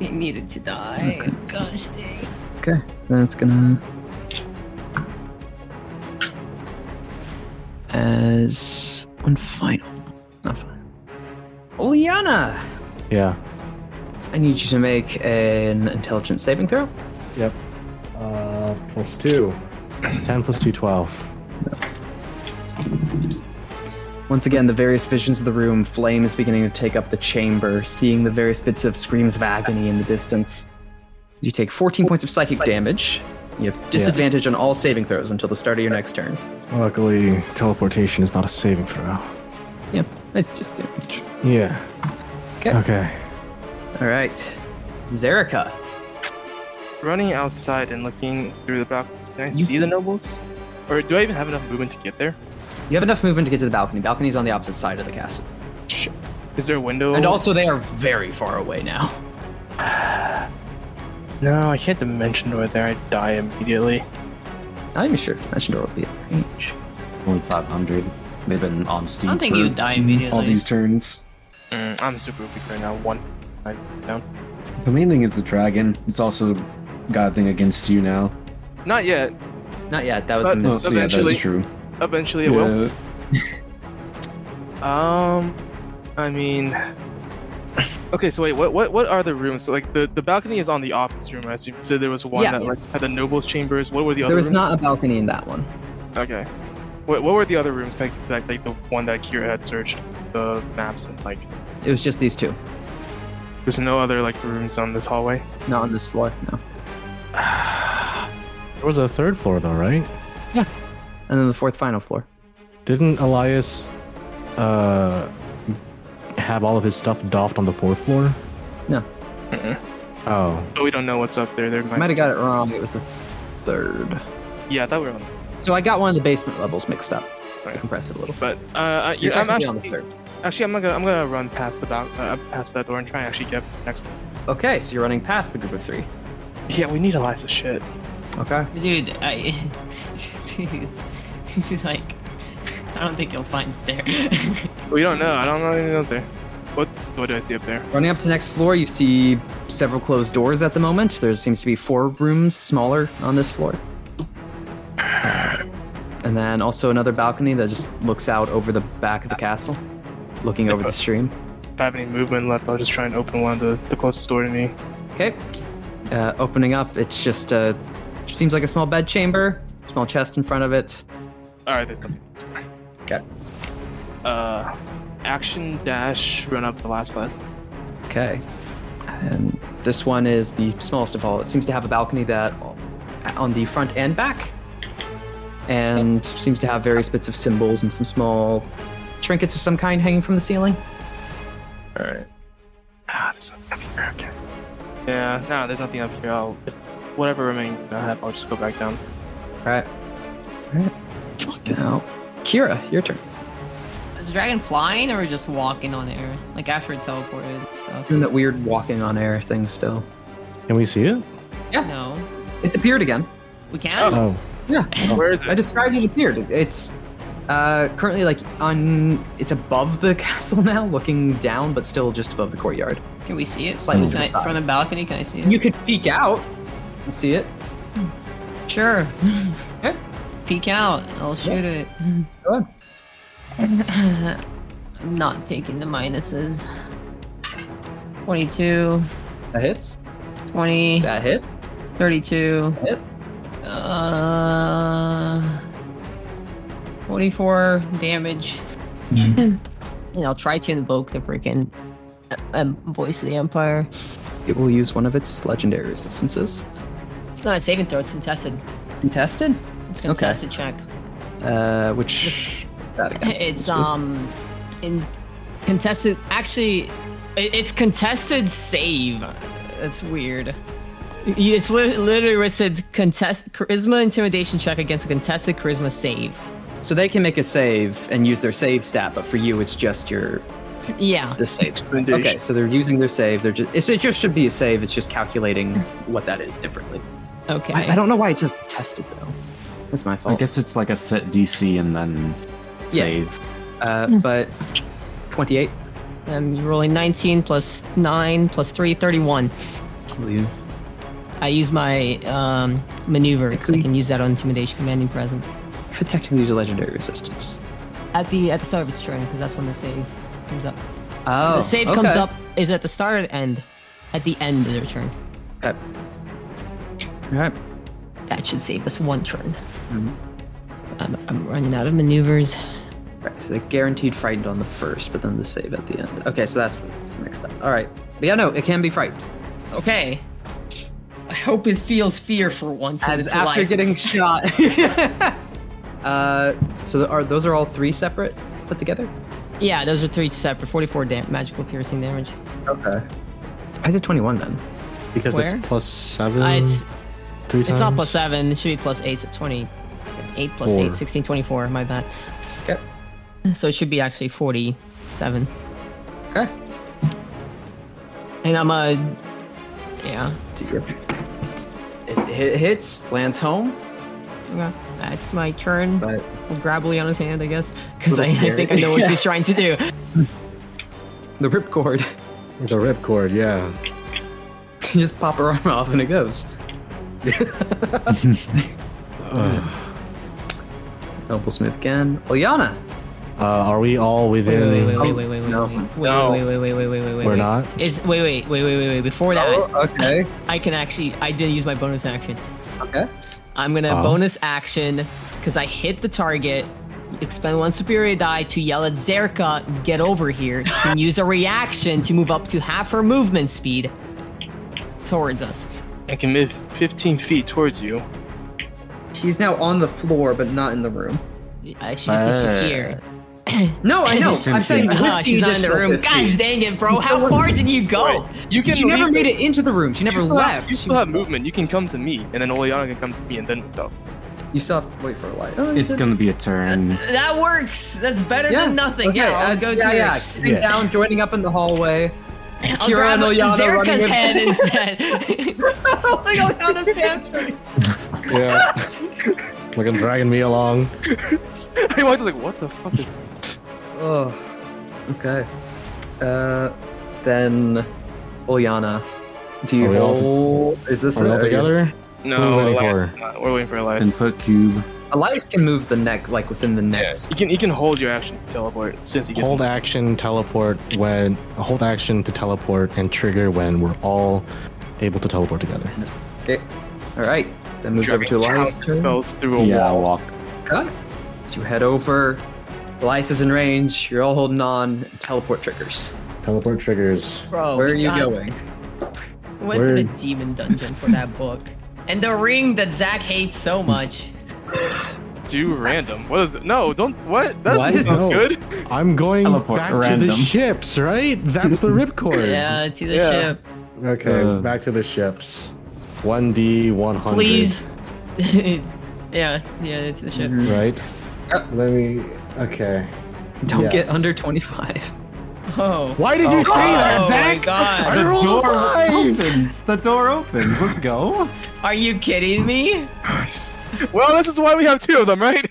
S4: He needed to die. Gosh dang.
S1: Okay. Then it's gonna. As one final. Not final. Olyana!
S7: Yeah.
S1: I need you to make an intelligence saving throw.
S7: Yep. Uh, plus two. Ten plus two, twelve.
S1: Once again, the various visions of the room, Flame is beginning to take up the chamber, seeing the various bits of screams of agony in the distance. You take 14 points of psychic damage. You have disadvantage on all saving throws until the start of your next turn.
S7: Luckily, teleportation is not a saving throw.
S1: Yeah, it's just damage.
S7: Yeah.
S1: 'Kay.
S7: Okay.
S1: All right. Zerika.
S2: Running outside and looking through the balcony, can I see the nobles? Or do I even have enough movement to get there?
S1: You have enough movement to get to the balcony. Balcony's on the opposite side of the castle.
S2: Shit. Is there a window?
S1: And also, they are very far away now.
S2: no, I can't dimension over there. I die immediately.
S1: Not even sure if Dimension Door will be at range.
S3: 2500. They've been on
S4: I
S3: Steam.
S4: don't think
S3: for
S4: you'd die immediately.
S3: All these turns.
S2: Mm, I'm super weak right now. One nine down.
S3: The main thing is the dragon. It's also got a thing against you now.
S2: Not yet.
S1: Not yet. That was a
S2: But-
S1: miss.
S3: So yeah, that
S2: Eventually.
S3: is true.
S2: Eventually, it will.
S3: Yeah.
S2: Um, I mean, okay. So wait, what what what are the rooms? So like the the balcony is on the office room. I assume. So there was one
S1: Yeah.
S2: that like had the nobles' chambers. What were the other?
S1: There was
S2: rooms?
S1: not a balcony in that one.
S2: Okay. What, what were the other rooms? Like, like like the one that Kira had searched the maps and like.
S1: It was just these two.
S2: There's no other like rooms on this hallway.
S1: Not on this floor, no.
S7: There was a third floor though, right?
S1: And then the fourth final floor.
S7: Didn't Elias, uh, have all of his stuff doffed on the fourth floor?
S1: No.
S2: Mm-mm.
S7: Oh.
S2: But we don't know what's up there. There
S1: I
S2: might,
S1: might have got it wrong. It was the third.
S2: Yeah, I thought we were on.
S1: So I got one of the basement levels mixed up.
S2: Right.
S1: Compress it a little.
S2: But uh, uh, yeah, I'm
S1: technically
S2: actually,
S1: on the third.
S2: actually I'm gonna I'm gonna run past the back, uh, past that door and try and actually get next.
S1: Okay, so you're running past the group of three.
S2: Yeah, we need Eliza's shit.
S1: Okay.
S4: Dude, I. Dude, he's like, I don't think you'll find it there.
S2: We don't know. I don't know anything else there. What what do I see up there?
S1: Running up to the next floor, you see several closed doors at the moment. There seems to be four rooms smaller on this floor. And then also another balcony that just looks out over the back of the castle, looking over the stream.
S2: If I have any movement left, I'll just try and open one of the, the closest door to me.
S1: Okay. Uh, opening up, it's just a. Seems like a small bed chamber, small chest in front of it.
S2: All right, there's nothing.
S1: Okay.
S2: Uh, action dash run up the last class.
S1: Okay. And this one is the smallest of all. It seems to have a balcony that on the front and back, and seems to have various bits of symbols and some small trinkets of some kind hanging from the ceiling.
S2: All right. Ah, there's nothing up here. Okay. Yeah, no, there's nothing up here. I'll if whatever remains I have, I'll just go back down.
S1: All right. All right. Now, Kira, your turn.
S4: Is the dragon flying or just walking on air? Like after it teleported and stuff?
S1: Doing that weird walking on air thing still.
S7: Can we see it?
S4: No.
S1: It's appeared again.
S4: We can?
S7: Oh.
S1: Yeah.
S2: Where is it?
S1: I described it appeared. It's uh, currently like on. It's above the castle now, looking down, but still just above the courtyard.
S3: Oh.
S4: Can we see it?
S1: Slightly to
S4: Can
S1: the
S4: I-
S1: side.
S4: From the balcony, can I see it?
S1: You could peek out and see it.
S4: Sure.
S1: Okay.
S4: Peek out. I'll shoot it.
S1: Go ahead.
S4: Not taking the minuses. 22,
S1: That hits.
S4: 20,
S1: That hits.
S4: 32,
S1: That hits.
S4: uh, 44 damage. And I'll try to invoke the freaking uh, um, voice of the Empire.
S1: It will use one of its legendary resistances.
S4: It's not a saving throw, it's contested.
S1: Contested?
S4: It's contested check.
S1: Uh, which. that again.
S4: It's
S1: Just-
S4: um in contested actually it- it's contested save. That's weird. You- It's li- literally listed contest charisma intimidation check against a contested charisma save.
S1: So they can make a save and use their save stat, but for you, it's just your
S4: Yeah.
S1: the save.
S2: Intimidation.
S1: Okay, so they're using their save. They're just it's, it just should be a save. It's just calculating what that is differently.
S4: Okay.
S1: I, I don't know why it says tested though. That's my
S3: I
S1: fault.
S3: guess it's like a set DC and then
S1: Yeah.
S3: save.
S1: Uh,
S4: Hmm.
S1: but twenty-eight.
S4: Um, you're rolling 19 plus 9 plus 3, 31. I use my um, maneuver because I can use that on intimidation commanding present
S1: Could technically use a legendary resistance.
S4: at the at the start of its turn because that's when the save comes up.
S1: Oh,
S4: the save comes up is at the start or the end, at the end of their turn.
S1: Okay. All right.
S4: That should save us one turn.
S1: Mm-hmm.
S4: I'm, I'm running out of maneuvers.
S1: Right, so they're guaranteed frightened on the first, but then the save at the end. Okay, so that's what's mixed up. All right, but yeah, no, it can be frightened.
S4: Okay. I hope it feels fear for once.
S1: As after getting shot. uh, so th- are those are all three separate put together?
S4: Yeah, those are three separate. 44 dam- magical piercing damage.
S1: Okay. Why is it 21 then?
S7: Because
S4: Where?
S7: that's plus seven.
S4: Uh, it's
S7: three times.
S4: it's not plus seven. It should be plus eight. So 20. 8 plus
S7: Four.
S4: 8, 16, 24. My bad.
S1: Okay.
S4: So it should be actually 47.
S1: Okay.
S4: And I'm a. Yeah.
S1: It, it hits, lands home,
S4: Okay. That's my turn.
S1: but
S4: grabbly on his hand, I guess, because I,
S1: Little
S4: I
S1: scary.
S4: think I know what she's trying to do.
S1: the ripcord,
S7: The ripcord, yeah.
S1: you just pop her arm off and it goes. Noble Smith again. Olyana!
S7: Uh, are we all
S4: Wait,
S7: within?
S4: wait, wait,
S1: Oh,
S4: wait, wait, wait, wait,
S1: no. No.
S4: wait, wait, wait, wait, wait, wait, wait, wait.
S7: Um, We're not?
S4: Is wait, wait, wait, wait, wait, wait. Before that,
S1: Oh, okay.
S4: I can actually, I did use my bonus action.
S1: Okay.
S4: I'm gonna
S7: Oh.
S4: bonus action because I hit the target. Expend one superior die to yell at Zerka, get over here, and use a reaction to move up to half her movement speed towards us. Uh,
S2: I can move 15 feet towards you.
S1: She's now on the floor, but not in the room.
S4: Uh, she just needs to hear.
S1: No, Oh, I know.
S3: She's in
S1: I'm
S3: the
S1: saying
S3: room.
S1: with
S4: Ah, she's
S1: the
S4: not in the
S1: additional
S4: room.
S1: 50.
S4: Gosh dang it, bro!
S1: She's
S4: How
S1: still
S4: far did you go?
S2: You can
S1: She never
S2: leave
S1: made
S2: the-
S1: it into the room. She
S2: you
S1: never
S2: still have-
S1: left.
S2: you
S1: She
S2: still
S1: was
S2: have movement. You can come to me, and then Oleana can come to me, and then go.
S1: You still have to wait for a light. Oh,
S3: It's gonna be a turn.
S4: That works. That's better than nothing.
S1: Okay,
S4: yeah, I'll
S1: as-
S4: go
S1: yeah,
S4: to
S1: yeah. Getting
S7: Yeah.
S1: down, joining up in the hallway.
S4: I'll
S1: Kira
S4: grab
S1: and Ilyana running
S4: Zerka's
S1: with-
S4: head Oh instead.
S1: like Eliana's hands for
S7: Yeah. Looking dragging me along.
S2: I walked like, what the fuck is?
S1: Oh, okay. Uh, then Olyana, do you
S7: Are we all t-
S1: roll? is this
S7: Are we all
S1: it?
S7: together? What are
S2: No,
S7: we waiting
S2: Elias-
S7: for?
S2: not. we're waiting for Elias.
S3: Input cube.
S1: Elias can move the neck, like within the
S2: Yeah,
S1: next.
S2: you can you can hold your action to teleport since he gets.
S7: Hold action, teleport when hold action to teleport and trigger when we're all able to teleport together.
S1: Okay. All right. Then moves over
S2: Driving
S1: to Elias.
S2: counter spells through a
S3: Yeah, I'll
S2: wall.
S3: walk.
S1: Got it. So you head over. Elias is in range. You're all holding on. Teleport triggers.
S7: Teleport triggers.
S4: Bro,
S1: Where are you
S4: Oh God,
S1: going?
S4: I Went to the
S7: Where-
S4: demon dungeon for that book, and the ring that Zach hates so much.
S2: Do random. What is? No, don't. What? That
S1: What?
S2: doesn't sound
S7: No.
S2: good.
S7: I'm going
S3: Teleport
S7: back to the
S3: random.
S7: ships, right? That's the ripcord.
S4: Yeah, to the
S2: Yeah.
S4: ship,
S7: Okay,
S3: Uh.
S7: back to the ships. One D one hundred.
S4: please. yeah, yeah, to the ship.
S1: Mm-hmm.
S7: Right.
S1: Yep.
S7: Let me. Okay.
S1: Don't get
S7: Yes.
S1: under 25.
S4: Oh.
S7: Why did you say that,
S4: oh
S7: Zach?
S4: my god!
S7: I rolled a five.
S3: opens. The door opens. Let's go.
S4: Are you kidding me?
S2: well, this is why we have two of them, right?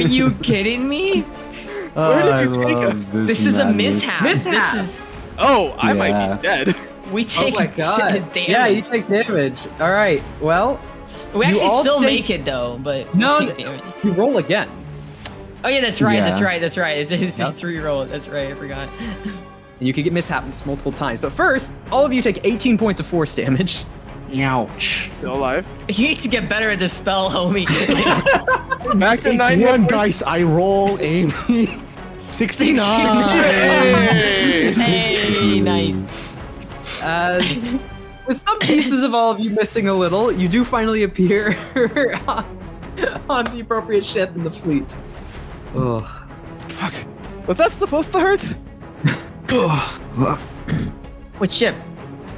S4: you kidding me?
S2: Where did you
S3: I
S2: take
S3: love
S2: us?
S4: This is a
S3: madness.
S4: mishap.
S1: Mishap.
S4: This is
S2: Oh, I might
S3: Yeah.
S2: be dead.
S4: we take damage.
S1: Oh Yeah, you take damage. All right. Well,
S4: We
S1: You
S4: actually
S1: all
S4: still
S1: take-
S4: make it though, but we
S1: No,
S4: take
S1: th-
S4: damage.
S1: you roll again.
S4: Oh yeah, that's right. That's
S3: Yeah.
S4: right. That's right. It's, it's a three-year-old. That's right. I forgot.
S1: And you could get mishaps multiple times. But first, all of you take 18 points of force damage.
S3: Ouch.
S2: Still alive.
S4: You need to get better at this spell, homie.
S2: Back to
S7: It's
S2: nine
S7: one
S2: hit points.
S7: dice I roll, Amy. 69!
S2: Hey!
S4: hey, nice.
S1: As with some pieces of all of you missing a little, you do finally appear on, on the appropriate ship in the fleet. Oh.
S2: Fuck. Was that supposed to hurt?
S4: What ship?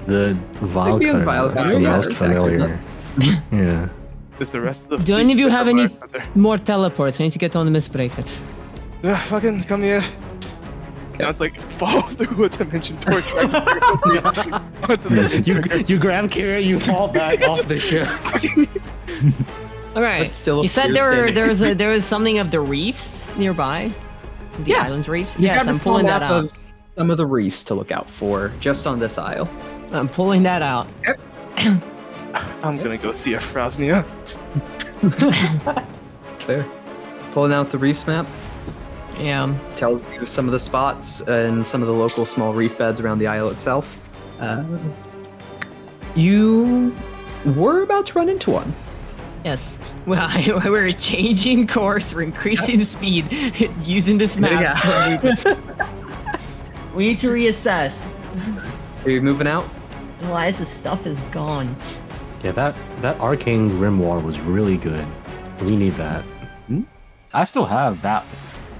S7: the vile
S1: Like the
S7: cutter.
S1: vile
S7: That's
S1: cutter,
S7: the
S1: yeah,
S7: most
S1: exactly.
S7: familiar. yeah.
S2: Is the rest of the
S4: Do
S2: fleet
S4: any of you
S2: there
S4: have any-
S2: or are there-
S4: More teleports. I need to get on the Mistbreaker.
S2: Ugh, fucking come here. Now it's like fall through a dimension torch. Onto the
S7: You, you grab Kira, you fall back off the ship.
S4: All right.
S1: That's still a
S4: you said
S1: clear
S4: there were,
S1: state.
S4: there was a, there was something of the reefs nearby. The
S1: Yeah.
S4: islands reefs.
S1: You
S4: yes,
S1: grab a
S4: I'm
S1: small
S4: pulling that
S1: map
S4: out.
S1: of some of the reefs to look out for just on this isle.
S4: I'm pulling that out.
S2: I'm gonna go see Afrosnia.
S1: There. Pulling out the reefs map
S4: Yeah.
S1: tells you some of the spots and some of the local small reef beds around the isle itself. Uh, you were about to run into one.
S4: Yes. Well, we're changing course. We're increasing speed using this map. We need to reassess.
S1: Are you moving out?
S4: Eliza's stuff is gone.
S5: Yeah, that that arcane grimoire was really good. We need that.
S3: I still have that.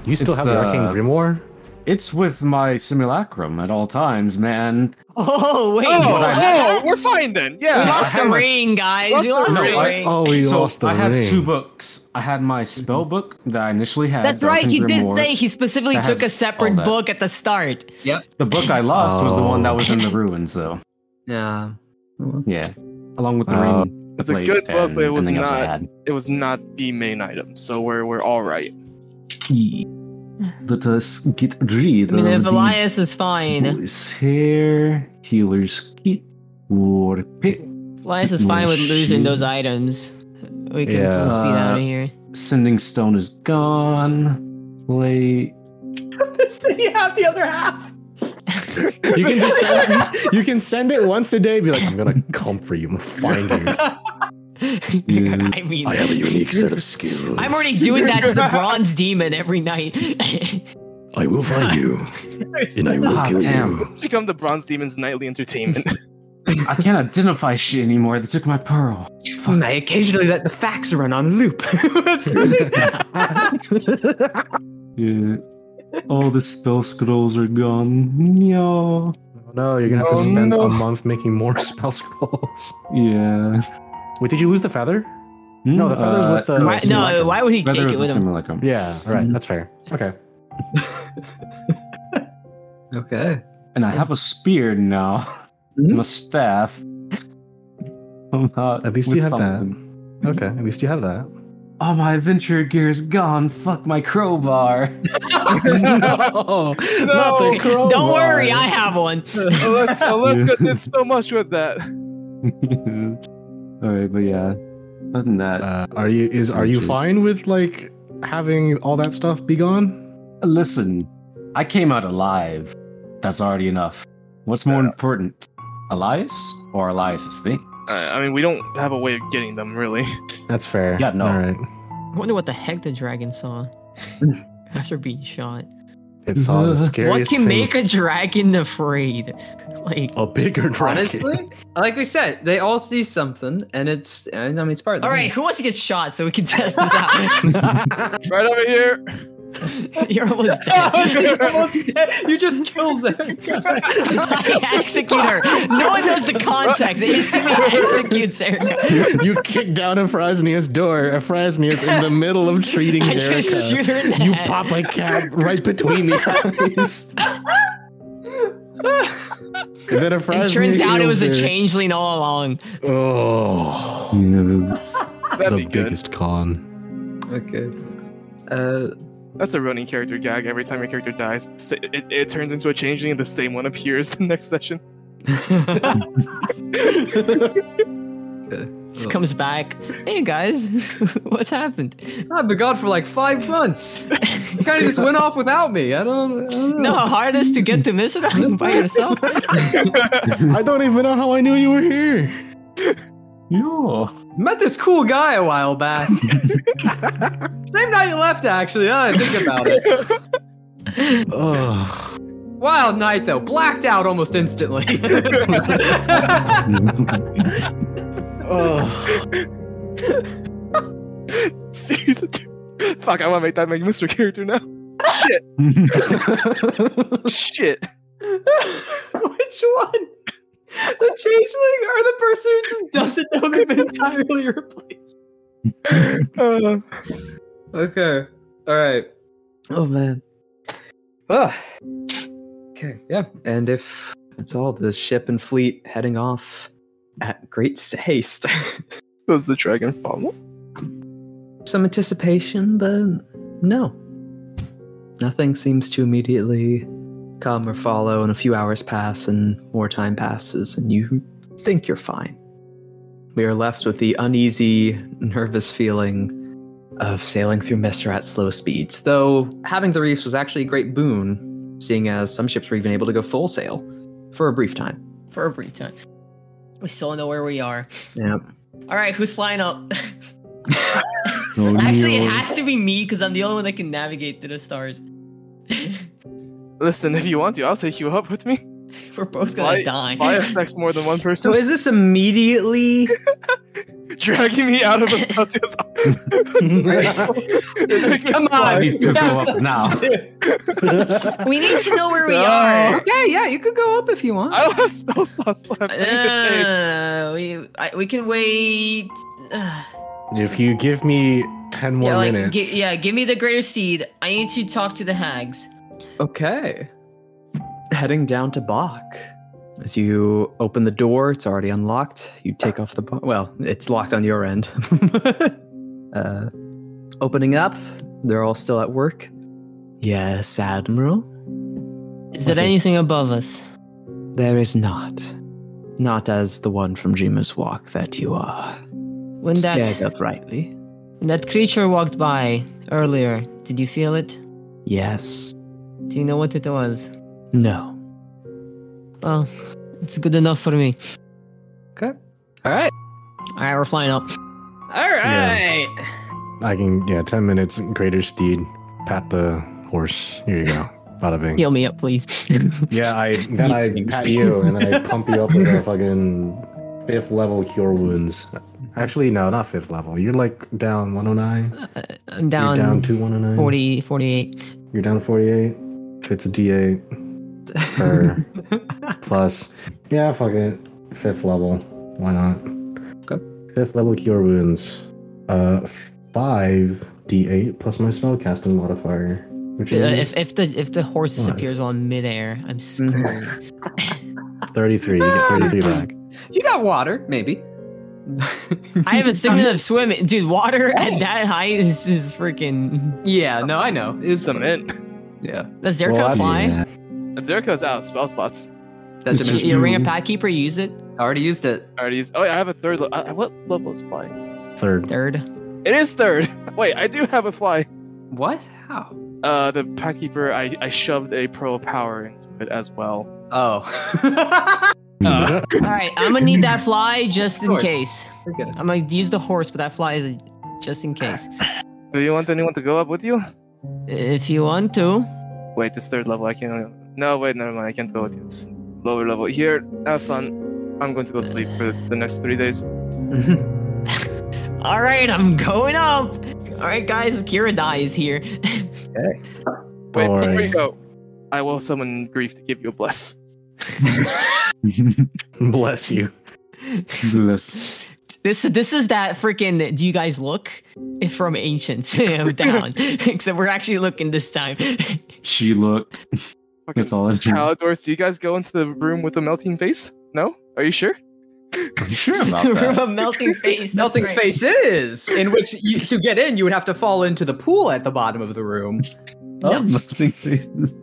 S5: You still
S3: It's
S5: have the, arcane
S3: the-
S5: grimoire?
S3: It's with my simulacrum at all times, man.
S4: Oh wait,
S2: Oh,
S4: what?
S2: oh, we're fine then.
S4: we
S2: Yeah.
S4: lost
S3: I
S4: the
S3: had my-
S4: ring, guys.
S2: lost
S4: we
S2: the
S4: lost the
S2: ring.
S4: ring.
S2: I-
S7: Oh, we
S3: so
S7: lost the
S3: I had
S7: ring.
S3: two books. I had my spell book that uh, I initially had.
S4: That's
S3: the
S4: right. He
S3: Archangel
S4: did
S3: Moor.
S4: say he specifically
S3: that has
S4: took a
S3: all
S4: separate
S3: that.
S4: book at the start.
S3: the book I lost was the one that was in the ruins, though.
S1: Yeah.
S3: Yeah, along with the
S7: Oh.
S3: ring.
S2: It's a
S3: blades,
S2: good book,
S3: and
S2: but it was
S3: everything else I
S2: not-
S3: had.
S2: It was not the main item, so we're we're all right.
S3: E. Let us get rid
S4: I mean,
S3: of
S4: if
S3: the
S4: Elias is fine,
S3: Boys here, healers keep war pick.
S4: Elias is fine with losing those items. We can
S7: Yeah.
S4: full speed out
S3: Uh,
S4: of here.
S3: Sending stone is gone. Play.
S7: You can just send, you, you can send it once a day. Be like, I'm gonna come for you. I'm gonna find you.
S3: Mm,
S4: I mean,
S7: I have a unique set of skills.
S4: I'm already doing that to the bronze demon every night.
S7: I will find you, and I will
S3: Ah,
S7: kill you.
S3: damn.
S2: It's become the Bronze Demon's nightly entertainment.
S3: I can't identify shit anymore. They took my pearl.
S1: I occasionally let the facts run on loop.
S3: Yeah. All the spell scrolls are gone. Yeah.
S5: No, you're gonna have
S2: Oh,
S5: to spend
S2: no.
S5: a month making more spell scrolls.
S3: Yeah.
S5: Wait, did you lose the feather?
S3: Hmm?
S5: No, the feathers with the-
S4: why, no, why would he
S3: Uh, feather
S4: take it with him?
S3: simulacrum.
S5: Yeah, all right,
S1: Mhm.
S5: that's fair. Okay.
S1: okay.
S3: And I have a spear now.
S5: Hmm?
S3: And a staff. I'm not
S7: At least
S3: with
S7: you have that.
S3: something.
S7: Okay, at least you have that.
S3: Oh, my adventure gear is gone. Fuck my crowbar.
S7: no,
S2: not
S4: Oh,
S2: the
S7: crow.
S4: Don't worry, I have one.
S2: Aleska, Aleska did so much with that.
S3: All right, but yeah. Other than that,
S7: Uh, are you is are you
S3: Thank you.
S7: fine with like having all that stuff be gone?
S3: listen, I came out alive. That's already enough. What's more
S2: Yeah.
S3: important, Elias or Elias's thing?
S2: Uh, I mean, we don't have a way of getting them really.
S7: That's fair.
S3: Yeah, no.
S7: All right.
S4: I wonder what the heck the dragon saw after being shot.
S7: It saw the
S3: What
S4: What
S7: scariest
S4: can
S7: thing. Oh.
S4: make a dragon afraid? Like,
S7: a bigger dragon.
S1: Honestly, like we said, they all see something, and it's I mean it's part of the
S4: all right, who wants to get shot so we can test this out?
S2: Right over here.
S4: You're almost
S1: You
S4: dead.
S1: just almost- you just kills it.
S4: I execute her. No one knows the context. They just see me execute Zerka.
S7: you kick down Afrasnia's door. Afrasnia's in the middle of treating
S4: I just shoot
S7: Zerika.
S4: her in the
S7: You
S4: head.
S7: pop a cab right between the eyes. and then Afrasnia.
S4: It turns out it
S7: heals
S4: was a
S7: her.
S4: changeling all along.
S7: Oh,
S3: Yeah,
S2: That'd be
S7: the
S2: good.
S7: biggest con.
S1: okay. Uh,
S2: That's a running character gag. Every time your character dies, s- it, it turns into a changing, and the same one appears the next session.
S4: Just comes back. Hey guys, what's happened?
S1: I've been gone for like five months. You kind of just went off without me. I don't, I don't
S4: No,
S7: Oh.
S1: know.
S4: hardest to get to Mizabang by yourself.
S7: I don't even know how I knew you were here.
S3: Yo.
S1: Met this cool guy a while back. Same night you left, actually. Now that I think about it.
S7: Ugh.
S1: Wild night, though. Blacked out almost instantly.
S7: Ugh.
S2: Seriously, dude. Fuck, I want to make that my Mr. character now. Shit.
S1: Which one? The changeling or the person who just doesn't know they've been entirely replaced?
S2: Uh,
S1: Okay. All right. Oh man. Ugh. Ah. Okay. Yeah. And if it's all the ship and fleet heading off at great haste,
S2: does the dragon follow?
S1: some anticipation, but no. Nothing seems to immediately come or follow, and a few hours pass, and more time passes, and you think you're fine. We are left with the uneasy, nervous feeling of sailing through Mister at slow speeds, though having the reefs was actually a great boon, seeing as some ships were even able to go full sail for a brief time.
S4: For a brief time. We still know where we are.
S1: Yeah.
S4: All right, who's flying up?
S3: Oh,
S4: Actually, it
S3: no.
S4: has to be me because I'm the only one that can navigate to the stars.
S2: Listen, if you want to, I'll take you up with me.
S4: We're both gonna
S2: Why-
S4: die.
S2: Why affects more than one
S1: So
S2: person?
S1: is this immediately?
S2: dragging me out of a process.
S1: Come
S2: Come
S1: on.
S3: I need to go
S1: Yeah, so-
S3: up now.
S4: we need to know where we
S2: No.
S4: are.
S1: Okay. Yeah, you could go up if you want.
S2: I don't have spell slots left. I need to think.
S4: Uh, we I, we can wait. Uh,
S7: if you give me ten more
S4: yeah, like,
S7: minutes,
S4: gi- yeah, give me the greater steed. I need to talk to the hags.
S1: Okay. Heading down to Bach. As you open the door, it's already unlocked. You take off the bo- well, it's locked on your end. uh, opening up, they're all still at work. Yes, Admiral.
S4: Is there
S1: Okay.
S4: anything above us?
S1: There is not, not as the one from Jima's Walk that you are
S4: When
S1: scared
S4: that
S1: of, rightly.
S4: when that creature walked by earlier, did you feel it?
S1: Yes.
S4: Do you know what it was?
S1: No.
S4: Well, it's good enough for me.
S1: All right.
S4: All right, we're flying up.
S1: All
S7: Yeah. I can. Yeah, ten minutes. Greater steed. Pat the horse. Here you go. Bada bing.
S4: Heal me up, please.
S7: Yeah, I then I
S1: Speed.
S7: pat you, and then I pump you up with a fucking fifth level cure wounds. Actually, no, not fifth level. You're like down 109.
S4: I'm Uh, down,
S7: You're down to 109.
S4: 40, 48.
S7: You're down 48. It's a D8 per plus. Yeah, fuck it. Fifth level. Why not?
S1: Okay.
S7: Fifth level cure wounds. Uh, five D8 plus my spellcasting modifier, which
S4: Uh,
S7: is
S4: if, if the if the horse
S7: Five.
S4: disappears on midair, I'm
S7: Mm-hmm.
S4: screwed.
S7: 33. You get 33 back.
S1: you got water, maybe.
S4: I haven't seen enough swimming, dude. Water at that height is just freaking.
S1: Yeah, no, I know. Is
S2: Some in.
S1: yeah.
S4: Does Zerka
S7: Well, that's-
S4: fly?
S7: yeah.
S2: Zerko's out of spell slots.
S1: That
S3: It's
S4: You,
S1: dimension.
S3: just-
S4: you ring a pad keeper, you use it.
S1: I already used it.
S2: I already used. Oh yeah, I have a third. Le- I- what level is fly?
S7: Third.
S4: Third.
S2: It is third. Wait, I do have a fly.
S1: What? How?
S2: Uh, the pack keeper. I I shoved a pearl of power into it as well.
S1: Oh.
S2: Uh,
S4: All right, I'm gonna need that fly just in
S1: course.
S4: case.
S1: We're good.
S4: I'm gonna use the horse, but that fly is a, just in case.
S7: Ah.
S2: do you want anyone to go up with you?
S4: If you want to,
S2: Wait, it's third level. I can't. No, wait, never mind. I can't go with you. It's lower level. Here, have fun. I'm going to go sleep for the next three days.
S4: all right, I'm going up. All right, guys, Kira Die is here.
S2: Wait,
S7: Don't
S2: before
S7: worry.
S2: you go, I will summon grief to give you a bless.
S7: Bless you.
S3: Bless.
S4: This this is that freaking. Do you guys look from ancient down? Except we're actually looking this time.
S3: She looked.
S2: Fucking
S3: That's all it is.
S2: Paladors, do you guys go into the room with the melting face? No? Are you sure?
S3: I'm sure about
S4: Room
S3: that.
S4: of melting face. that's
S1: Melting
S4: right.
S1: face is in which you, to get in, you would have to fall into the pool at the bottom of the room.
S4: No.
S3: Oh, melting faces.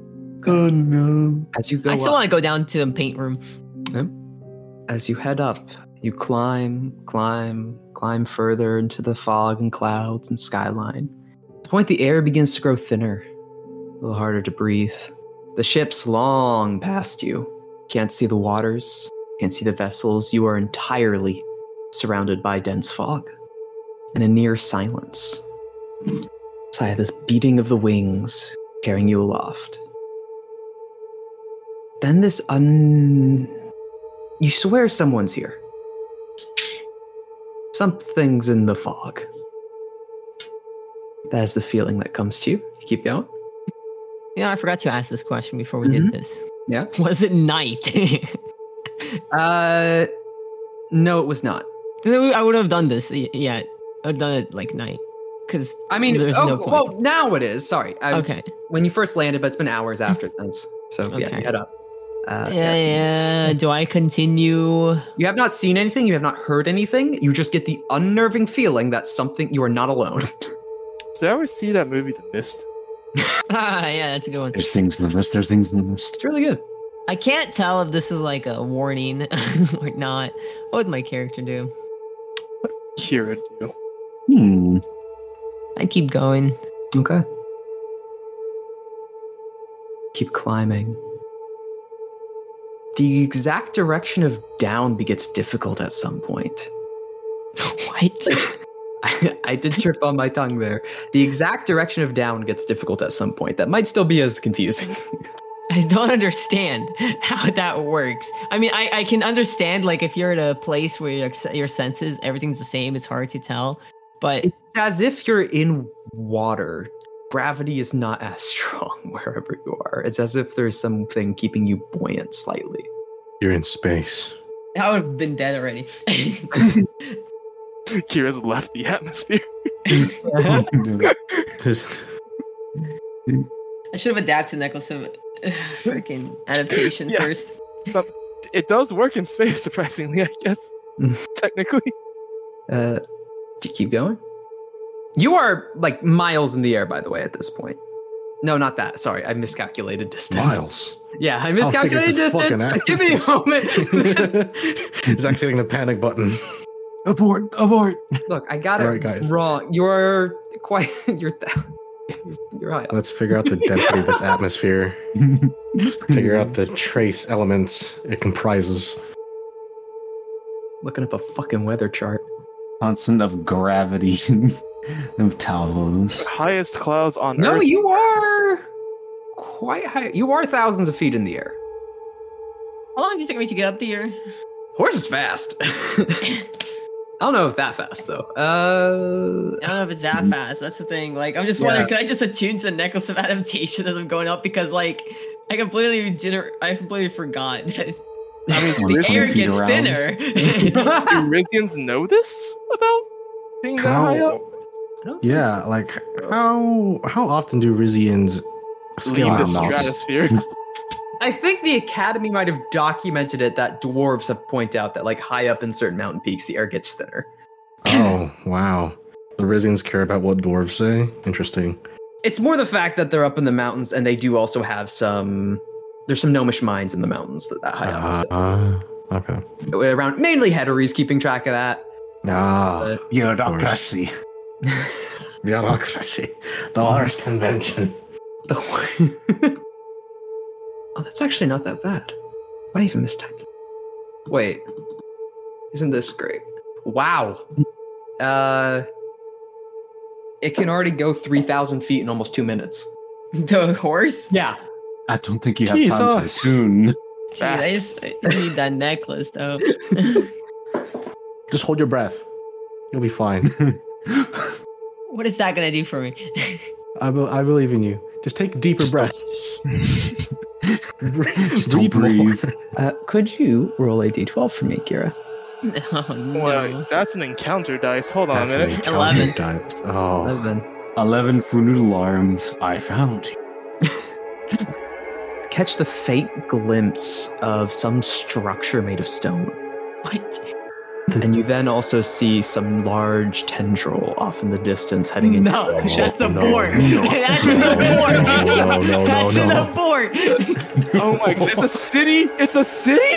S3: Oh no.
S1: As you go
S4: I still
S1: up,
S4: want to go down to the paint room.
S1: as you head up, You climb, climb, climb further into the fog and clouds and skyline. At the point the air begins to grow thinner, a little harder to breathe. The ship's long past you. Can't see the waters, can't see the vessels. You are entirely surrounded by dense fog and a near silence. Sigh, this beating of the wings carrying you aloft. Then this un. You swear someone's here. Something's in the fog. That is the feeling that comes to you. You keep going.
S4: You know, I forgot to ask this question before we did this.
S1: Mm-hmm. Yeah.
S4: Was it night?
S1: Uh, no, it was not.
S4: I would have done this. y- Yeah, I've done it like night. Cause
S1: I mean,
S4: There's
S1: oh,
S4: no point.
S1: well, now it is. Sorry, I was,
S4: okay,
S1: When you first landed, but it's been hours after since. So yeah,
S4: Okay.
S1: you head up. Uh,
S4: yeah, yeah. Do I continue?
S1: You have not seen anything. You have not heard anything. You just get the unnerving feeling that something you are not alone.
S2: Did I ever see that movie, The Mist?
S4: Ah, yeah, that's a good one.
S3: There's things in the list. There's things in the
S1: It's
S3: list.
S1: really good.
S4: I can't tell if this is like a warning or not. What would my character do?
S2: Kira do.
S3: Hmm.
S4: I keep going.
S1: Okay. Keep climbing. The exact direction of down gets difficult at some point.
S4: what?
S1: I, I did trip on my tongue there. The exact direction of down gets difficult at some point. That might still be as confusing.
S4: I don't understand how that works. I mean, I, I can understand like if you're at a place where your your senses everything's the same, it's hard to tell. But
S1: It's as if you're in water. Gravity is not as strong wherever you are. It's as if there's something keeping you buoyant slightly.
S7: You're in space.
S4: I would have been dead already.
S2: Kira's left the atmosphere.
S7: This-
S4: I should have adapted necklace of freaking adaptation
S2: Yeah.
S4: first.
S2: It does work in space, surprisingly, I guess. Technically.
S1: Uh, do you keep going? You are like miles in the air, by the way, at this point. No, not that. Sorry, I miscalculated distance.
S7: Miles.
S1: Yeah, I miscalculated
S7: this fucking
S1: distance. Give me a moment.
S7: Zach's hitting the panic button.
S3: abort! Abort!
S1: Look, I got it
S7: All right, guys.
S1: wrong. You're quite. You're. You're high. up.
S7: Let's figure out the density of this atmosphere. Figure out the trace elements it comprises.
S1: Looking up a fucking weather chart.
S3: constant of gravity of Talos.
S2: Highest clouds on
S1: No,
S2: Earth.
S1: you are quite high. You are thousands of feet in the air.
S4: How long did it take me to get up here?
S1: Horse is fast. I don't know if that fast though. Uh,
S4: I don't know if it's that
S3: Mhm.
S4: fast. That's the thing. Like, I'm just
S1: Yeah.
S4: wondering, could I just attune to the necklace of adaptation as I'm going up? Because, like, I completely didn't. I completely forgot that
S2: I mean,
S3: Wanna
S4: the
S2: Riz-
S4: air
S3: cleanse it
S4: gets
S3: around?
S4: thinner.
S2: do Rizians know this about being that high up?
S7: How? Yeah, like how how often do Rizians
S2: Leave
S7: scale
S2: the
S7: out
S3: Wow, Miles.
S7: mountains?
S2: stratosphere.
S1: I think the academy might have documented it that dwarves have point out that like high up in certain mountain peaks the air gets thinner.
S7: Oh wow, the Rizians care about what dwarves say. Interesting.
S1: It's more the fact that they're up in the mountains and they do also have some. There's some gnomish mines in the mountains that, that high up.
S7: Uh, okay.
S1: So around mainly Hettery's keeping track of that.
S7: Ah,
S3: Bureaucracy.
S7: the autocracy, the worst convention.
S1: Don't worry. oh, that's actually not that bad. Why even mistyped? Wait, isn't this great? Wow. Uh, it can already go three thousand feet in almost two minutes.
S4: the horse?
S1: Yeah.
S3: I don't think you have time to
S7: Jesus.
S3: soon.
S4: Dude, I just I need that necklace, though.
S7: Just hold your breath. You'll be fine.
S4: what is that going to do for me?
S7: I, be- I believe in you. Just take deeper
S3: Just
S7: breaths.
S3: Just don't breathe.
S1: Uh, could you roll a d12 for me, Kira?
S4: oh, no.
S2: Well, that's an encounter dice. Hold on
S7: That's
S2: a
S7: an
S2: minute.
S7: encounter
S4: Eleven.
S7: dice. Oh,
S1: Eleven.
S3: Eleven Funoodle arms. I found.
S1: Catch the faint glimpse of some structure made of stone.
S4: what?
S1: and you then also see some large tendril off in the distance heading in.
S4: No, that's a
S7: no,
S4: board.
S7: no.
S4: That's an abort.
S7: No, no, no,
S4: that's
S7: no,
S4: an
S7: no.
S4: abort.
S2: Oh my god, it's a city? It's a city?